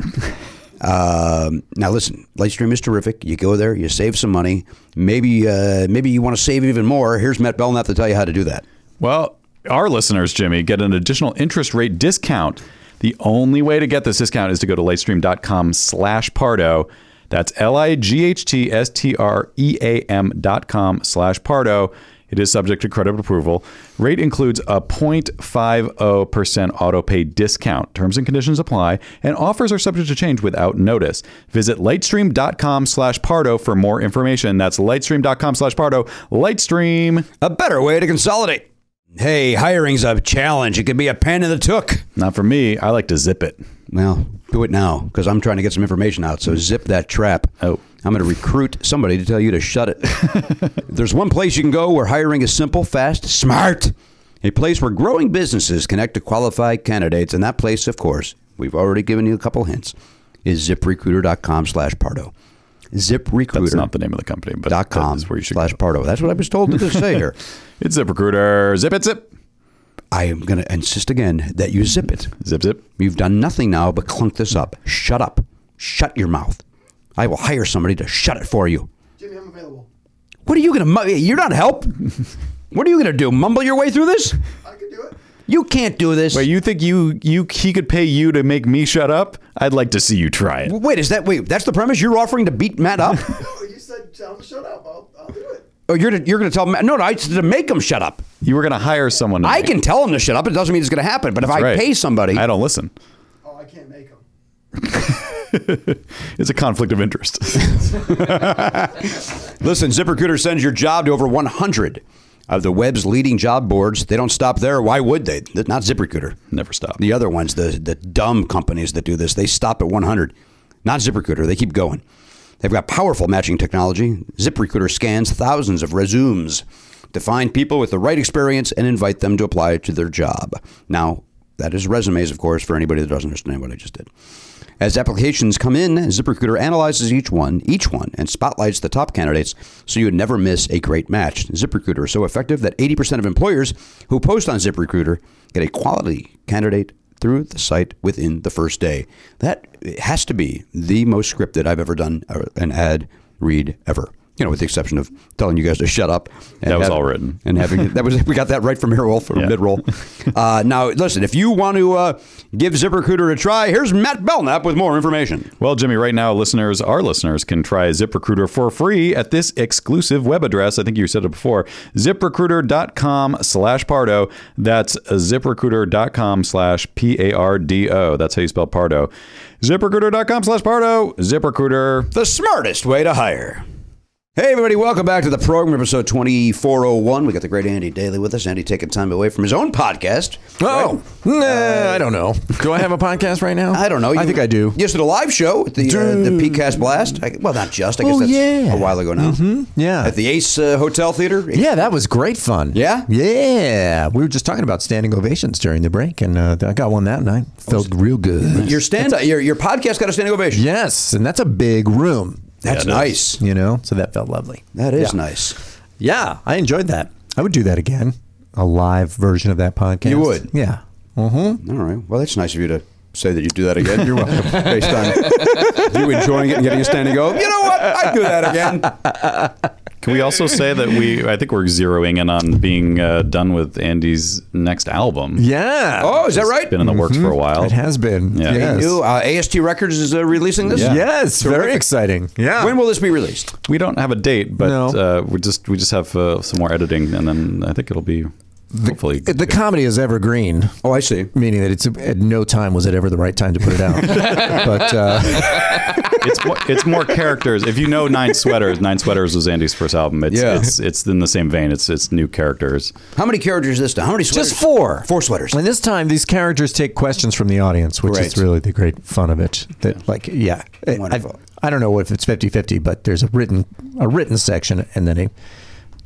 um, now, listen, Lightstream is terrific. You go there, you save some money. Maybe, uh, maybe you want to save even more. Here's Matt Belknap to tell you how to do that. well, our listeners, Jimmy, get an additional interest rate discount. The only way to get this discount is to go to lightstream.com slash Pardo. That's L-I-G-H-T-S-T-R-E-A-M E dot com slash Pardo. It is subject to credit approval. Rate includes a 0.50% auto pay discount. Terms and conditions apply, and offers are subject to change without notice. Visit lightstream.com slash Pardo for more information. That's lightstream.com slash Pardo. Lightstream. A better way to consolidate. Hey, hiring's a challenge. It could be a pain in the took. Not for me. I like to zip it. Well, do it now because I'm trying to get some information out. So zip that trap. Oh. I'm going to recruit somebody to tell you to shut it. There's one place you can go where hiring is simple, fast, smart. A place where growing businesses connect to qualified candidates. And that place, of course, we've already given you a couple hints, is ziprecruiter.com slash Pardo. ZipRecruiter. That's not the name of the company, but dot that com is where you should slash Pardo. That's what I was told to say here. It's ZipRecruiter. Zip it, zip. I am going to insist again that you zip it. Zip, zip. You've done nothing now but clunk this up. Shut up. Shut your mouth. I will hire somebody to shut it for you. Jimmy, I'm available. What are you going to? You're not help. What are you going to do? Mumble your way through this? I can do it. You can't do this. Wait, you think you you he could pay you to make me shut up? I'd like to see you try it. Wait, is that wait? That's the premise. You're offering to beat Matt up. No, you said tell him to shut up. I'll, I'll do it. oh, you're to, you're going to tell Matt? No, no, I said to make him shut up. You were going to hire someone. to I make- can tell him to shut up. It doesn't mean it's going to happen. But if That's I right. pay somebody, I don't listen. Oh, I can't make him. It's a conflict of interest. Listen, ZipRecruiter sends your job to over 100 of the web's leading job boards. They don't stop there. Why would they? They're Not ZipRecruiter. Never stop. The other ones, the the dumb companies that do this, they stop at 100. Not ZipRecruiter. They keep going. They've got powerful matching technology. ZipRecruiter scans thousands of resumes to find people with the right experience and invite them to apply to their job. Now, that is resumes, of course, for anybody that doesn't understand what I just did. As applications come in, ZipRecruiter analyzes each one, each one, and spotlights the top candidates so you would never miss a great match. ZipRecruiter is so effective that 80% of employers who post on ZipRecruiter get a quality candidate through the site within the first day. That has to be the most scripted I've ever done uh, an ad read ever. You know, with the exception of telling you guys to shut up. And That was all written. And having that was we got that right from Earwolf from Yeah. mid roll. Uh, now, listen, if you want to uh, give ZipRecruiter a try, here's Matt Belknap with more information. Well, Jimmy, right now, listeners, our listeners can try ZipRecruiter for free at this exclusive web address. I think you said it before, ziprecruiter.com slash Pardo. That's ziprecruiter.com slash P-A-R-D-O. That's how you spell Pardo. ZipRecruiter.com slash Pardo. ZipRecruiter. The smartest way to hire. Hey, everybody, welcome back to the program, episode 2401. We got the great Andy Daly with us. Andy taking time away from his own podcast. Oh, nah, I don't know. Do I have a podcast right now? Uh, I don't know. I think I do. You did a live show at the uh, the PCast Blast. I, well, not just. I guess Oh, that's yeah. a while ago now. Yeah. At the Ace uh, Hotel Theater. Yeah, that was great fun. Yeah? Yeah. We were just talking about standing ovations during the break, and uh, I got one that night. Oh, Felt real good. Your stand your your podcast got a standing ovation. Yes, and that's a big room, That's nice. you know? So that felt lovely. That is Yeah. nice. Yeah, I enjoyed that. I would do that again. A live version of that podcast. You would? Yeah. Mm-hmm. All right. Well, that's nice of you to say that you do that again. You're welcome. Based on you enjoying it and getting a standing ovation. You know what? I'd do that again. Can we also say that we, I think we're zeroing in on being uh, done with Andy's next album. Yeah. Oh, is that right? Been in the works for a while. Mm-hmm. It has been. Yeah. Yes. New uh, AST Records is uh, releasing this. Yes. Very Terrific. exciting. Yeah. When will this be released? We don't have a date, but No. uh, we just we just have uh, some more editing, and then I think it'll be hopefully the comedy is evergreen. Oh, I see. meaning that it's at no time was it ever the right time to put it out. but uh, it's more, it's more characters. If you know Nine Sweaters, Nine Sweaters was Andy's first album. It's Yeah. it's it's in the same vein. It's it's new characters. How many characters this time? How many sweaters? just four, Four sweaters. And this time, these characters take questions from the audience, which Right. is really the great fun of it. That like, yeah, I- Wonderful. I, I don't know if it's 50-50, but there's a written a written section and then a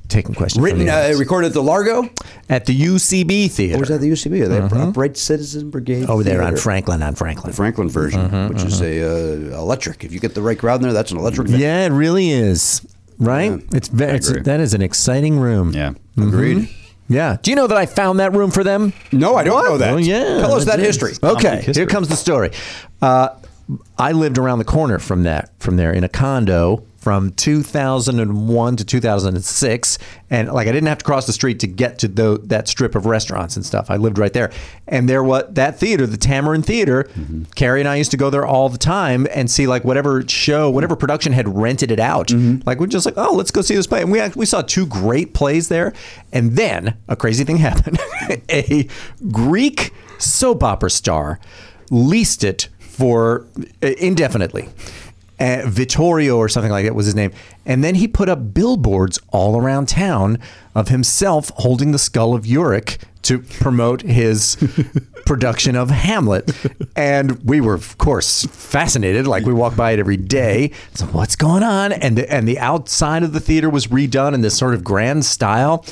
taking question. from Written, the uh, audience. recorded at the Largo. at the UCB theater Or was that the UCB? Are they Upright Citizen Brigade? over there Uh-huh. Oh, on Theater? Franklin Uh-huh, on Franklin. Franklin version, which is a uh, electric. If you get the right crowd in there, that's an electric. venue. Yeah, it really is. Right? It's very it's, agree. that is an exciting room. Mm-hmm. Yeah. agreed. Yeah. Do you know that I found that room for them? No, I don't know that. Oh yeah. tell us that is. history. Okay, Comedy history. here comes the story. Uh, I lived around the corner from that, from there, in a condo from 2001 to 2006, and like I didn't have to cross the street to get to tho- that strip of restaurants and stuff. I lived right there, and there was that theater, the Tamarin Theater. Mm-hmm. Carrie and I used to go there all the time and see like whatever show, whatever production had rented it out. Mm-hmm. Like we're just like, oh, let's go see this play, and we act- we saw two great plays there, and then a crazy thing happened. a Greek soap opera star leased it for uh, indefinitely. Uh, Vittorio or something like that was his name. And then he put up billboards all around town of himself holding the skull of Uric to promote his production of Hamlet. And we were, of course, fascinated. Like we walk by it every day. So what's going on? And the, and the outside of the theater was redone in this sort of grand style.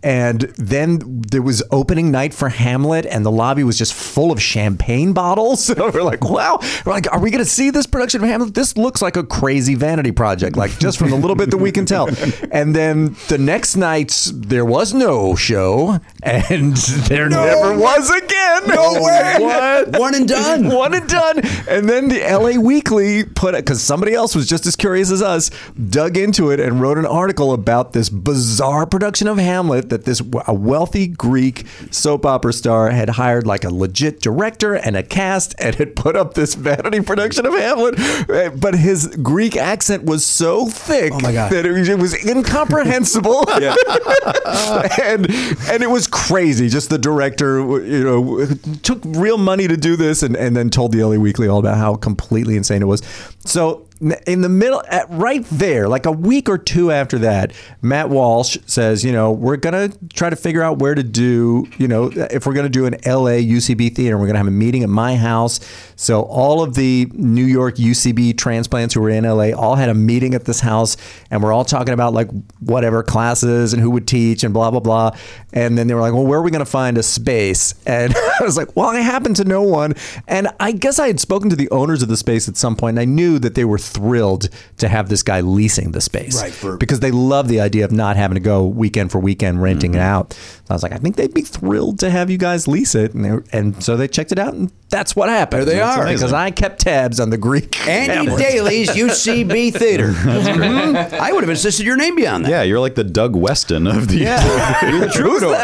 And then there was opening night for Hamlet, and the lobby was just full of champagne bottles. So we're like, wow. We're like, are we going to see this production of Hamlet? This looks like a crazy vanity project, like just from the little bit that we can tell. And then the next night, there was no show, and there never was again. No way. What? One and done. One and done. And then the LA Weekly put it because somebody else was just as curious as us, dug into it and wrote an article about this bizarre production of Hamlet that this a wealthy Greek soap opera star had hired like a legit director and a cast and had put up this vanity production of Hamlet, Uh, but his Greek accent was so thick Oh my God. that it was, it was incomprehensible. and and it was crazy. Just the director, you know, took real money to do this, and, and then told the LA Weekly all about how completely insane it was. So in the middle, at, right there, like a week or two after that, Matt Walsh says, you know, we're going to try to figure out where to do, you know, if we're going to do an LA UCB theater, we're going to have a meeting at my house. So all of the New York UCB transplants who were in LA all had a meeting at this house and we're all talking about like whatever classes and who would teach and blah, blah, blah. And then they were like, well, where are we going to find a space? And I was like, well, I happen to know one. And I guess I had spoken to the owners of the space at some point and I knew that they were thrilled to have this guy leasing the space. Right, for- because they love the idea of not having to go weekend for weekend renting Mm-hmm. it out. So I was like, I think they'd be thrilled to have you guys lease it. And, they were- and so they checked it out, and that's what happened. There they That's are. amazing. Because I kept tabs on the Greek. Andy network. Daly's UCB Theater. Mm-hmm. Mhm. I would have insisted your name beyond that. Yeah, you're like the Doug Weston of the. Yeah. you're the troubadour.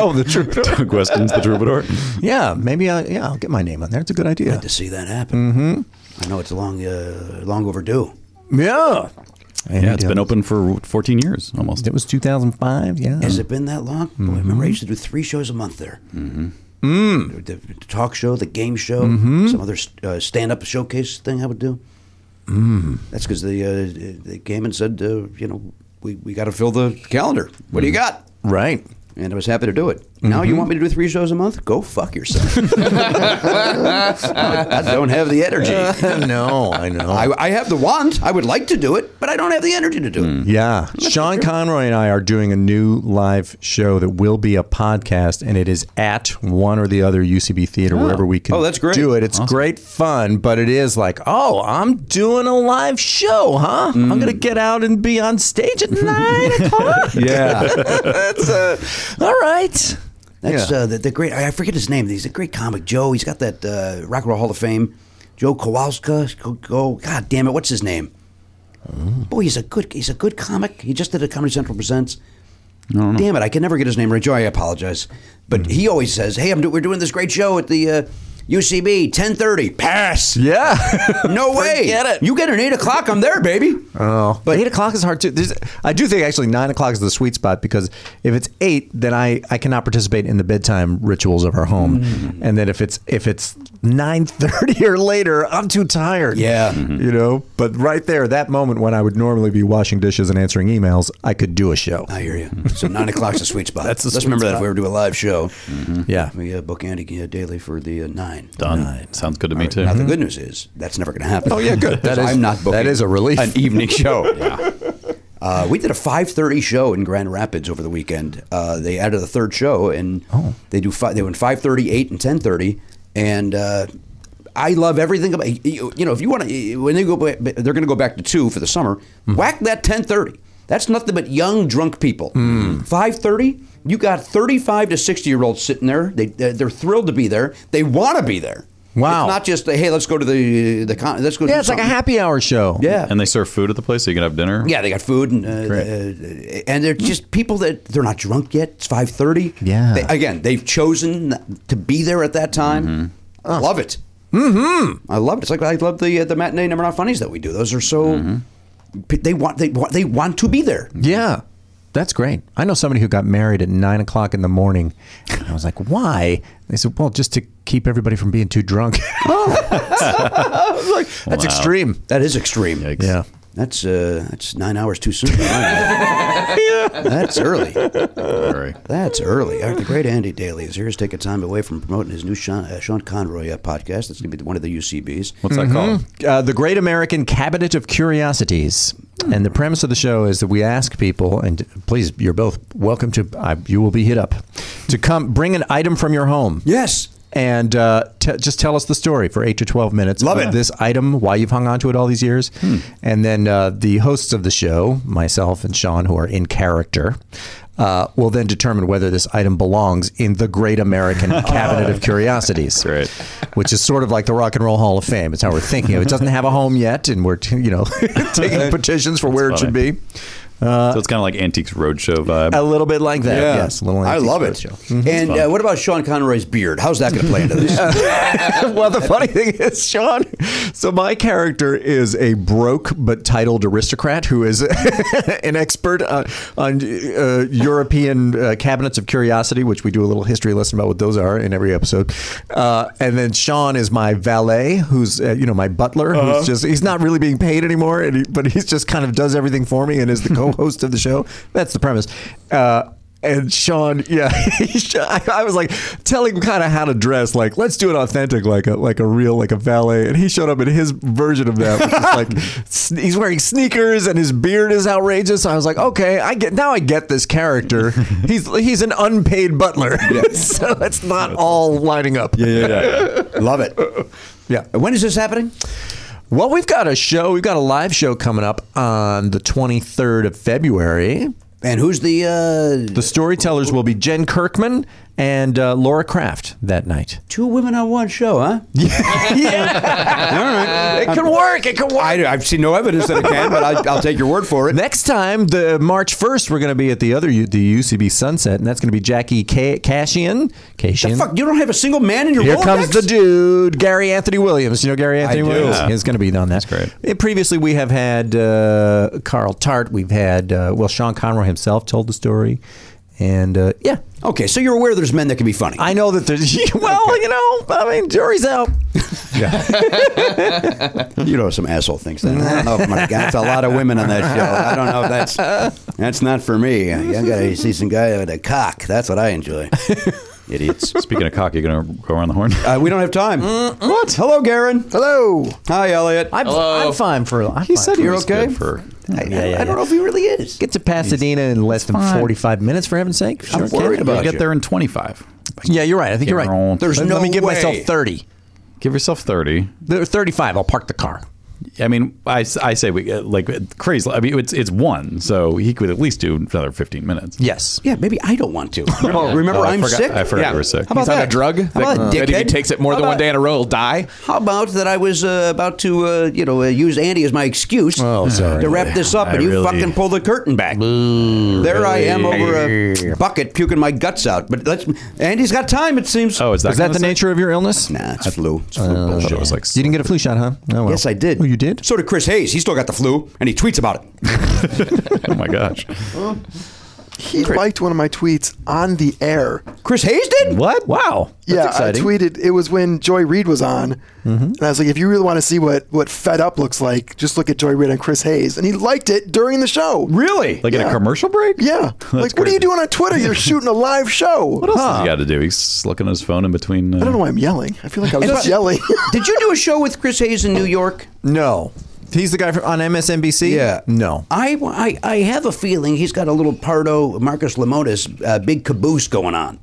oh, the truth. Doug Weston's the troubadour. Yeah, maybe I, yeah, I'll get my name on there. It's a good idea. Glad to see that happen. Mm-hmm. I know it's long, uh, long overdue. Yeah. Yeah, it's been open for 14 years almost. It was 2005. Yeah. Has it been that long? Boy, remember, I used to do three shows a month there. Mm-hmm. Mm. The the talk show, the game show, some other uh, stand-up showcase thing I would do. Mm. That's because they, uh, they came and said, uh, you know, we, we got to fill the calendar. What do you got? Right. And I was happy to do it. Now you want me to do three shows a month? Go fuck yourself. I don't have the energy. no, I know. I, I have the want. I would like to do it, but I don't have the energy to do it. Yeah. Sean Conroy and I are doing a new live show that will be a podcast, and it is at one or the other UCB theater, wherever we can Oh, that's great. do it. It's great fun, but it is like, oh, I'm doing a live show, huh? Mm. I'm going to get out and be on stage at nine o'clock. Yeah. that's, uh, all right. That's Yeah. uh, the, the great. I I forget his name. He's a great comic, Joe. He's got that uh, Rock and Roll Hall of Fame. Joe Kowalska. Go, go- God damn it! What's his name? Mm-hmm. Boy, he's a good. He's a good comic. He just did a Comedy Central presents. Damn it! I can never get his name right. Joe, I apologize. But Mm-hmm. he always says, "Hey, I'm do- we're doing this great show at the." Uh, UCB, 10.30, pass. Yeah. No way. Forget it. You get an 8 o'clock, I'm there, baby. Oh, but eight o'clock is hard too. There's, I do think actually nine o'clock is the sweet spot because if it's eight, then I, I cannot participate in the bedtime rituals of our home, and then if it's if it's nine thirty or later, I'm too tired. Mm-hmm. Yeah. you know. But right there, that moment when I would normally be washing dishes and answering emails, I could do a show. I hear you. So nine o'clock's the sweet spot. That's the Let's sweet remember that spot. if we ever do a live show. Yeah, We uh, book Andy uh, daily for the uh, nine. Done. Mm-hmm. Sounds good to me too. Now the good news is that's never going to happen. Oh, yeah, good. That So is- I'm not booking. that is a relief. An evening show. Uh, we did a 5:30 show in Grand Rapids over the weekend. Uh, they added a third show, and they do fi- they went 5:30, 8, and 10:30. And uh, I love everything about you you know if you want to when they go ba- they're going to go back to two for the summer. Whack that 10:30. That's nothing but young drunk people. 5:30. You got 35 to 60 year olds sitting there. They they're they're thrilled to be there. They want to be there. Wow. It's not just hey let's go to the the con- let's go. yeah. do It's like a something. happy hour show. Yeah. And they serve food at the place so you can have dinner? Yeah, they got food and uh, Great. uh, and they're just people that they're not drunk yet. It's five thirty. Yeah. They, again, they've chosen to be there at that time. Love it. Mm-hmm. I love it. It's like I love the uh, the matinee number not funnies that we do. Those are so. p- They want they want they want to be there. Yeah. That's great. I know somebody who got married at nine o'clock in the morning. And I was like, why? They said, well, just to keep everybody from being too drunk. I was like, that's Wow. extreme. That is extreme. Yikes. Yeah. That's uh that's nine hours too soon. That's early. Sorry. That's early. All right, the great Andy Daly is here is taking time away from promoting his new Sean, uh, Sean Conroy uh, podcast. That's going to be one of the UCBs. What's that called? Uh, the Great American Cabinet of Curiosities. And the premise of the show is that we ask people, and please, you're both welcome to, I, you will be hit up, to come bring an item from your home. Yes. and uh, t- just tell us the story for eight to twelve minutes. Love it. This item, why you've hung on to it all these years, Hmm. and then uh, the hosts of the show, myself and Sean, who are in character. Uh, will then determine whether this item belongs in the Great American Cabinet of Curiosities, Great. which is sort of like the Rock and Roll Hall of Fame. It's how we're thinking of it. Doesn't have a home yet, and we're you know taking petitions for where it should be. so it's kind of like Antiques Roadshow vibe. A little bit like that. Yeah. Yes, a little. I Antiques love it. Roadshow. And uh, what about Sean Conroy's beard? How's that going to play into this? well, the funny thing is, Sean. So my character is a broke but titled aristocrat who is an expert on, on uh, European uh, cabinets of curiosity, which we do a little history lesson about what those are in every episode. Uh, and then Sean is my valet, who's uh, you know my butler, who's just he's not really being paid anymore, and he, but he's just kind of does everything for me and is the co-host of the show. That's the premise. Uh, and Sean, yeah, he sh- I, I was like telling him kind of how to dress, like let's do it authentic, like a like a real like a valet. And he showed up in his version of that, which is like sn- he's wearing sneakers and his beard is outrageous. I was like, okay, I get now, I get this character. He's he's an unpaid butler, so it's not all lining up. Yeah, yeah, yeah. love it. yeah. When is this happening? Well, we've got a show, we've got a live show coming up on the twenty third of February. And who's the? Uh, The storytellers will be Jen Kirkman and uh, Laura Kraft that night. Two women on one show, huh? It can work. It can work. I, I've seen no evidence that it can, but I, I'll take your word for it. Next time, the March first, we're going to be at the other U- the UCB Sunset, and that's going to be Jackie Ca Cashian. Cashian. Fuck, you don't have a single man in your Here Rolodex? comes the dude, Gary Anthony Williams. You know Gary Anthony do. Williams Yeah. is going to be on that. That's great. previously, we have had uh, Carl Tart. We've had uh, well, Sean Conroy himself told the story, and uh, yeah, Okay, so you're aware there's men that can be funny. I know that there's well, you know, I mean, jury's out. you know some asshole thinks that. I don't know if my that's a lot of women on that show. I don't know if that's that's not for me. I gotta see some guy with a cock. That's what I enjoy. Idiots. Speaking of cock, you're gonna go around the horn. Uh, we don't have time. What? Hello, Garen. Hello. Hi, Elliot. I'm, Hello. I'm fine for. I'm he fine said for you're this. okay. Good for I, I- I yeah, don't yeah. know if he really is. Get to Pasadena in less than 45 minutes, for heaven's sake. Sure, I'm worried kid. about get you. there in 25. Yeah, you're right. I think you're Get right. rolled. There's let, no let me give way. myself 30. Give yourself 30. There- 35, I'll park the car. I mean, I, s- I say we uh, like crazy. I mean, it's it's one, so he could at least do another 15 minutes. Yes. Yeah, maybe I don't want to. Remember, Oh, I I'm forgot, sick. I forgot Yeah. you were sick. How about He's on that? a drug How about that, that, that if he dickhead? takes it more How than one about- day in a row, he'll die. How about that I was uh, about to, uh, you know, uh, use Andy as my excuse Oh, sorry. to wrap this up, I and you really- fucking pull the curtain back. there I am over a bucket puking my guts out. But let's. Andy's got time, it seems. Oh, is that Is that kinda the sick? nature of your illness? Nah, it's flu. It's flu bullshit. It was like You didn't get a flu shot, huh? No. well. Yes, I did. Oh, you did? So did Chris Hayes. He still got the flu, and he tweets about it. oh my gosh. He liked one of my tweets on the air. Chris Hayes did? What? Wow. yeah, I tweeted it was when Joy Reid was on, and I was like, if you really want to see what what fed up looks like, just look at Joy Reid and Chris Hayes, and he liked it during the show. Really? Like in a Yeah. commercial break? Yeah, like what are crazy. you doing on Twitter? You're shooting a live show. What else does he got to do? He's looking at his phone in between. Uh, I don't know why I'm yelling. I feel like I was just yelling. did you do a show with Chris Hayes in New York? No. He's the guy from, on MSNBC? No. I, I, I have a feeling he's got a little Pardo Marcus Lemonis uh, big caboose going on.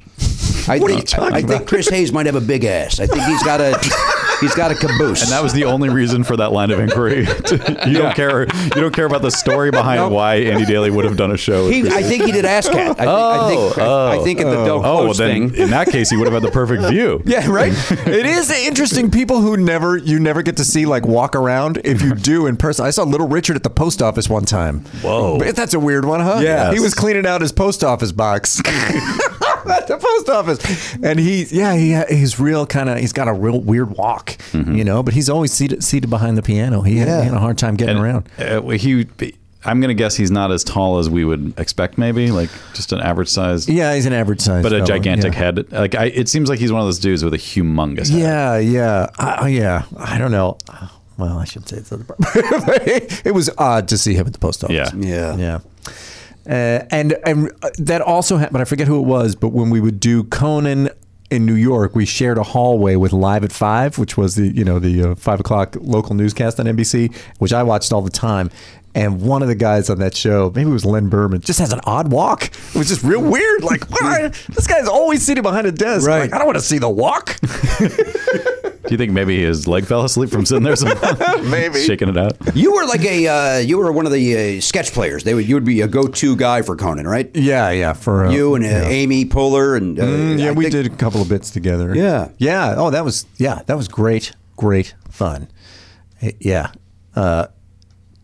I what think, are you talking I, think Chris Hayes might have a big ass. I think he's got a he's got a caboose. And that was the only reason for that line of inquiry. you don't care. You don't care about the story behind why Andy Daly would have done a show. with he, Chris I think he did ass cat. I, think, I think I think at the Del Oh, well, Close then thing. in that case, he would have had the perfect view. Yeah, right. it is interesting. People who never you never get to see like walk around. If you do in person, I saw Little Richard at the post office one time. Whoa. But that's a weird one, huh? Yes. he was cleaning out his post office box at the post office, and he yeah he he's real kind of he's got a real weird walk, Mm-hmm. you know. But he's always seated seated behind the piano. He, had, he had a hard time getting around. Uh, well, he. would be- I'm gonna guess he's not as tall as we would expect. Maybe like just an average size. Yeah, he's an average size, But a fella, gigantic yeah. head. Like I, it seems like he's one of those dudes with a humongous head. Yeah, yeah, I, yeah. I don't know. Well, I should say it's other part. it was odd to see him at the post office. Yeah. Yeah. yeah. Uh, and and uh, that also happened. I forget who it was, but when we would do Conan in New York, we shared a hallway with Live at Five, which was the you know the uh, five o'clock local newscast on NBC, which I watched all the time. And one of the guys on that show, maybe it was Len Berman, just has an odd walk. It was just real weird. Like, what are- this guy's always sitting behind a desk. Right. Like, I don't want to see the walk. Do you think maybe his leg fell asleep from sitting there? so long? Maybe. shaking it out. You were like a uh, you were one of the uh, sketch players. They would you would be a go-to guy for Conan, right? Yeah, yeah. For uh, You and uh, yeah. Amy Poehler and uh, Mm, yeah, I we think- did a couple of bits together. Yeah. yeah. Oh, that was yeah, that was great, great fun. Eh, Yeah, uh,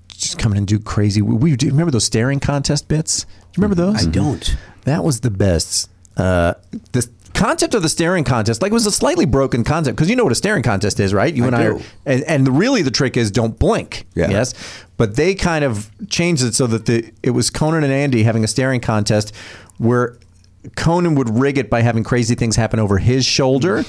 just come in and do crazy. We do you remember those staring contest bits. Do you remember those? Mm-hmm. I don't. That was the best. Uh, the concept of the staring contest, like, it was a slightly broken concept because you know what a staring contest is, right? You I and I, do. are, and, and really the trick is don't blink. Yeah. Yes, but they kind of changed it so that the it was Conan and Andy having a staring contest where Conan would rig it by having crazy things happen over his shoulder.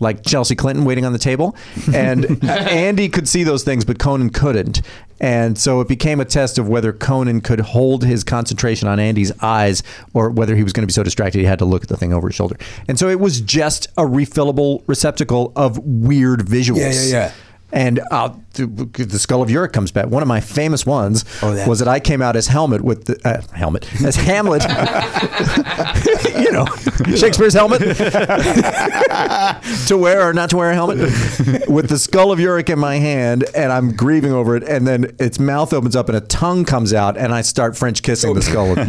Like Chelsea Clinton waiting on the table, and Andy could see those things, but Conan couldn't, and so it became a test of whether Conan could hold his concentration on Andy's eyes, or whether he was going to be so distracted he had to look at the thing over his shoulder. And so it was just a refillable receptacle of weird visuals. Yeah, yeah, yeah. And uh, the, the skull of Europe comes back. One of my famous ones Oh, that- was that I came out as helmet with the uh, helmet as Hamlet. you know, Shakespeare's helmet to wear or not to wear a helmet with the skull of Uric in my hand, and I'm grieving over it. And then its mouth opens up and a tongue comes out, and I start French kissing the skull of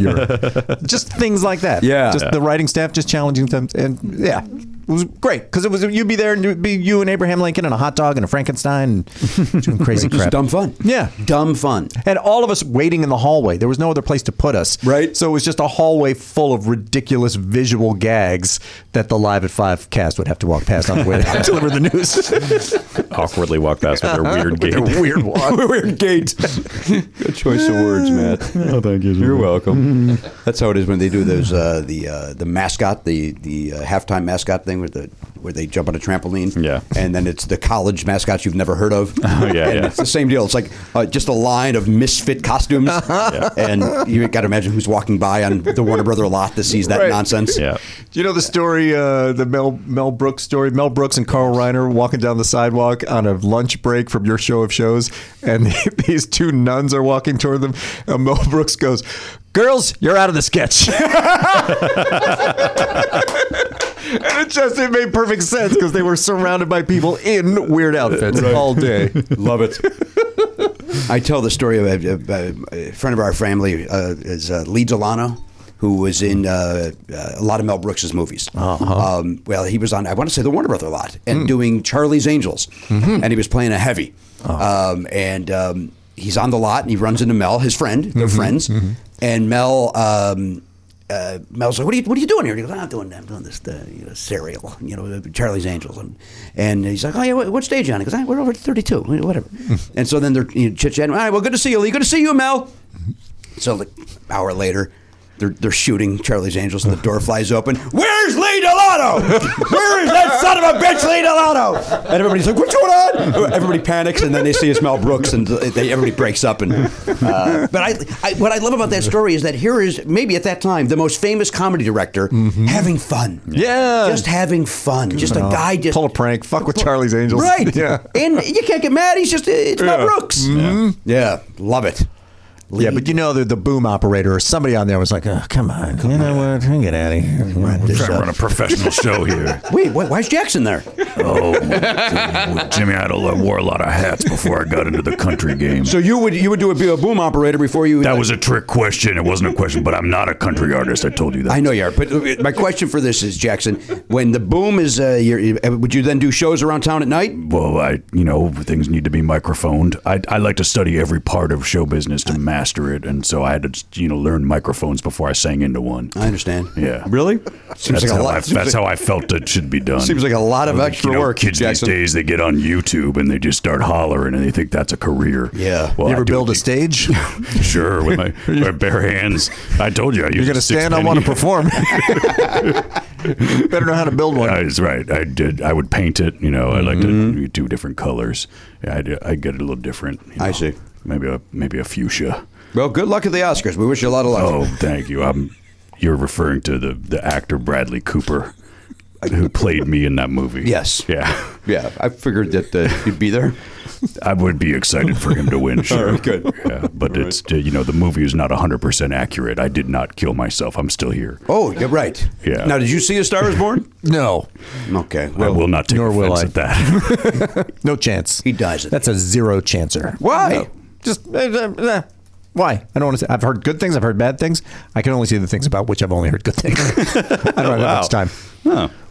Uric. just things like that. Yeah. just the writing staff just challenging them, and yeah. It was great because it was you'd be there and it'd be you and Abraham Lincoln and a hot dog and a Frankenstein and doing crazy Just crap. dumb fun. Yeah. Dumb fun. And all of us waiting in the hallway. There was no other place to put us. Right. So it was just a hallway full of ridiculous visual gags that the Live at Five cast would have to walk past on the way to deliver the news. Awkwardly walk past with their weird gait. Weird one. Weird gate. Good choice of words, Matt. oh, thank you. You're welcome. That's how it is when they do those uh, the uh, the mascot the the uh, halftime mascot thing with the where they jump on a trampoline. Yeah. and then it's the college mascots you've never heard of. Oh yeah, and yeah. it's the same deal. It's like uh, just a line of misfit costumes, and you got to imagine who's walking by on the Warner Brother lot that sees that Right. nonsense. Yeah. Do you know the story, uh, the Mel, Mel Brooks story? Mel Brooks and Carl Reiner walking down the sidewalk on a lunch break from your show of shows, and these two nuns are walking toward them. And Mel Brooks goes, Girls, you're out of the sketch. and it just it made perfect sense because they were surrounded by people in weird outfits all day. Love it. I tell the story of a, a, a friend of our family uh, is uh, Lee Delano, who was in uh, uh, a lot of Mel Brooks's movies. Uh-huh. Um, well, he was on I want to say the Warner Brother lot and doing Charlie's Angels, and he was playing a heavy. Um, and um, he's on the lot and he runs into Mel, his friend. They're friends, and Mel. Um, uh, Mel's like, what are, you, what are you doing here? And he goes, I'm doing, I'm doing this uh, you know, cereal, you know, Charlie's Angels. And, and he's like, oh, yeah, what, what stage are you on? He goes, "Ah, we're over at 32, whatever. and so then they're you know, chit-chatting. All right, well, good to see you, Lee. Good to see you, Mel. So like an hour later, they're, they're shooting Charlie's Angels and the door flies open. Where's Lee Delano? Where is that son of a bitch, Lee Delano? And everybody's like, what's going on? Everybody panics and then they see it's Mel Brooks and they, everybody breaks up. And uh, But I, I, what I love about that story is that here is maybe at that time the most famous comedy director having fun. Mm-hmm. Yeah. Just having fun. Just a guy just. Uh, Pull a prank, fuck with Charlie's Angels. Right. Yeah. And you can't get mad. He's just, it's Mel Brooks. Mm-hmm. Yeah. Love it. Yeah, but you know the, the boom operator or somebody on there was like, oh, come on, you know what, I get out of here. This, Trying to uh, run a professional show here. Wait, why, why's Jackson there? Oh, dude, Jimmy Idol. I wore a lot of hats before I got into the country game. So you would you would do a, be a boom operator before you? That was a trick question. It wasn't a question, but I'm not a country artist. I told you that. I know you are, but uh, my question for this is Jackson. When the boom is, uh, you're, you- uh, would you then do shows around town at night? Well, I, you know, things need to be microphoned. I, I like to study every part of show business to master it, and so I had to, you know, learn microphones before I sang into one. I understand. Yeah, really. Seems that's, like a how, lot- I, seems that's like- how I felt it should be done. Seems like a lot of You extra know, work, Kids Jackson. these days, they get on YouTube and they just start hollering, and they think that's a career. Yeah. well, you I ever do build a it stage? the- Sure, with my, my bare hands. I told you, I You're used going to a stand on one and sixpenny. perform. Better know how to build one. I was right. I did. I would paint it. You know, I Hmm. like Mm-hmm. to do different colors. Yeah, I'd, i get it a little different. you I know. see. Maybe a maybe a fuchsia. Well, good luck at the Oscars. We wish you a lot of luck. Oh, thank you. I'm. You're referring to the the actor Bradley Cooper, who played me in that movie. Yes. Yeah. Yeah, I figured that uh, you'd be there. I would be excited for him to win. Sure. good. Yeah, but it's uh, you know the movie is not 100 percent accurate. I did not kill myself. I'm still here. Oh, you're right. Yeah. Now, did you see A Star Is Born? No, okay. I will not take nor will offense I. at that. no chance. He dies at That's a zero chancer. Why? No. Just eh, eh, eh. why? I don't want to. say I've heard good things. I've heard bad things. I can only see the things about which I've only heard good things. I don't have that much time.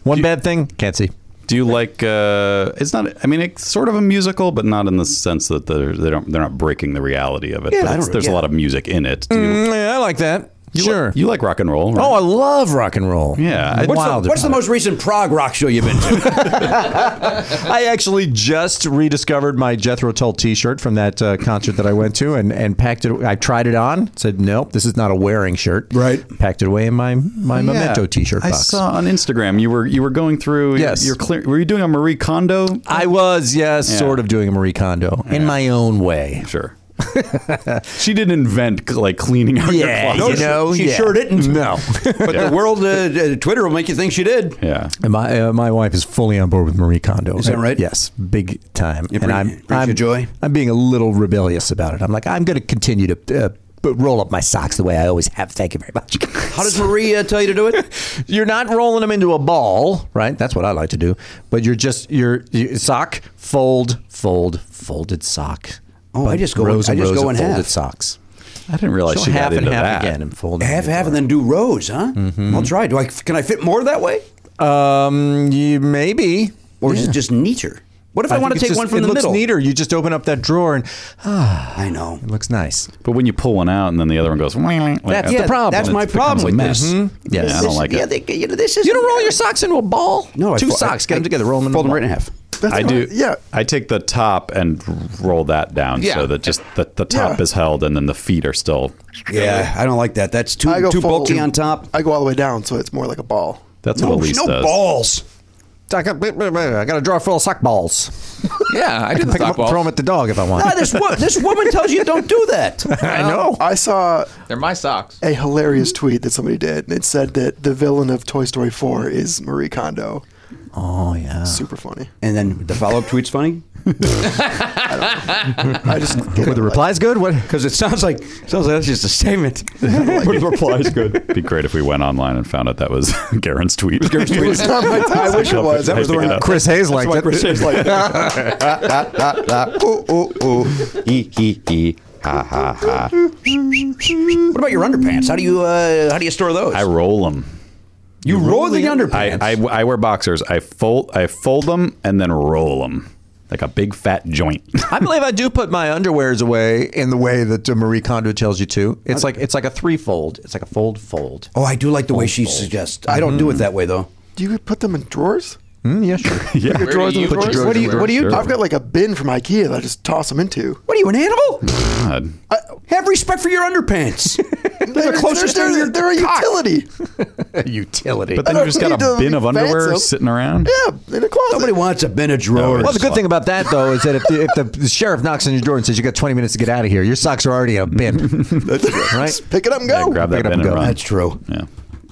One bad thing, can't see. Do you like? Uh, it's not. I mean, it's sort of a musical, but not in the sense that they're they don't they're not breaking the reality of it. Yeah, but I it's- don't- there's yeah. a lot of music in it. Do you, Mm, yeah, I like that. sure. you like rock and roll? right? oh, I love rock and roll. Yeah, I- I'm What's the- wild What's the about most recent prog rock show you've been to? it. I actually just rediscovered my Jethro Tull T-shirt from that uh, concert that I went to, and and packed it. I tried it on. Said nope, this is not a wearing shirt. Right. Packed it away in my my Yeah. memento T-shirt I box. saw on Instagram you were you were going through. Yes. you're clear. Were you doing a Marie Kondo? I was, yes, Yeah. sort of doing a Marie Kondo in my own way. Sure. she didn't invent like cleaning out Yeah, your closet. you know, she yeah. sure didn't. No, But the world, uh, uh, Twitter will make you think she did. Yeah. And my uh, my wife is fully on board with Marie Kondo. Is that right? Yes, big time. It bring- brings you joy? I'm being a little rebellious about it. I'm like, I'm going to continue to. Uh, but roll up my socks the way I always have. Thank you very much. How does Marie uh, tell you to do it? you're not rolling them into a ball, right? That's what I like to do. But you're just your you, sock fold, fold, folded sock. Oh, I But just go in- rows I and just rows go of in folded half. socks. I didn't realize So she half got and into half that. again and fold. them Half, into half, a- and then do rows, huh? I'll try. Do I? Can I fit more that way, Um, you, maybe. or is it just neater? What if I, think want to it's take just- one from it the looks middle? neater. You just open up that drawer and ah, I know. it looks nice. But when you pull one out and then the other one goes, that's That's the problem. That's my It becomes problem a with mess. this. Mm-hmm. Yeah, I don't This- like yeah, it. they- you know, this is You don't roll your socks into a ball. No, I two fo- I- socks. Get them I together. Roll them. Fold them in a right in ball. half. That's I all do. right. Yeah. I take the top and roll that down Yeah. so that just the, the top Yeah. is held and then the feet are still. Yeah, I don't like that. That's too I go too full- bulky on top. I go all the way down, so it's more like a ball. That's Oh, no, what Elise no does. balls. I got, I got a drawer full of sock balls. Yeah, I did the Pick them sock up, and throw them balls. at the dog if I want. No, Ah, this wo- this woman tells you don't do that. I know. Oh, I saw They're my socks. a hilarious tweet that somebody did, and it said that the villain of Toy Story 4 is Marie Kondo. Oh yeah. Super funny. And then the follow up tweet's funny I just Were the replies good? What? because it sounds like sounds like that's just a statement. But the reply is good. It'd be great if we went online and found out that was Garen's tweet. It's not my time. I wish it was. That was the one- Yeah. Chris Hayes liked it. ooh, ooh, ooh. Hee, hee, hee. Ha, ha, ha. What about your underpants? How do you uh, how do you store those? I roll them. you roll the I, underpants. I, I wear boxers. I fold I fold them and then roll them like a big fat joint. I believe I do put my underwears away in the way that uh, Marie Kondo tells you to. It's like it's like a threefold. It's like a fold fold. oh, I do like the way she suggests. I don't do Mm-hmm. it that way though. Do you put them in drawers? Mm, yeah, sure. yeah. Where do you put your What do you? What do you? I've got like a bin from IKEA that I just toss them into. What are you, an animal? God. Have respect for your underpants. They're, closest they're, to your they're, they're a utility. Utility. But then I you don't just got need to a bin be of underwear fancy. sitting around. yeah, in a closet. Nobody wants a bin of drawers. Well, the good thing about that though is that if the, if the sheriff knocks on your door and says you got 20 minutes to get out of here, your socks are already in a bin, right? Pick it up and Yeah, go. grab that Pick it bin up and and, go. run. That's true. Yeah.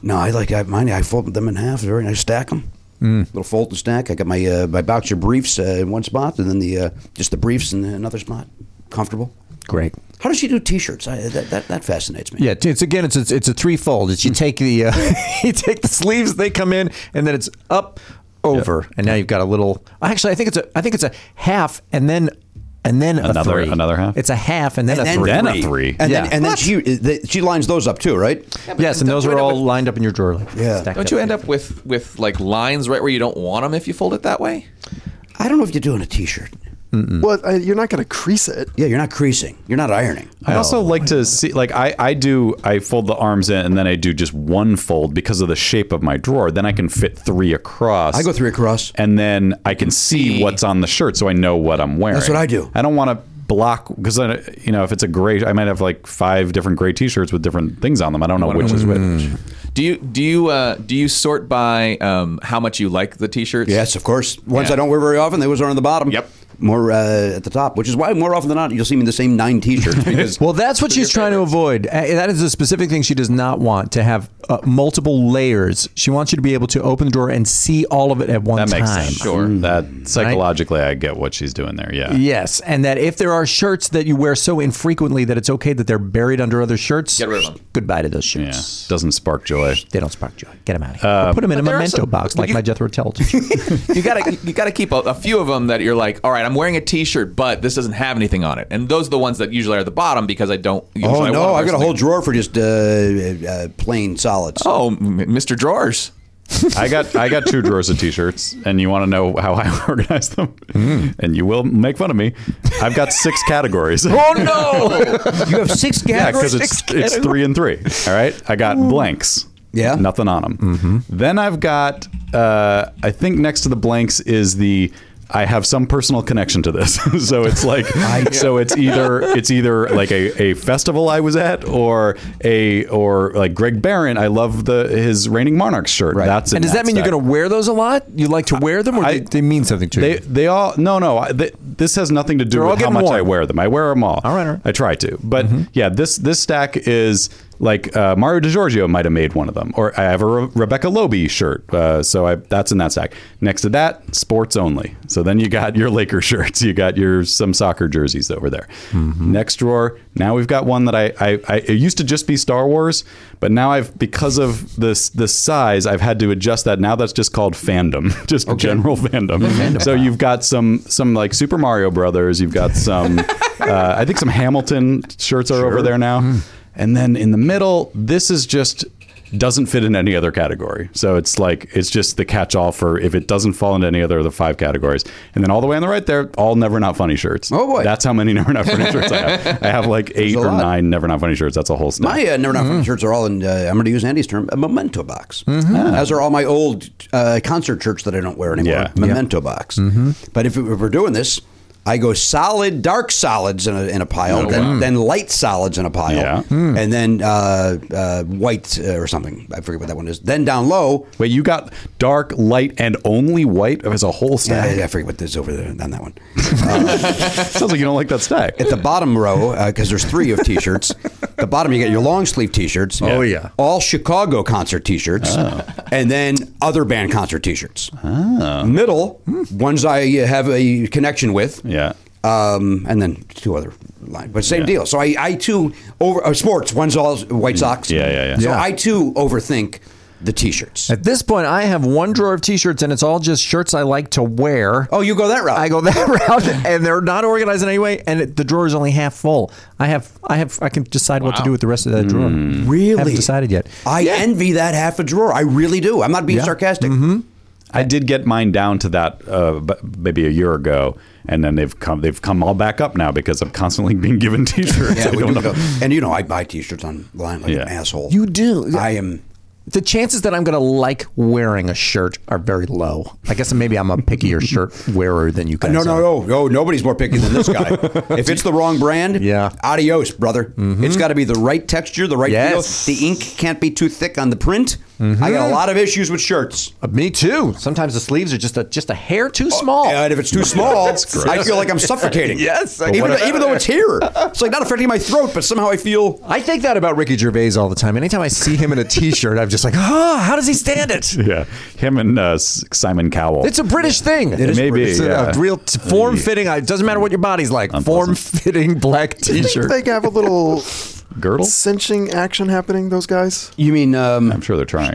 No, I like I, mine. I fold them in half. They're Very nice. Stack them. Mm. Little fold and stack. I got my uh, my boxer briefs uh, in one spot, and then the uh, just the briefs in another spot. Comfortable. Great. How does she do T-shirts? I, that, that that fascinates me. Yeah, it's again, it's it's, it's a threefold. It's you Hmm. take the uh, you take the sleeves, they come in, and then it's up, over, and now you've got a little. Actually, I think it's a I think it's a half, and then and then a Another- three. another half? It's a half, and then a three. then a three. And Yeah. then and then What? she the, she lines those up too, right? yes, and those are all lined up in your drawer. Like, Yeah. stacked Don't you end up with with like lines right where you don't want them if you fold it that way? I don't know if you're doing a T-shirt. Well, I, you're not going to crease it. Yeah, you're not creasing. You're not ironing. I also like to see, like, I, I do, I fold the arms in and then I do just one fold because of the shape of my drawer. Then I can fit three across. I go three across. And then I can see what's on the shirt so I know what I'm wearing. That's what I do. I don't want to block because, you know, if it's a gray, I might have like five different gray t shirts with different things on them. I don't know which is which. Do you do you uh, do you sort by um, how much you like the t-shirts? Yes, of course. Ones Yeah. I don't wear very often, they always are on the bottom. Yep. More uh, at the top, which is why more often than not you'll see me in the same nine T-shirts because Well, that's what she's trying to avoid. Uh, That is a specific thing she does not want to have uh, multiple layers. She wants you to be able to open the drawer and see all of it at one That time. makes sense. Sure. That psychologically, I get what she's doing there. Yeah. Yes, and that if there are shirts that you wear so infrequently that it's okay that they're buried under other shirts, Get rid of them. Goodbye to those Yeah. shirts. Doesn't spark joy. They don't spark joy. Get them out of here. Or put them in a Uh, but there are memento some- box but like you- my Jethro Tull t-shirt. you gotta you gotta keep a, a few of them that you're like, all right, I'm wearing a T-shirt, but this doesn't have anything on it, and those are the ones that usually are at the bottom because I don't. Usually Oh I no! wanna I've wear got a something- whole drawer for just uh, uh, plain solids. Oh, M- Mr. Drawers. I got I got two drawers of t-shirts, and you want to know how I organize them, and you will make fun of me. I've got six categories. Oh no! Oh, you have six Yeah, categories. because it's it's three and three. All right, I got blanks. Yeah. nothing on them. Then I've got. Uh, I think next to the blanks is the. I have some personal connection to this, so it's like, so it's either it's either like a, a festival I was at, or a or like Greg Barron. I love the his reigning monarchs shirt. That's in and does that mean stack. you're going to wear those a lot? You like to wear them, or I- they, they mean something to They you? they all no no I- th this has nothing to do They're all with how getting much I worn. wear them. I wear them all. All right, Mm-hmm. all right. I try to, but yeah, this this stack is like uh, Mario DiGiorgio might have made one of them, or I have a Re- Rebecca Lobe shirt, uh, so I that's in that stack. Next to that, sports only. So then you got your Laker shirts, you got your some soccer jerseys over there. Mm-hmm. Next drawer, now we've got one that I, I I it used to just be Star Wars, but now I've because of this the size, I've had to adjust that. Now that's just called fandom, just general fandom. So you've got some some like Super Mario Brothers, you've got some uh, I think some Hamilton shirts are over there now. Hmm. And then in the middle, this is just doesn't fit in any other category. So it's like it's just the catch-all for if it doesn't fall into any other of the five categories. And then all the way on the right there, all never not funny shirts. Oh boy. that's how many never not funny shirts I have. I have like eight a or lot. nine never not funny shirts. That's a whole stack. My uh, Never Not Funny shirts are all in, uh, I'm going to use Andy's term, a memento box. As are all my old uh, concert shirts that I don't wear anymore. Yeah. Memento box. But if, if we're doing this, I go solid, dark solids in a, in a pile, then, then light solids in a pile, Yeah. and then uh, uh, white uh, or something. I forget what that one is. Then down low, Wait, you got dark, light, and only white as a whole stack. I, I forget what is over there on that one. Sounds like you don't like that stack. at the bottom row because there's three of t-shirts. the bottom you get your long sleeve t-shirts. Oh, yeah. all Chicago concert t-shirts, Oh. and then other band concert t-shirts. Oh. Middle ones I uh, have a connection with. Hmm. Yeah. Um, and then two other lines, but same Yeah. Mm. deal. So I, I too over uh, sports. One's all White Sox. Yeah, yeah, yeah. So Yeah. I too overthink the t-shirts. At this point, I have one drawer of T-shirts, and it's all just shirts I like to wear. Oh, you go that route. I go that route, and they're not organized in any way, and it, the drawer is only half full. I have, I have, I can decide what to do with the rest of that drawer. Really? haven't decided yet. I envy that half a drawer. I really do. I'm not being sarcastic. Mm-hmm. I did get mine down to that uh, b- maybe a year ago, and then they've come they've come all back up now because I'm constantly being given T-shirts. Yeah, I we don't do go. know. And you know, I buy T-shirts online like Yeah. an asshole. You do. I am. The chances that I'm going to like wearing a shirt are very low. I guess maybe I'm a pickier shirt wearer than you guys. No, no, are. no, no. Nobody's more picky than this guy. if it's the wrong brand, Yeah. adios, brother. It's got to be the right texture, the right Yes. feel. The ink can't be too thick on the print. I got a lot of issues with shirts. Uh, Me too. Sometimes the sleeves are just a just a hair too Oh, small. And if it's too small, I feel like I'm suffocating. Yes, I even get though, even though it's here, it's like not affecting my throat, but somehow I feel. I think that about Ricky Gervais all the time. Anytime I see him in a T-shirt, I'm just like, oh, how does he stand it? Yeah, him and uh, S- Simon Cowell. It's a British thing. It is Maybe, British. It's a, yeah. a real t- form-fitting. uh, It doesn't matter what your body's like. Form-fitting black T-shirt. They have a little girdle. cinching action happening. Those guys. You mean? Um, I'm sure they're trying.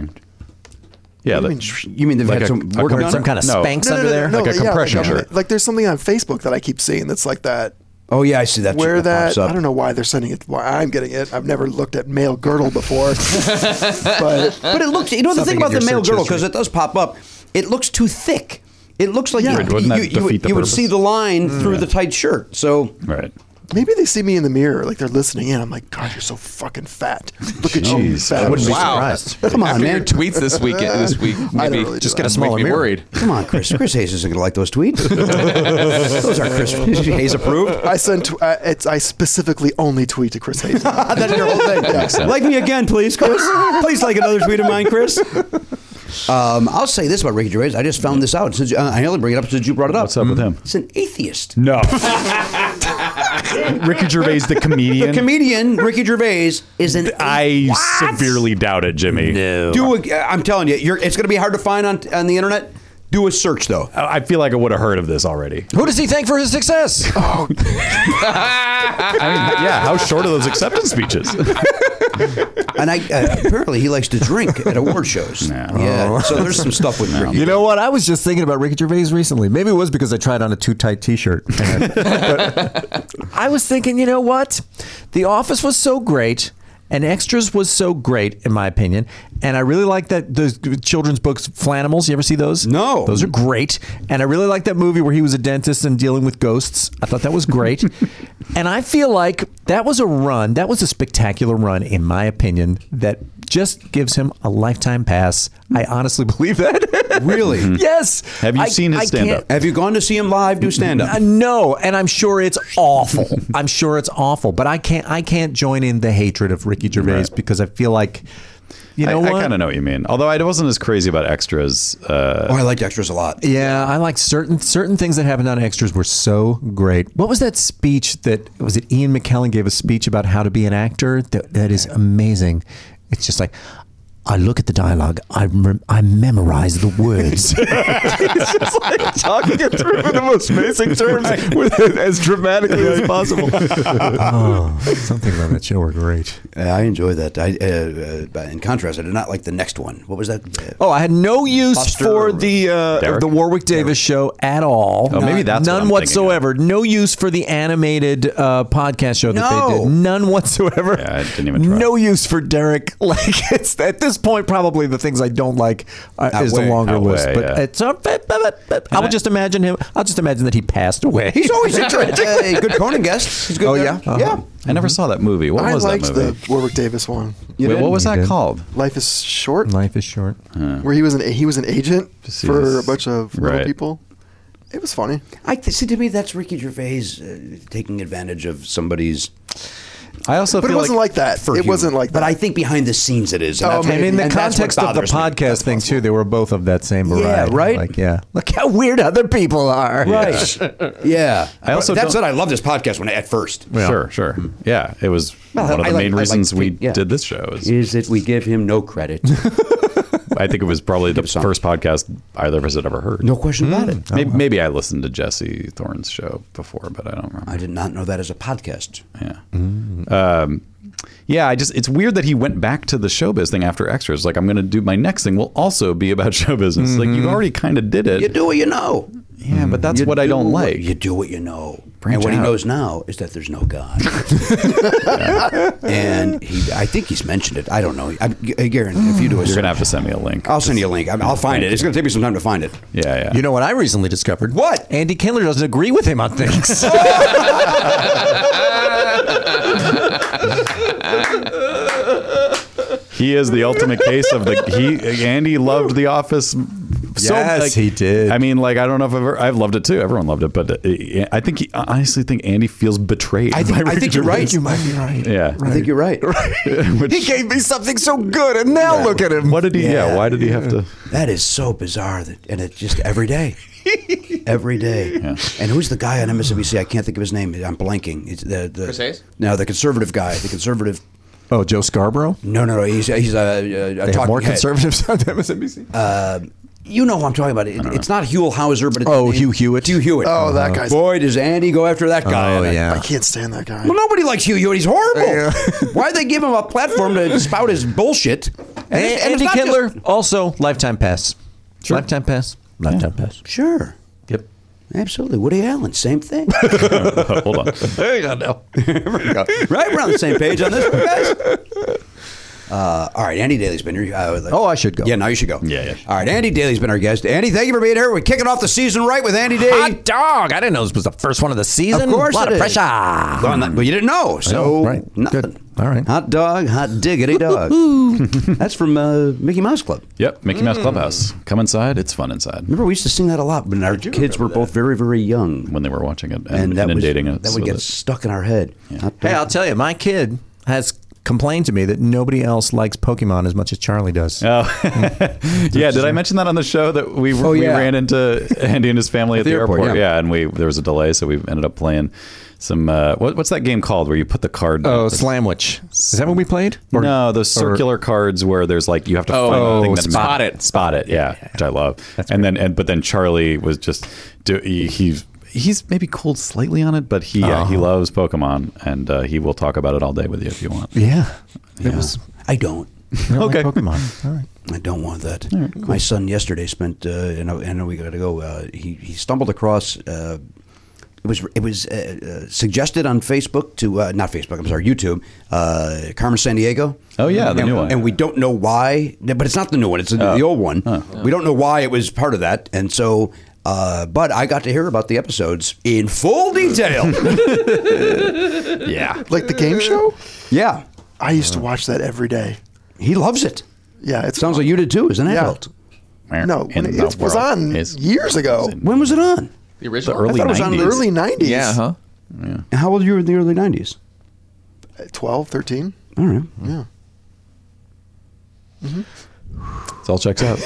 Yeah, that, you mean they've Like had a- some a work com- done? some kind of No. spanks under there. Like a compression like, shirt. Like there's something on Facebook that I keep seeing that's like that. Oh yeah, I see that. Wear shit that. pops up. I don't know why they're sending it. Why I'm getting it. I've never looked at male girdle before. but But it looks. You know the Something thing in about the your male search girdle history. because it does pop up. It looks too thick. It looks like you, Wouldn't that you- you would- defeat the you would purpose? Mm. see the line through the tight shirt. So right. maybe they see me in the mirror, like they're listening in. I'm like, God, you're so fucking fat. Look at you, Jeez, I fat. wouldn't be wow. come on, After your man. tweets this week, this week I don't maybe really do just that. get a smaller make me mirror. worried. come on, Chris. Chris Hayes isn't going to like those tweets. those are Chris Hayes approved. I sent. Tw- uh, it's. I specifically only tweet to Chris Hayes. That's your whole thing. Like me again, please, Chris. Please like another tweet of mine, Chris. Um, I'll say this about Ricky Gervais. I just found this out. Since uh, I only bring it up since you brought it up. What's up with him? He's an atheist. Mm. No. Ricky Gervais, the comedian. The comedian Ricky Gervais is an. I severely doubt it, Jimmy. No. Do a, I'm telling you, you're, it's going to be hard to find on on the internet. Do a search though. Oh. I I feel like I would have heard of this already. Who does he thank for his success? I mean, yeah, how short are those acceptance speeches? And I uh, apparently he likes to drink at award shows. Yeah, so there's some stuff with Ricky. Oh. You know what? I was just thinking about Ricky Gervais recently. Maybe it was because I tried on a too tight T-shirt. And- but I was thinking, you know what? The Office was so great, And extras was so great in my opinion. And I really like that those children's books, Flanimals. You ever see those? Oh. No, those are great. And I really like that movie where he was a dentist and dealing with ghosts. I thought that was great. and I feel like that was a run. That was a spectacular run, in my opinion. That just gives him a lifetime pass. I honestly believe that. really? Yes. Have you I- seen his I stand up? can't- Have you gone to see him live do stand up? Uh, no, and I'm sure it's awful. I'm sure it's awful, but I can't. I can't join in the hatred of Ricky Gervais because I feel like, you know I, what? I kind of know what you mean. Although I wasn't as crazy about extras. Uh, oh, I liked extras a lot. yeah, I like certain certain things that happened on extras were so great. What was that speech that was it? Ian McKellen gave a speech about how to be an actor. That, that is amazing. It's just like. I look at the dialogue. I rem- I memorize the words. He's just like talking it through in the most basic terms, with, as dramatically as possible. oh, something about that show were great. Uh, I enjoy that. I, uh, uh, but in contrast, I did not like the next one. What was that? Uh, Oh, I had no use Buster for or the uh, Derek? the Warwick Davis show at all. Oh, maybe that's what none I'm thinking whatsoever. No use for the animated uh, podcast show that they No. did. None whatsoever. Yeah, I didn't even try. No use for Derek. Like it's at this point probably the things I don't like uh, is the Outweigh- longer outweigh, list. But yeah. it's uh, but, but, but, but I will just imagine him. I'll just imagine that he passed away. he's always interesting. Hey, good Conan guest. He's good. Oh, there. yeah? Uh-huh. yeah. Mm-hmm. I never saw that movie. What I was liked that movie? the Warwick Davis one. Wait, what was You that did. called? Life is short, Life is short. where he was an he was an agent Just see for this- a bunch of little Right. people. It was funny. I th- see. To me, that's Ricky Gervais uh, taking advantage of somebody's. I also But it feel wasn't like that. for It humor. wasn't like But that. I think behind the scenes it is. Oh, that's what- And maybe. in the and that's what context of the bothers me. podcast That's thing possible. too, they were both of that same variety. right? Like, yeah. Look how weird other people are. Right. yeah. I also that's don't- what I love this podcast when at first. Sure, sure. Yeah, it was Well, one of I the like- main I like reasons to we think- yeah. did this show. Is Is that we give him no credit. I think it was probably the some. first podcast either of us had ever heard. No question about it. Maybe, maybe I listened to Jesse Thorne's show before, but I don't remember. I did not know that as a podcast. Yeah. Um, yeah, I just it's weird that he went back to the showbiz thing after extras. Like I'm going to do my next thing will also be about show business. Like you already kind of did it. You do what you know. Mm-hmm. yeah, but that's You what I don't do what- like. You do what you know. Branch and what he out. knows now is that there's no God. and he, I think he's mentioned it. I don't know. I, I guarantee if you do a You're going search- to have to send me a link. I'll send you a link. I I'll find it. It's going to take me some time to find it. yeah, yeah. You know what I recently discovered? What? Andy Kindler doesn't agree with him on things. He is the ultimate case of the he Andy loved The Office. So, Yes, like- he did. I mean, like I don't know if I've ever, I've loved it too. Everyone loved it, but uh, I think he, I honestly think Andy feels betrayed. I think, by I think Ricky you're right. Gervais. You might be right. Yeah. I think you're right. he gave me something so good, and now look at him. What did he? Yeah. Yeah. why did he have to? That is so bizarre. That, and it's just every day. every day. And who's the guy on MSNBC? I can't think of his name. I'm blanking. It's the, the, Chris Hayes? No, the conservative guy. The conservative. Oh, Joe Scarborough? No, no, no. He's, he's a, a, a They have talking more head. conservatives on MSNBC. You know who I'm talking about. It, it's not Huell Hauser, but it's, Oh, it- Hugh Hewitt. Uh-huh. Hugh Hewitt. Oh, that guy's- Boy, does Andy go after that guy. Oh, And I- yeah. I can't stand that guy. Well, nobody likes Hugh Hewitt. He's horrible. Why'd they give him a platform to spout his bullshit? And, it- it's Andy not Kindler, just- also lifetime pass. Lifetime pass. Lifetime pass. sure. Yep. Absolutely. Woody Allen, same thing. Hold on. There you go. No. right? We're on the same page on this, one, guys. Uh, all right, Andy Daly's been here. Uh, like- Oh, I should go. Yeah, now you should go. Yeah, yeah. All right, Andy Daly's been our guest. Andy, thank you for being here. We're kicking off the season right with Andy Daly. Hot dog! I didn't know this was the first one of the season. Of course, a lot it of is. pressure. Well, not- well, you didn't know, so know, right. nothing. Good. All right. Hot dog, hot diggity dog. That's from uh, Mickey Mouse Club. Yep. Mickey Mm. Mouse Clubhouse. Come inside. It's fun inside. Remember, we used to sing that a lot when our kids were both very, very young, When they were watching it and, and that was inundating us. that would with get it. stuck in our head. Hot dog. Hey, I'll tell you, my kid has complained to me that nobody else likes Pokemon as much as Charlie does. yeah, did I mention that on the show that we, Oh, we yeah. ran into Andy and his family at, the, airport? yeah. yeah. and we there was a delay, so we ended up playing some. Uh, what, what's that game called where you put the card? Oh, It's- Slamwich. Is that what we played? Or- no, those circular cards where there's like you have to Oh, find the oh, thing that spot it, spot it, yeah, which I love. and then and but then Charlie was just do, he, he's he's maybe cooled slightly on it, but he uh, he loves Pokemon and uh, he will talk about it all day with you if you want. Yeah. It Yeah. was I don't. Okay. Pokemon. All right. I don't want that. My son yesterday spent, uh, and I, and we got to go. Uh, he he stumbled across. Uh, was it was uh, uh, suggested on Facebook to uh, not Facebook. I'm sorry, YouTube. Uh, Carmen San Diego. Oh, yeah, the and, new one. And we don't know why, but it's not the new one. It's the, Oh. the old one. Huh. We don't know why it was part of that, and so. Uh, but I got to hear about the episodes in full detail. yeah, Like the game show? yeah. I used to watch that every day. He loves it. Yeah, it sounds like you did too, as an Yeah. adult. No, In when it, the it was world on is- years ago. When was it on? The original. The early I thought it was on the 90s. early nineties. Yeah, huh? How old were you in the early '90s? 12, 13? All right. Yeah. It all checks out.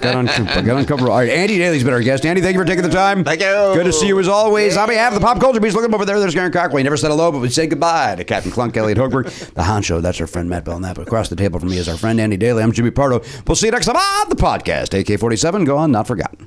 got on, I got on cover. All right, Andy Daly's been our guest. Andy, thank you for taking the time. Thank you. Good to see you as always. On behalf of the Pop Culture Beast, looking over there, there's Garen Cockway. Never said hello, but we say goodbye to Captain Clunk, Elliot Hochberg, the honcho. That's our friend Matt Belknap. Across the table from me is our friend Andy Daly. I'm Jimmy Pardo. We'll see you next time on the podcast. AK-47, go on, not forgotten.